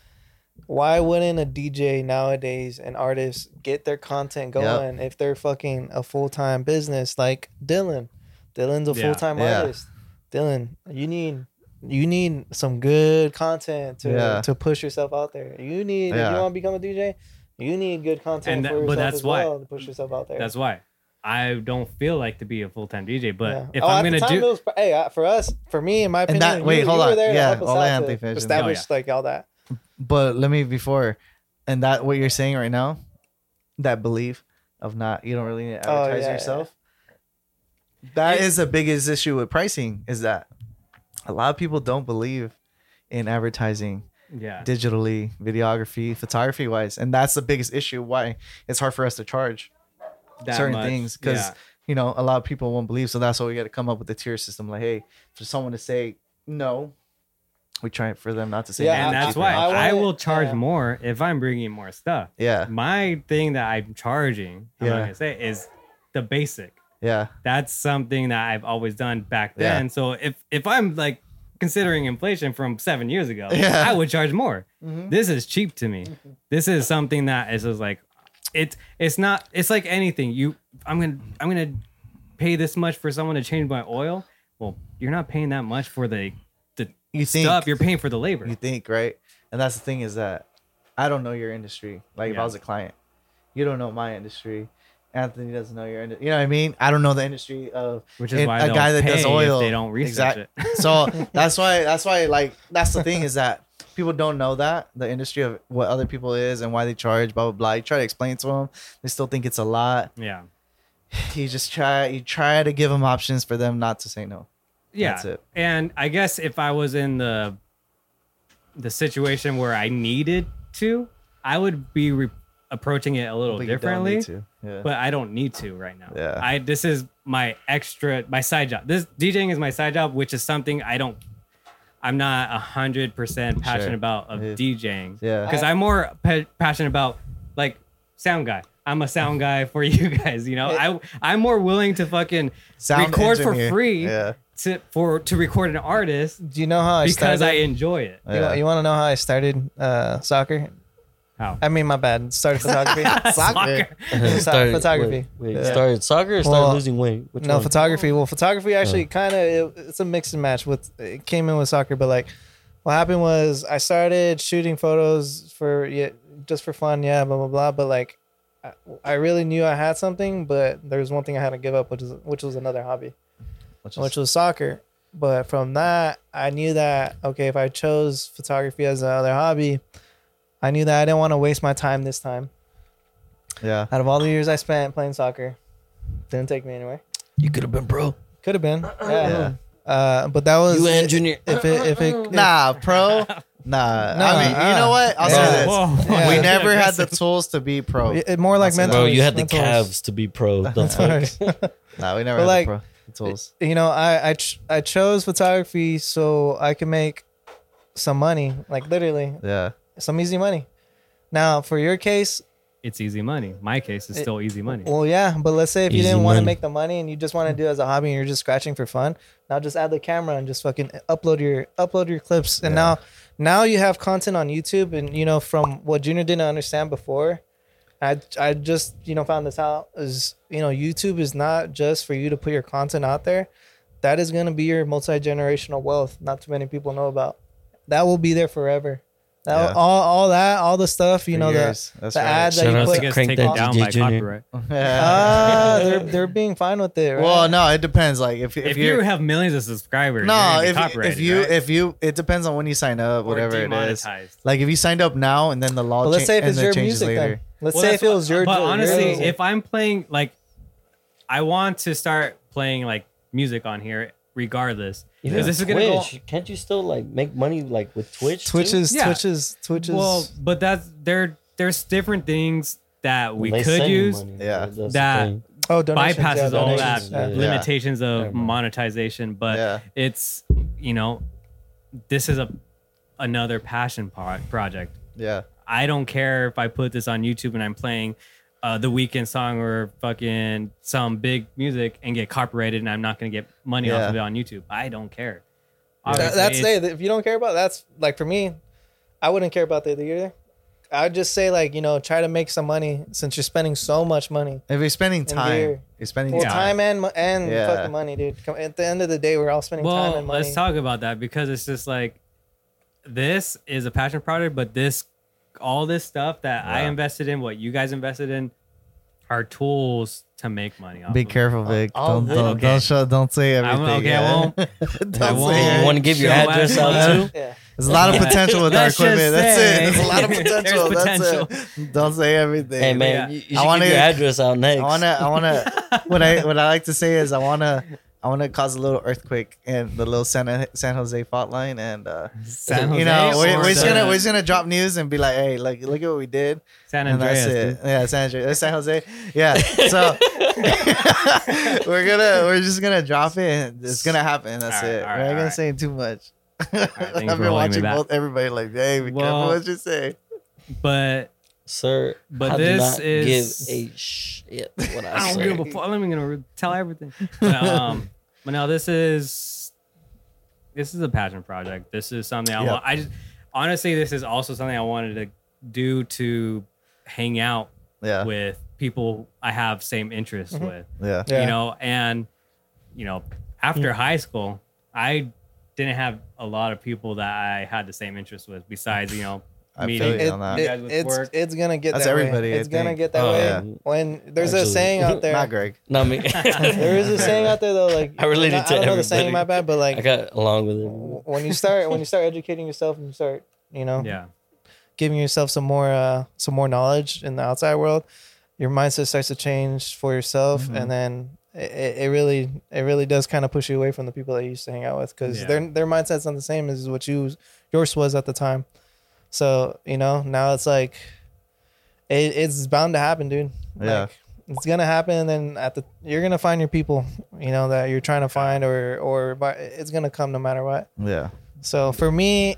Speaker 4: why wouldn't a DJ nowadays and artists get their content
Speaker 3: Yep.
Speaker 4: going if they're fucking a full time business like Dylan? Dylan's a
Speaker 1: Yeah.
Speaker 4: full time
Speaker 3: Yeah.
Speaker 4: artist. Dylan, you need you need some good content to
Speaker 3: Yeah.
Speaker 4: to push yourself out there. You need if
Speaker 3: Yeah.
Speaker 4: you want to become a DJ, you need good
Speaker 1: And
Speaker 4: content
Speaker 1: that-
Speaker 4: for yourself
Speaker 1: but that's
Speaker 4: as
Speaker 1: why-
Speaker 4: well to push yourself out there.
Speaker 1: That's why I don't feel like to be a full time DJ. But
Speaker 4: Yeah.
Speaker 1: if
Speaker 4: Oh,
Speaker 1: I'm
Speaker 4: at the
Speaker 1: gonna
Speaker 4: time,
Speaker 1: do,
Speaker 4: it was, hey, uh, for us, for me, in my opinion,
Speaker 3: that- wait,
Speaker 4: you,
Speaker 3: hold
Speaker 4: you were
Speaker 3: on.
Speaker 4: there to
Speaker 3: Yeah,
Speaker 4: help us
Speaker 3: I'll let
Speaker 4: out
Speaker 3: Anthony
Speaker 4: to
Speaker 3: finish.
Speaker 4: establish
Speaker 1: Oh, yeah.
Speaker 4: like all that.
Speaker 3: But let me before, and that what you're saying right now, that belief of not you don't really need to
Speaker 4: Oh,
Speaker 3: advertise
Speaker 4: yeah,
Speaker 3: yourself. That is
Speaker 1: It-
Speaker 3: the biggest issue with pricing is that a lot of people don't believe in advertising
Speaker 1: yeah,
Speaker 3: digitally, videography, photography wise, and that's the biggest issue why it's hard for us to charge
Speaker 1: that
Speaker 3: certain
Speaker 1: much,
Speaker 3: things because
Speaker 1: yeah.
Speaker 3: you know a lot of people won't believe. So that's why we got to come up with a tier system. Like, hey, for someone to say no, we try it for them not to say
Speaker 4: Yeah,
Speaker 3: no.
Speaker 1: and
Speaker 4: I-
Speaker 1: that's
Speaker 4: I-
Speaker 1: why
Speaker 4: I wanna-
Speaker 1: I, will charge
Speaker 4: yeah.
Speaker 1: more if I'm bringing more stuff.
Speaker 3: yeah,
Speaker 1: My thing that I'm charging, I'm not
Speaker 3: Yeah.
Speaker 1: gonna say, is the basic.
Speaker 3: yeah,
Speaker 1: That's something that I've always done back
Speaker 3: Yeah.
Speaker 1: then. So if if I'm like considering inflation from seven years ago,
Speaker 3: Yeah.
Speaker 1: I would charge more.
Speaker 3: Mhm.
Speaker 1: This is cheap to me. This is something that is just like it's it's not it's like anything. You I'm gonna I'm gonna pay this much for someone to change my oil. Well, you're not paying that much for the the
Speaker 3: You think-
Speaker 1: stuff. You're paying for the labor.
Speaker 3: you think, right? And that's the thing is that I don't know your industry. Like if
Speaker 1: Yeah.
Speaker 3: I was a client, you don't know my industry. Anthony doesn't know your industry. You know what I mean? I don't know the industry of
Speaker 1: Which is
Speaker 3: in-
Speaker 1: why
Speaker 3: a
Speaker 1: they'll
Speaker 3: guy that
Speaker 1: pay
Speaker 3: does
Speaker 1: if
Speaker 3: oil.
Speaker 1: they don't research it.
Speaker 3: (laughs) so
Speaker 1: (laughs)
Speaker 3: that's why that's why like that's the thing is that people don't know that the industry of what other people is and why they charge blah blah blah. You try to explain to them, they still think it's a lot. (sighs)
Speaker 1: yeah.
Speaker 3: You just try you try to give them options for them not to say no.
Speaker 1: yeah
Speaker 3: That's it.
Speaker 1: and i guess if i was in the the situation where i needed to i would be re- approaching it a little
Speaker 3: But you don't
Speaker 1: differently
Speaker 3: need to. Yeah.
Speaker 1: but i don't need to right now
Speaker 3: Yeah.
Speaker 1: i this is my extra my side job this djing is my side job which is something i don't i'm not a hundred percent passionate
Speaker 3: Sure.
Speaker 1: about of
Speaker 3: Yeah.
Speaker 1: djing
Speaker 3: Yeah.
Speaker 1: because i'm more pa- passionate about like sound guy i'm a sound guy for (laughs) you guys you know i i'm more willing to fucking
Speaker 3: Sound
Speaker 1: record
Speaker 3: engineer.
Speaker 1: for free
Speaker 3: Yeah.
Speaker 1: to for to record an artist
Speaker 4: Do you know how I
Speaker 1: because I
Speaker 4: started?
Speaker 1: enjoy
Speaker 3: (laughs)
Speaker 1: it.
Speaker 4: you,
Speaker 3: Yeah.
Speaker 4: want to know how I started uh, soccer?
Speaker 1: How?
Speaker 4: I mean, my bad. Started
Speaker 1: (laughs)
Speaker 4: photography.
Speaker 1: Soccer.
Speaker 2: (laughs) Started-
Speaker 4: photography.
Speaker 2: Wait, wait,
Speaker 4: Yeah.
Speaker 2: Started soccer or started
Speaker 4: Well,
Speaker 2: losing weight? Which
Speaker 4: no
Speaker 2: one?
Speaker 4: photography well
Speaker 1: Oh.
Speaker 4: photography actually kind of it, it's a mix and match with it came in with soccer but like what happened was i started shooting photos for yeah, just for fun yeah blah blah blah but like I, I really knew i had something but there was one thing i had to give up which is which was another hobby
Speaker 3: Which is-
Speaker 4: which was soccer but from that i knew that okay if i chose photography as another hobby i knew that i didn't want to waste my time this time
Speaker 3: yeah.
Speaker 4: out of all the years i spent playing soccer Didn't take me anywhere.
Speaker 2: You could have been bro.
Speaker 4: Could have been.
Speaker 3: Yeah.
Speaker 4: Yeah. Uh, but that was
Speaker 2: You and Junior.
Speaker 4: if it if it if-
Speaker 3: (laughs) Nah, pro. Nah.
Speaker 4: Nah,
Speaker 3: I mean, you
Speaker 4: uh,
Speaker 3: know what? I'll
Speaker 4: yeah.
Speaker 3: say this.
Speaker 1: (laughs) Whoa,
Speaker 4: Yeah.
Speaker 3: We
Speaker 4: Yeah.
Speaker 3: never had the tools to be pro.
Speaker 4: it- more like
Speaker 3: I'll say that.
Speaker 4: mentors.
Speaker 2: Bro, you had the
Speaker 4: mentors.
Speaker 2: calves to be pro. The
Speaker 4: That's
Speaker 2: fuck?
Speaker 4: hard.
Speaker 3: Nah, we never
Speaker 4: But
Speaker 3: had
Speaker 4: like-
Speaker 3: the pro the tools.
Speaker 4: (laughs) you know, I I, ch- I chose photography so I could make some money, like literally
Speaker 3: Yeah.
Speaker 4: some easy money. Now, for your case,
Speaker 1: It's easy money. My case is still easy money.
Speaker 4: well, yeah, but let's say if you
Speaker 2: Easy
Speaker 4: didn't want to
Speaker 2: money.
Speaker 4: make the money and you just want to do it as a hobby and you're just scratching for fun, now just add the camera and just fucking upload your upload your clips, and
Speaker 3: Yeah.
Speaker 4: now now you have content on YouTube, and you know from what Junior didn't understand before. I, I just you know found this out is you know YouTube is not just for you to put your content out there, that is going to be your multi-generational wealth not too many people know about that will be there forever that
Speaker 3: Yeah.
Speaker 4: all, all that all the stuff you know that
Speaker 3: the, that's
Speaker 4: the
Speaker 3: right.
Speaker 4: (laughs) ads that
Speaker 2: Shout
Speaker 4: you
Speaker 2: out
Speaker 1: Unless
Speaker 2: But-
Speaker 1: it
Speaker 4: put
Speaker 1: gets
Speaker 2: Crank
Speaker 1: taken
Speaker 2: that
Speaker 1: down
Speaker 2: DJ
Speaker 1: by
Speaker 2: Junior.
Speaker 1: copyright. Uh,
Speaker 4: ah, they're they're being fine with it
Speaker 3: (laughs)
Speaker 4: right?
Speaker 3: Well, no, it depends. Like if if,
Speaker 1: If you
Speaker 3: you're
Speaker 1: have millions of subscribers,
Speaker 3: no,
Speaker 1: you're
Speaker 3: if
Speaker 1: gonna be copyrighted,
Speaker 3: if you
Speaker 1: right?
Speaker 3: if you it depends on when you sign up,
Speaker 1: Or
Speaker 3: whatever it is.
Speaker 1: demonetized.
Speaker 3: Like if you signed up now and then the law,
Speaker 4: but let's
Speaker 3: cha-
Speaker 4: say if
Speaker 3: and
Speaker 4: it's
Speaker 3: it
Speaker 4: your
Speaker 3: changes
Speaker 4: music then
Speaker 3: later.
Speaker 4: let's
Speaker 1: Well,
Speaker 4: say
Speaker 1: that's
Speaker 4: if it
Speaker 1: what-
Speaker 4: was your
Speaker 1: But
Speaker 4: your
Speaker 1: honestly,
Speaker 4: music.
Speaker 1: if I'm playing like, I want to start playing like music on here, regardless.
Speaker 2: Even
Speaker 1: Because this is
Speaker 2: Twitch.
Speaker 1: gonna go-
Speaker 2: Can't you still like make money like with Twitch? too?
Speaker 4: Twitch is
Speaker 1: Yeah.
Speaker 4: Twitch is Twitch is
Speaker 1: Well, but that's there. There's different things that we
Speaker 2: They
Speaker 1: could
Speaker 2: send you
Speaker 1: use
Speaker 2: money,
Speaker 3: Yeah.
Speaker 2: bro. That's the
Speaker 1: that
Speaker 2: thing.
Speaker 4: oh donations, yeah,
Speaker 1: bypasses all that
Speaker 4: donations,
Speaker 2: yeah.
Speaker 1: limitations of
Speaker 2: Yeah.
Speaker 1: monetization, but
Speaker 3: Yeah.
Speaker 1: it's you know, this is a another passion pro- project.
Speaker 3: Yeah,
Speaker 1: I don't care if I put this on YouTube and I'm playing uh, the weekend song or fucking some big music and get copyrighted and I'm not going to get money off
Speaker 3: Yeah.
Speaker 1: of it on YouTube. I don't care.
Speaker 4: Th-
Speaker 1: Obviously,
Speaker 4: that's
Speaker 1: it's-
Speaker 4: it. If you don't care about that's like for me, I wouldn't care about that either. I'd just say like you know try to make some money since you're spending so much money.
Speaker 3: if you're spending time,
Speaker 4: here.
Speaker 3: you're spending
Speaker 4: Well,
Speaker 1: Yeah.
Speaker 3: time.
Speaker 4: time and mo- and
Speaker 3: Yeah.
Speaker 4: fucking money, dude. Come- At the end of the day, we're all spending time
Speaker 1: Well,
Speaker 4: and money.
Speaker 1: let's talk about that because it's just like this is a passion project, but this all this stuff that I
Speaker 3: Yeah.
Speaker 1: invested in, what you guys invested in, are tools to make money off.
Speaker 3: Be
Speaker 1: of.
Speaker 3: careful, Vic.
Speaker 2: all
Speaker 3: Don't
Speaker 2: the-
Speaker 3: don't,
Speaker 1: okay.
Speaker 3: don't, show, don't say
Speaker 1: I'm-
Speaker 3: everything.
Speaker 1: okay, I
Speaker 3: yeah.
Speaker 1: won't.
Speaker 3: (laughs) don't
Speaker 1: I won't.
Speaker 3: say
Speaker 2: You
Speaker 3: it.
Speaker 2: want to give your
Speaker 1: So
Speaker 2: address
Speaker 1: much
Speaker 2: out
Speaker 1: money.
Speaker 2: too?
Speaker 4: yeah.
Speaker 3: There's
Speaker 1: (laughs)
Speaker 3: a lot of potential with our
Speaker 1: Let's just
Speaker 3: equipment. That's
Speaker 1: say-
Speaker 3: it. There's
Speaker 1: (laughs)
Speaker 3: a lot of
Speaker 1: There's
Speaker 3: potential. That's
Speaker 1: potential.
Speaker 3: it. Don't say everything.
Speaker 2: Hey man, you, you should
Speaker 3: I
Speaker 2: give
Speaker 3: wanna-
Speaker 2: your address out next.
Speaker 3: I wanna, I wanna. what I, what I like to say is, I wanna, I wanna cause a little earthquake in the little San San Jose fault line, and uh,
Speaker 1: (laughs) San Jose
Speaker 3: you know, we're,
Speaker 1: or
Speaker 3: we're just
Speaker 1: the-
Speaker 3: gonna, we're just gonna drop news and be like, hey, look, look at what we did,
Speaker 1: San
Speaker 3: and
Speaker 1: Andreas.
Speaker 3: that's it. Yeah, San Jose, San Jose. Yeah, so (laughs) we're gonna, we're just gonna drop it. And it's gonna happen. That's
Speaker 1: All right,
Speaker 3: it.
Speaker 1: all right,
Speaker 3: we're not
Speaker 1: all
Speaker 3: gonna
Speaker 1: right.
Speaker 3: say too much.
Speaker 1: thank you
Speaker 3: (laughs) I've
Speaker 1: for
Speaker 3: been
Speaker 1: holding me
Speaker 3: watching
Speaker 1: back.
Speaker 3: both everybody like, hey, be careful
Speaker 1: Well,
Speaker 3: what you say.
Speaker 1: dude. But
Speaker 2: (laughs) sir.
Speaker 1: But
Speaker 2: I do
Speaker 1: this
Speaker 2: not
Speaker 1: is-
Speaker 2: give a shit what I,
Speaker 1: I
Speaker 2: say.
Speaker 1: don't give a fuck. I'm gonna re- tell
Speaker 3: (laughs)
Speaker 1: everything. But, um, but no, this is this is a passion project. This is something I
Speaker 3: Yeah.
Speaker 1: want. I just honestly, this is also something I wanted to do to hang out
Speaker 3: Yeah, Mm-hmm.
Speaker 1: with people I have same interests
Speaker 4: Mhm.
Speaker 1: with.
Speaker 3: yeah, Mm.
Speaker 4: Yeah.
Speaker 1: You know, and you know, after high school, I didn't have a lot of people that I had the same interest with. Besides, you know,
Speaker 3: I
Speaker 1: meeting-
Speaker 3: feel
Speaker 4: It-
Speaker 3: you on that.
Speaker 4: it-
Speaker 1: Guys with
Speaker 4: it's
Speaker 1: work.
Speaker 4: it's gonna get
Speaker 3: That's
Speaker 4: that
Speaker 3: everybody,
Speaker 4: Way.
Speaker 3: I
Speaker 4: It's gonna
Speaker 3: think.
Speaker 4: get that
Speaker 2: Oh,
Speaker 4: way.
Speaker 2: yeah.
Speaker 4: When there's a
Speaker 2: Actually.
Speaker 4: saying
Speaker 3: (laughs)
Speaker 4: out there,
Speaker 3: Not Greg.
Speaker 2: Not (laughs) me.
Speaker 4: there is a saying out there though.
Speaker 1: (laughs)
Speaker 4: Like
Speaker 2: I related
Speaker 4: not-
Speaker 2: to
Speaker 4: I don't know the saying,
Speaker 2: everybody.
Speaker 4: my bad, but
Speaker 2: I
Speaker 4: like
Speaker 2: got along with
Speaker 4: w-
Speaker 2: him.
Speaker 4: when you start when you start educating yourself and you start you know
Speaker 1: yeah,
Speaker 4: giving yourself some more uh some more knowledge in the outside world your mindset starts to change for yourself
Speaker 1: Mm-hmm.
Speaker 3: Mhm.
Speaker 4: and then it- it, it really it really does kind of push you away from the people that you used to hang out with because
Speaker 1: Yeah.
Speaker 4: their their mindset's not the same as what you yours was at the time so you know now it's like it, it's bound to happen dude
Speaker 3: Yeah.
Speaker 4: like, it's gonna happen and then at the you're gonna find your people you know that you're trying to find or or but it's gonna come no matter what
Speaker 3: Yeah.
Speaker 4: so for me,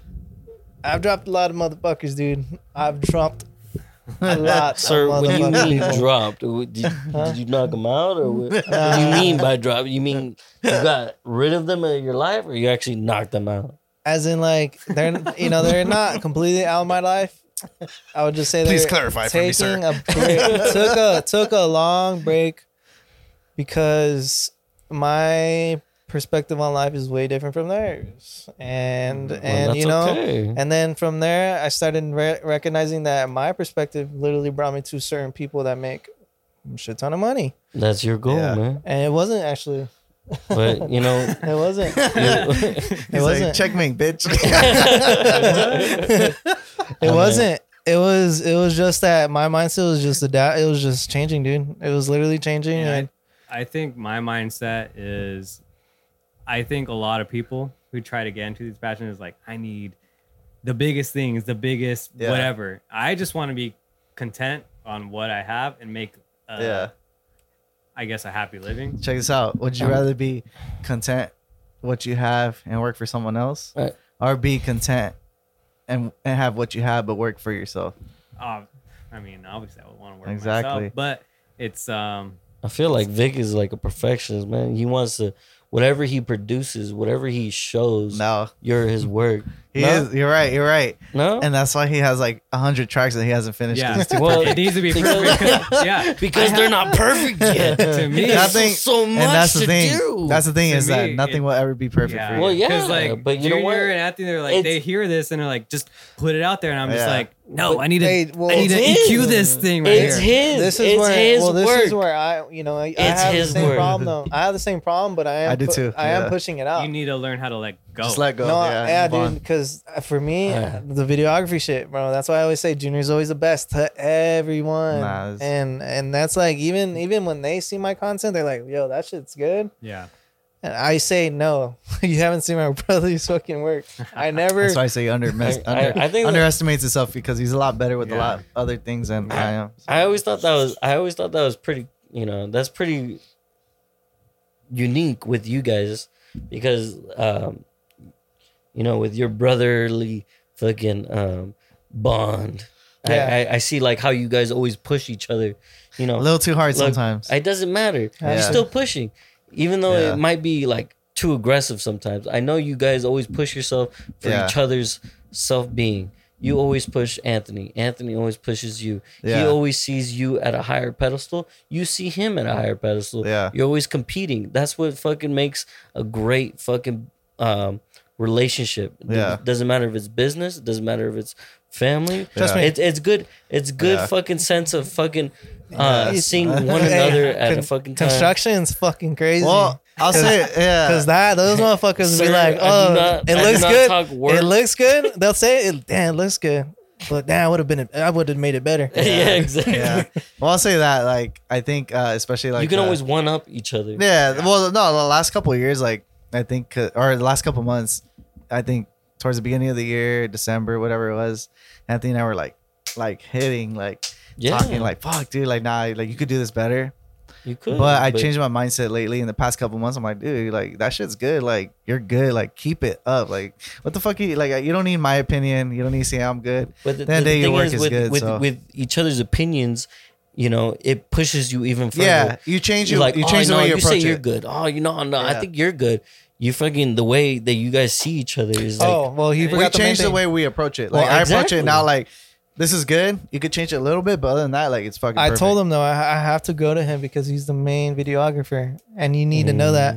Speaker 4: I've dropped a lot of motherfuckers, dude. I've dropped
Speaker 3: (laughs)
Speaker 4: a lot.
Speaker 2: Sir,
Speaker 4: of
Speaker 2: what do you
Speaker 4: motherfuckers,
Speaker 2: mean
Speaker 4: people.
Speaker 2: dropped? What- Did, did you knock them out, or what, what do you mean by drop? You mean you got rid of them in your life, or you actually knocked them out?
Speaker 4: As in, like they're you know they're not completely out of my life. I would just say
Speaker 3: Please
Speaker 4: they're
Speaker 3: clarify for me, sir.
Speaker 4: taking a break. took a took a long break because my perspective on life is way different from theirs, and
Speaker 2: Well,
Speaker 4: and
Speaker 2: that's
Speaker 4: you know.
Speaker 2: okay.
Speaker 4: Mm-hmm. And then from there, I started re- recognizing that my perspective literally brought me to certain people that make a shit ton of money.
Speaker 2: that's your goal,
Speaker 3: Yeah.
Speaker 2: man.
Speaker 4: And it wasn't actually.
Speaker 2: But you know,
Speaker 4: (laughs) It
Speaker 3: (laughs)
Speaker 4: wasn't. it (laughs)
Speaker 2: you-
Speaker 3: (laughs) He's like,
Speaker 4: wasn't.
Speaker 3: checkmate, bitch.
Speaker 4: (laughs) wasn't. It was. It was just that my mindset was just a doubt. It was just changing, dude. It was literally changing.
Speaker 1: Yeah,
Speaker 4: and
Speaker 1: I I think my mindset is I think a lot of people who try to get into these passions is like, I need the biggest things, the biggest
Speaker 3: Yeah.
Speaker 1: whatever. I just want to be content on what I have and make, uh,
Speaker 3: (laughs) yeah.
Speaker 1: I guess, a happy living.
Speaker 3: Check this out. Would you rather be content what you have and work for someone else,
Speaker 2: Right.
Speaker 3: or be content and and have what you have but work for yourself?
Speaker 1: Um, I mean, obviously, I would want to work
Speaker 3: Exactly.
Speaker 1: myself, but it's um,
Speaker 2: I feel like Vic is like a perfectionist, man. He wants to whatever he produces, whatever he shows,
Speaker 3: No,
Speaker 2: you're his work.
Speaker 3: he
Speaker 2: no,
Speaker 3: is. You're right. You're right.
Speaker 2: no,
Speaker 3: And that's why he has like hundred tracks that he hasn't finished.
Speaker 1: yeah,
Speaker 2: (laughs)
Speaker 3: these two
Speaker 2: Well,
Speaker 1: it needs to be
Speaker 2: because-
Speaker 1: perfect. (laughs) 'cause- yeah,
Speaker 2: because they're not
Speaker 3: (laughs)
Speaker 2: perfect yet.
Speaker 1: to me,
Speaker 3: I
Speaker 2: There's
Speaker 3: think-
Speaker 2: so much
Speaker 3: and that's
Speaker 2: to
Speaker 3: the thing.
Speaker 2: do.
Speaker 3: That's the thing
Speaker 1: To
Speaker 3: is that
Speaker 1: me,
Speaker 3: nothing
Speaker 1: it-
Speaker 3: will ever be perfect for you.
Speaker 2: Well, yeah,
Speaker 1: 'Cause, like,
Speaker 2: but you know what?
Speaker 1: Junior and Anthony, they're like,
Speaker 2: It's-
Speaker 1: they hear this and they're like, just put it out there, and I'm just
Speaker 3: Yeah.
Speaker 1: like, no,
Speaker 4: But
Speaker 1: I need to,
Speaker 4: they- well,
Speaker 1: I need to
Speaker 2: it's
Speaker 1: EQ
Speaker 2: his.
Speaker 1: this thing right
Speaker 2: it's
Speaker 1: here.
Speaker 2: his.
Speaker 4: This is
Speaker 2: it's
Speaker 4: where
Speaker 2: his
Speaker 4: well, this
Speaker 2: work.
Speaker 4: is where I you know I, I
Speaker 2: It's
Speaker 4: have the
Speaker 2: his
Speaker 4: same
Speaker 2: work.
Speaker 4: problem though. I have the same problem, but I am
Speaker 3: I do
Speaker 4: pu-
Speaker 3: too,
Speaker 4: I
Speaker 3: yeah.
Speaker 4: am pushing it out.
Speaker 1: You need to learn how to let go.
Speaker 3: Just let go.
Speaker 4: no,
Speaker 3: yeah,
Speaker 4: yeah,
Speaker 3: move on.
Speaker 4: dude. Because for me,
Speaker 2: Oh, Yeah.
Speaker 4: the videography shit, bro. That's why I always say Junior's always the best to everyone.
Speaker 3: Nah, it's-
Speaker 4: and and that's like even even when they see my content, they're like, "Yo, that shit's good."
Speaker 1: yeah,
Speaker 4: And I say, "No, (laughs) you haven't seen my brother's fucking work. I never."
Speaker 3: That's why I say under,
Speaker 2: I- I-
Speaker 3: under
Speaker 2: I think that-
Speaker 3: underestimates himself because he's a lot better with a
Speaker 1: Yeah.
Speaker 3: lot of other things than I am.
Speaker 2: I always thought that was I always thought that was pretty you know, that's pretty unique with you guys because um you know, with your brotherly fucking um bond.
Speaker 4: Yeah.
Speaker 2: I, I, I see like how you guys always push each other, you
Speaker 3: A
Speaker 2: know.
Speaker 3: little too hard
Speaker 2: Look,
Speaker 3: sometimes.
Speaker 2: It doesn't matter.
Speaker 4: Yeah.
Speaker 2: You're still pushing. Even though
Speaker 3: Yeah.
Speaker 2: it might be like too aggressive sometimes. I know you guys always push yourself for
Speaker 3: Yeah.
Speaker 2: each other's self being. You always push Anthony. Anthony always pushes you.
Speaker 3: Yeah.
Speaker 2: He always sees you at a higher pedestal. You see him at a higher pedestal.
Speaker 3: Yeah.
Speaker 2: You're always competing. That's what fucking makes a great fucking um relationship.
Speaker 3: Yeah.
Speaker 2: It doesn't matter if it's business, it doesn't matter if it's family.
Speaker 3: Trust me.
Speaker 2: It's it's good it's good
Speaker 3: Yeah.
Speaker 2: fucking sense of fucking uh,
Speaker 3: Yeah. (laughs)
Speaker 2: seeing
Speaker 3: Hey,
Speaker 2: one another at
Speaker 4: con-
Speaker 2: a fucking time.
Speaker 4: construction's fucking crazy.
Speaker 3: well,
Speaker 2: (laughs)
Speaker 3: I'll say it, yeah.
Speaker 4: Cause that those motherfuckers be
Speaker 2: uh, Sir,
Speaker 4: like,
Speaker 2: I do
Speaker 4: oh,
Speaker 2: not-
Speaker 4: it
Speaker 2: I do
Speaker 4: looks
Speaker 2: not
Speaker 4: good.
Speaker 2: talk work."
Speaker 4: It looks good. They'll say it. Damn, it looks good. But damn, would have been. I would have made it better.
Speaker 2: (laughs) (laughs) yeah. exactly.
Speaker 3: yeah. Well, I'll say that. Like, I think, uh, especially like
Speaker 2: you can
Speaker 3: uh,
Speaker 2: always one up each other.
Speaker 3: Yeah. Well, no, the last couple of years, like I think, uh, or the last couple of months, I think towards the beginning of the year, December, whatever it was, Anthony and I were like, like hitting, like
Speaker 2: Yeah,
Speaker 3: talking, like fuck, dude, like nah, like you could do this better.
Speaker 2: you could.
Speaker 3: but I changed my mindset lately in the past couple months. I'm like, dude, like that shit's good. Like you're good. Like keep it up. Like what the fuck? You, like you don't need my opinion. You don't need to say I'm good.
Speaker 2: But the,
Speaker 3: That
Speaker 2: the
Speaker 3: day your
Speaker 2: thing
Speaker 3: work
Speaker 2: is,
Speaker 3: is
Speaker 2: with,
Speaker 3: good,
Speaker 2: with,
Speaker 3: so.
Speaker 2: with each other's opinions, you know, it pushes you even further.
Speaker 3: Yeah, you change
Speaker 2: You're
Speaker 3: your,
Speaker 2: like,
Speaker 3: you
Speaker 2: oh,
Speaker 3: change the
Speaker 2: no,
Speaker 3: way you
Speaker 2: you say
Speaker 3: approach
Speaker 2: you're
Speaker 3: it.
Speaker 2: good. Oh, you know, no,
Speaker 3: Yeah.
Speaker 2: I think you're good. You fucking the way that you guys see each other is like,
Speaker 4: oh well, he
Speaker 3: We
Speaker 4: forgot the main
Speaker 3: change the
Speaker 4: thing.
Speaker 3: way we approach it.
Speaker 2: Well,
Speaker 3: Like I approach
Speaker 2: exactly.
Speaker 3: it now. Like this is good. You could change it a little bit, but other than that, like it's fucking.
Speaker 4: I
Speaker 3: perfect.
Speaker 4: told him though, I, I have to go to him because he's the main videographer, and you need to know that.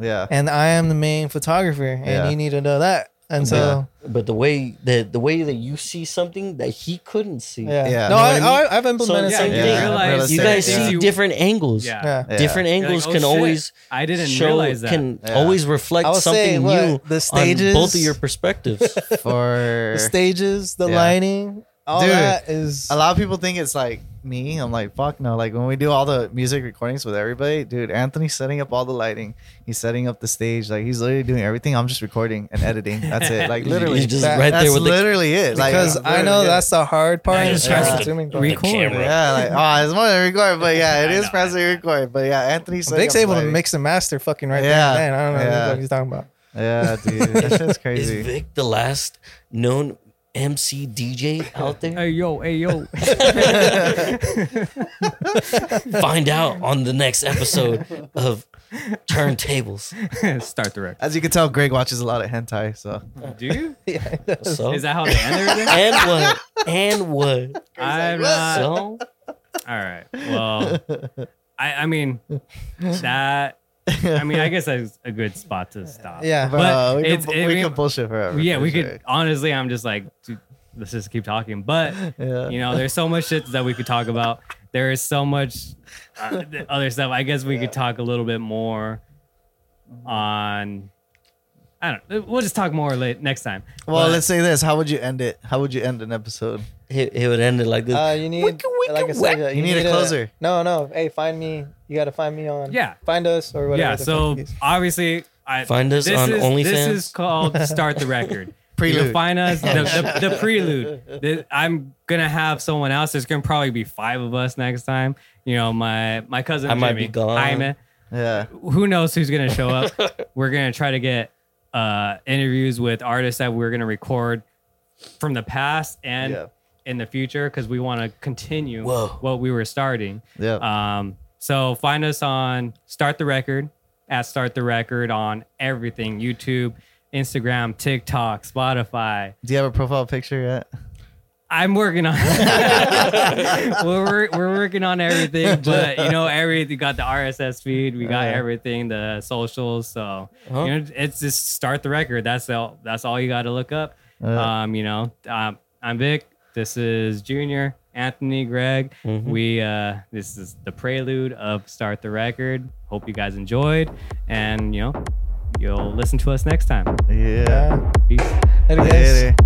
Speaker 3: Yeah.
Speaker 4: (laughs) And I am the main photographer, and
Speaker 3: Mm. Yeah.
Speaker 4: you need to know that. And so,
Speaker 2: but the way that the way that you see something that he couldn't see.
Speaker 4: yeah.
Speaker 3: Yeah. You
Speaker 4: No,
Speaker 3: know
Speaker 4: I,
Speaker 2: what I mean?
Speaker 4: I, I've implemented
Speaker 2: yeah,
Speaker 4: something.
Speaker 2: you didn't
Speaker 4: Yeah.
Speaker 2: realize-
Speaker 3: real
Speaker 2: You
Speaker 3: estate,
Speaker 2: guys
Speaker 1: yeah.
Speaker 2: see different angles.
Speaker 1: Yeah.
Speaker 4: Yeah.
Speaker 3: Yeah.
Speaker 2: Different
Speaker 1: You're like,
Speaker 2: angles
Speaker 1: "Oh,
Speaker 2: can
Speaker 1: shit,
Speaker 2: always
Speaker 1: I didn't
Speaker 2: show
Speaker 1: realize that.
Speaker 2: can
Speaker 3: Yeah.
Speaker 2: always reflect
Speaker 4: I will
Speaker 2: something
Speaker 4: say, what,
Speaker 2: new
Speaker 4: the stages,
Speaker 2: on both of your
Speaker 3: (laughs)
Speaker 2: perspectives.
Speaker 3: For
Speaker 4: the (laughs) stages, the
Speaker 3: Yeah.
Speaker 4: lighting, all
Speaker 3: Dude,
Speaker 4: that is.
Speaker 3: a lot of people think it's like me. I'm like, fuck no. Like when we do all the music recordings with everybody, dude, Anthony's setting up all the lighting. He's setting up the stage. Like he's literally doing everything. I'm just recording and editing. That's it. Like literally.
Speaker 2: You're just
Speaker 4: that-
Speaker 2: right
Speaker 3: that's
Speaker 2: there with the
Speaker 3: literally it. Like,
Speaker 4: because
Speaker 3: I'm
Speaker 4: I know
Speaker 3: literally-
Speaker 4: that's the hard part.
Speaker 1: Yeah,
Speaker 4: is
Speaker 1: just press
Speaker 2: the-
Speaker 4: consuming part.
Speaker 1: record.
Speaker 2: camera.
Speaker 3: Yeah, like oh, it's more than record, but yeah, it
Speaker 1: I
Speaker 3: is
Speaker 1: know, I
Speaker 3: practically
Speaker 1: know.
Speaker 3: record. But yeah, Anthony's setting
Speaker 4: Vic's
Speaker 3: up the
Speaker 4: able to
Speaker 3: lighting.
Speaker 4: mix and master fucking right
Speaker 3: Yeah.
Speaker 4: there. and then. I don't know
Speaker 3: Yeah.
Speaker 4: what he's talking about.
Speaker 3: Yeah, dude, that shit's crazy.
Speaker 2: Is Vic the last known MC DJ
Speaker 1: (laughs)
Speaker 2: out there?
Speaker 1: Hey yo, hey yo.
Speaker 2: Find out on the next episode of
Speaker 1: (laughs)
Speaker 2: Turntables.
Speaker 1: Start the (laughs) record.
Speaker 3: As you can tell, Greg watches a lot of hentai, so
Speaker 1: Do you?
Speaker 2: So
Speaker 1: Is that how they end everything?
Speaker 2: (laughs) and what?
Speaker 1: (laughs)
Speaker 2: And what?
Speaker 1: I'm not. All
Speaker 2: So
Speaker 1: right. Well, I, I mean, that. I mean, I guess that's a good spot to stop.
Speaker 4: Yeah.
Speaker 3: Bro,
Speaker 1: But
Speaker 3: uh, we, can,
Speaker 1: it's- it-
Speaker 3: we
Speaker 1: we-
Speaker 3: can bullshit forever.
Speaker 1: yeah,
Speaker 3: for
Speaker 1: we
Speaker 3: sure.
Speaker 1: could. Honestly, I'm just like, dude, let's just keep talking. But
Speaker 3: Yeah.
Speaker 1: you know, there's so much shit that we could talk about. There is so much uh, other stuff. I guess we could talk a little bit more on. I don't. know. We'll just talk more late next time.
Speaker 3: Well,
Speaker 1: But-
Speaker 3: let's say this. How would you end it? How would you end an episode?
Speaker 2: He, he would end it like this.
Speaker 4: Uh, you need
Speaker 2: Wicka, wicka,
Speaker 4: like I said,
Speaker 2: wack.
Speaker 4: uh,
Speaker 3: You need a closer.
Speaker 4: no, no. Hey, find me. You gotta find me on.
Speaker 1: Yeah.
Speaker 4: Find us or whatever.
Speaker 1: yeah.
Speaker 4: the
Speaker 1: So
Speaker 4: fuck it is.
Speaker 1: obviously, I
Speaker 2: Find us
Speaker 1: this
Speaker 2: on
Speaker 1: is, This
Speaker 2: OnlyFans.
Speaker 1: is called start the record.
Speaker 3: (laughs) Prelude.
Speaker 1: You'll find us the,
Speaker 3: (laughs)
Speaker 1: the, the prelude. The- I'm gonna have someone else. There's gonna probably be five of us next time. You know, my my cousin
Speaker 2: I might
Speaker 1: Jimmy,
Speaker 2: be gone.
Speaker 1: Jaime.
Speaker 3: Yeah.
Speaker 1: who knows who's gonna show up. we're gonna try to get uh, interviews with artists that we're gonna record from the past and
Speaker 3: Yeah.
Speaker 1: in the future because we want to continue
Speaker 2: Whoa.
Speaker 1: what we were starting.
Speaker 3: Yeah.
Speaker 1: Um, so find us on Start the Record at Start the Record on everything YouTube, Instagram, TikTok, Spotify.
Speaker 3: Do you have a profile picture yet?
Speaker 1: I'm working on. we're, wor- we're working on everything, but you know, every we got the RSS feed, we got
Speaker 3: Yeah.
Speaker 1: everything, the socials. So
Speaker 2: Huh?
Speaker 1: you know, it's just start the record. That's all. That's all you got to look up.
Speaker 3: Yeah.
Speaker 1: Um, you know, um, I'm Vic. This is Junior, Anthony, Greg.
Speaker 2: Mhm.
Speaker 1: We uh, this is the prelude of start the record. Hope you guys enjoyed, and you know, you'll listen to us next time.
Speaker 3: Yeah.
Speaker 4: Yeah.
Speaker 1: Peace.
Speaker 4: Later, guys.
Speaker 3: Later.